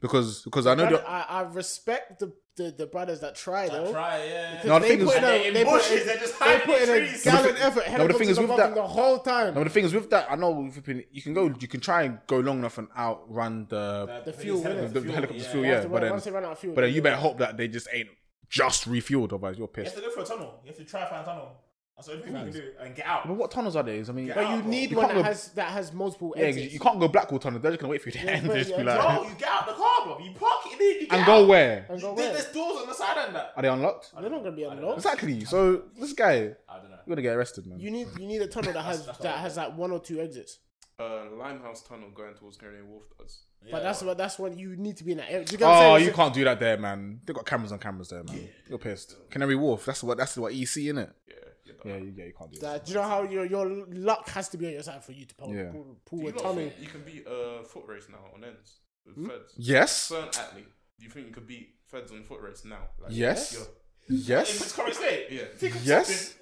Because because I know
Brother,
the,
I, I respect the, the, the brothers that try though.
That try, yeah.
No, the
they
thing is-
put
And
in
they're in
a, Oh. they put
bushes,
in,
they're just
they
hiding
put in
in
a
trees.
gallon
No, the thing-
effort.
no, the thing is
Helicopters are
with
fucking
that-
the whole time.
no. but The thing is with that, I know we've been- you can go you can try and go long enough and outrun the
the
fuel, innit?
the, helicopter's fuel.
You
Yeah,
After
but
run-
then
once they run out of fuel,
but then
they
you
go.
better hope that they just ain't just refueled, otherwise you're
have
pissed.
to go for a tunnel. You have to try and find a tunnel. That's the only thing you can do. And get out.
But what tunnels are there? I mean,
Get
But
out,
you
bro.
need
You
one
can't
that
go-
has that has multiple
yeah,
exits.
you can't go Blackwall tunnel. They're just gonna wait for you to end.
but-
Just be
yeah,
like,
Bro, you get out the car, bro. You park it in there, you get
and
out.
go where?
And go
There-
where?
There's doors on the side and that.
Are they unlocked?
They're not gonna be
don't
unlocked.
Exactly. So this guy, you're
I don't know.
gonna get arrested, man.
You need you need a tunnel that has
That's- that's
that
all.
has like one or two exits.
Uh, Limehouse Tunnel going towards Canary Wharf does.
Yeah.
But that's what that's when you need to be in that area. Do You get what I'm
Oh,
saying?
you
So-
can't do that there, man. They got cameras on cameras there, man. You're pissed. Canary Wharf. That's what. That's what EC in it.
Yeah, yeah.
Yeah,
yeah.
you, yeah, you can't do that.
Like, do you know how your your luck has to be on your side for you to pull
Yeah.
pull, pull
You,
a
lot
tunnel?
think you can beat uh, foot race now on ends with
Hmm?
feds.
Yes.
Certain athlete. Do you think you could beat feds on foot race now? Like,
Yes.
you're-
In which
Yes.
current state?
Yeah.
Yes.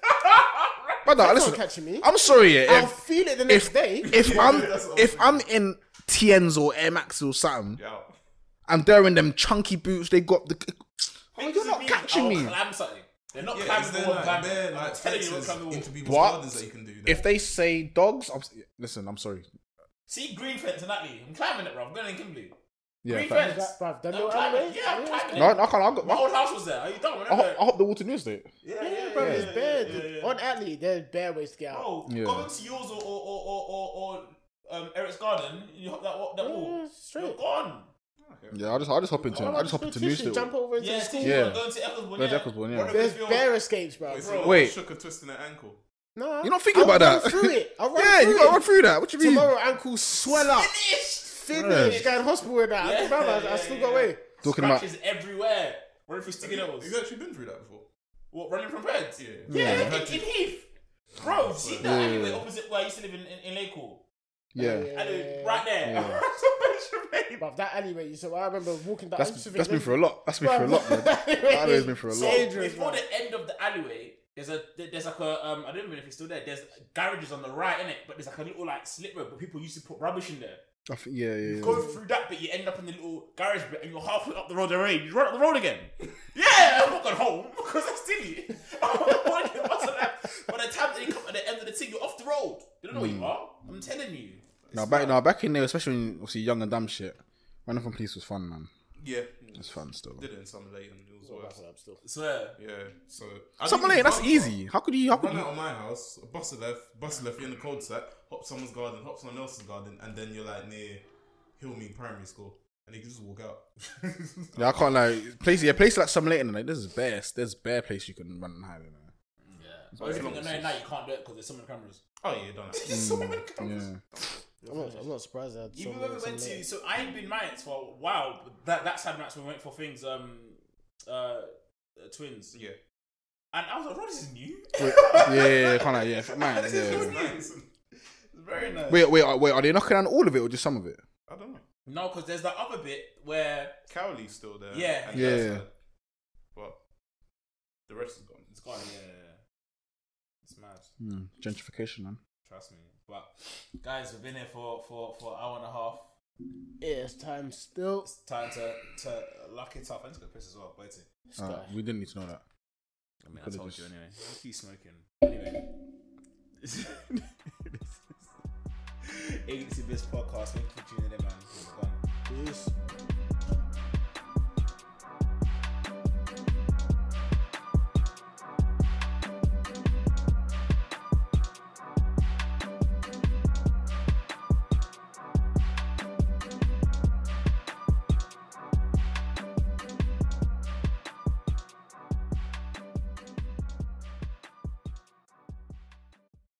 But no,
That's not
listen.
catching me.
I'm sorry. Yeah,
I'll
if
feel it the next
if
day.
if I'm
that's what
if I'm in Tien's or Air Max or something,
Yeah.
I'm there in them chunky boots. They got the. Oh,
Things
you're
that
not
mean
catching
I'll
me.
Climb something. They're not
Yeah, is
climbing the
there
wall.
like,
climbing.
there,
I'm
like
telling you, not
Texas
climbing the wall.
into people's
What?
gardens that you can do?
If
that?
they say dogs, I'm, s- listen. I'm sorry.
See green fence and that I'm climbing it, bro. I'm going in Kimberley.
Yeah.
Green
fact.
fence.
That- bruv, that
No,
little
climbing.
alleyway?
Yeah, I'm
Yeah,
climbing
No,
it.
no, I can't. I got.
My
I,
old house was there. Are you done?
I,
Remember?
hope- I hope the Waterloo is there.
yeah,
Oh, Yeah,
yeah, yeah,
bro,
yeah,
it's
yeah,
bad.
yeah, yeah.
On Atlee, there's bare ways to get out.
Bro,
Yeah.
go into yours Oh, or or or or, or um, Eric's garden. You hop that wa- that
Yeah,
wall. You're
straight.
gone.
Yeah, I just, I just hop into,
Why
I
not
just hop
go
into
tuition,
Newsday.
Jump over into
Yeah,
the
see,
school.
you
Yeah.
want to go into Ecclesbourne.
Go to
yeah.
Ecclesbourne, yeah.
Run up
There's
the field.
bare escapes, bro.
Wait, so
Bro.
what,
Wait.
Shook a twist in an ankle.
No,
You're not thinking
I'll
about
Run
that.
through it. I'll run
Yeah,
through
you
it.
gotta run through that. What you mean?
Tomorrow, ankle swell up.
Finished.
Finish. Going to hospital with that.
Yeah,
Bro, I, I
yeah,
still
yeah,
got
yeah.
away.
Talking about-
Scratches everywhere. What if we sticky
Have
nettles?
you actually been through that before?
What running from beds?
Yeah.
Yeah,
Yeah.
in, in Heath. Bro, see that
Yeah.
alleyway opposite where I used to live in, in, in Lakewood?
Yeah.
I live right there.
Yeah.
Some bench remain.
Bruv, that alleyway, you said, well, I remember walking down.
That's
I used to
that's been
think-
for a lot. That's been for a lot, man. That has been for a
So
lot.
dangerous,
Before
man.
the end of the alleyway, there's a there's like a um I don't even know if it's still there. There's garages on the right in it, but there's like a little like slip road, but people used to put rubbish in there.
I think, yeah, yeah,
You
yeah.
go through that bit, you end up in the little garage bit, and you're halfway up the road already. You run up the road again. Yeah, I'm not going home because that's silly. I'm not walking past that. By the time that you come at the end of the thing, you're off the road. You don't know where you are. I'm telling you.
Now back, now back in there, especially when obviously young and dumb shit. Running from police was fun, man.
Yeah.
It's fun still.
Did it in summer late and it was worse.
I swear.
Yeah. So. I
Someone
didn't
late, that's
run-
easy. How could you? How could
Run
you?
out of my house, a bus left, bus left, you're in the cul-de-sac, hop someone's garden, hop someone else's garden, and then you're like near Hillmead Primary School, and you can just walk out.
Yeah, I can't like place. Yeah, place like some late and like this is best. There's bare place you can run and hide in.
Yeah. But if you think annoying now, you can't do it because there's so many cameras.
oh yeah, don't.
Hmm,
There's so many
there.
cameras.
Yeah.
I'm not, I'm not surprised. I had so
Even when
many-
we
so
went
many.
to, so I ain't been Mayans for a while. But that that side match when we went for things, um, uh, uh, twins,
Yeah.
and I was like, "Bro, this is new."
Wait, yeah, yeah, yeah, kind of yeah. f- Man,
this is
yeah.
nice. It's very nice.
Wait, wait, uh, wait. Are they knocking down all of it or just some of it?
I don't know.
No, because there's that other bit where
Cowley's still there.
Yeah.
and
Yeah.
Hillside. But the rest is gone.
it's gone. Yeah, yeah, yeah. it's mad.
Hmm, gentrification, man.
Trust me. But guys, we've been here for for for an hour and a half.
Yeah, it's time still.
It's time to to lock it up. I need to go piss as well. Wait.
Uh, we didn't need to know that.
I mean, I
Could've
told
just-
you anyway. I keep smoking. Anyway. Agency Biz Podcast. Thank you for tuning in, man. We've gone.
Peace.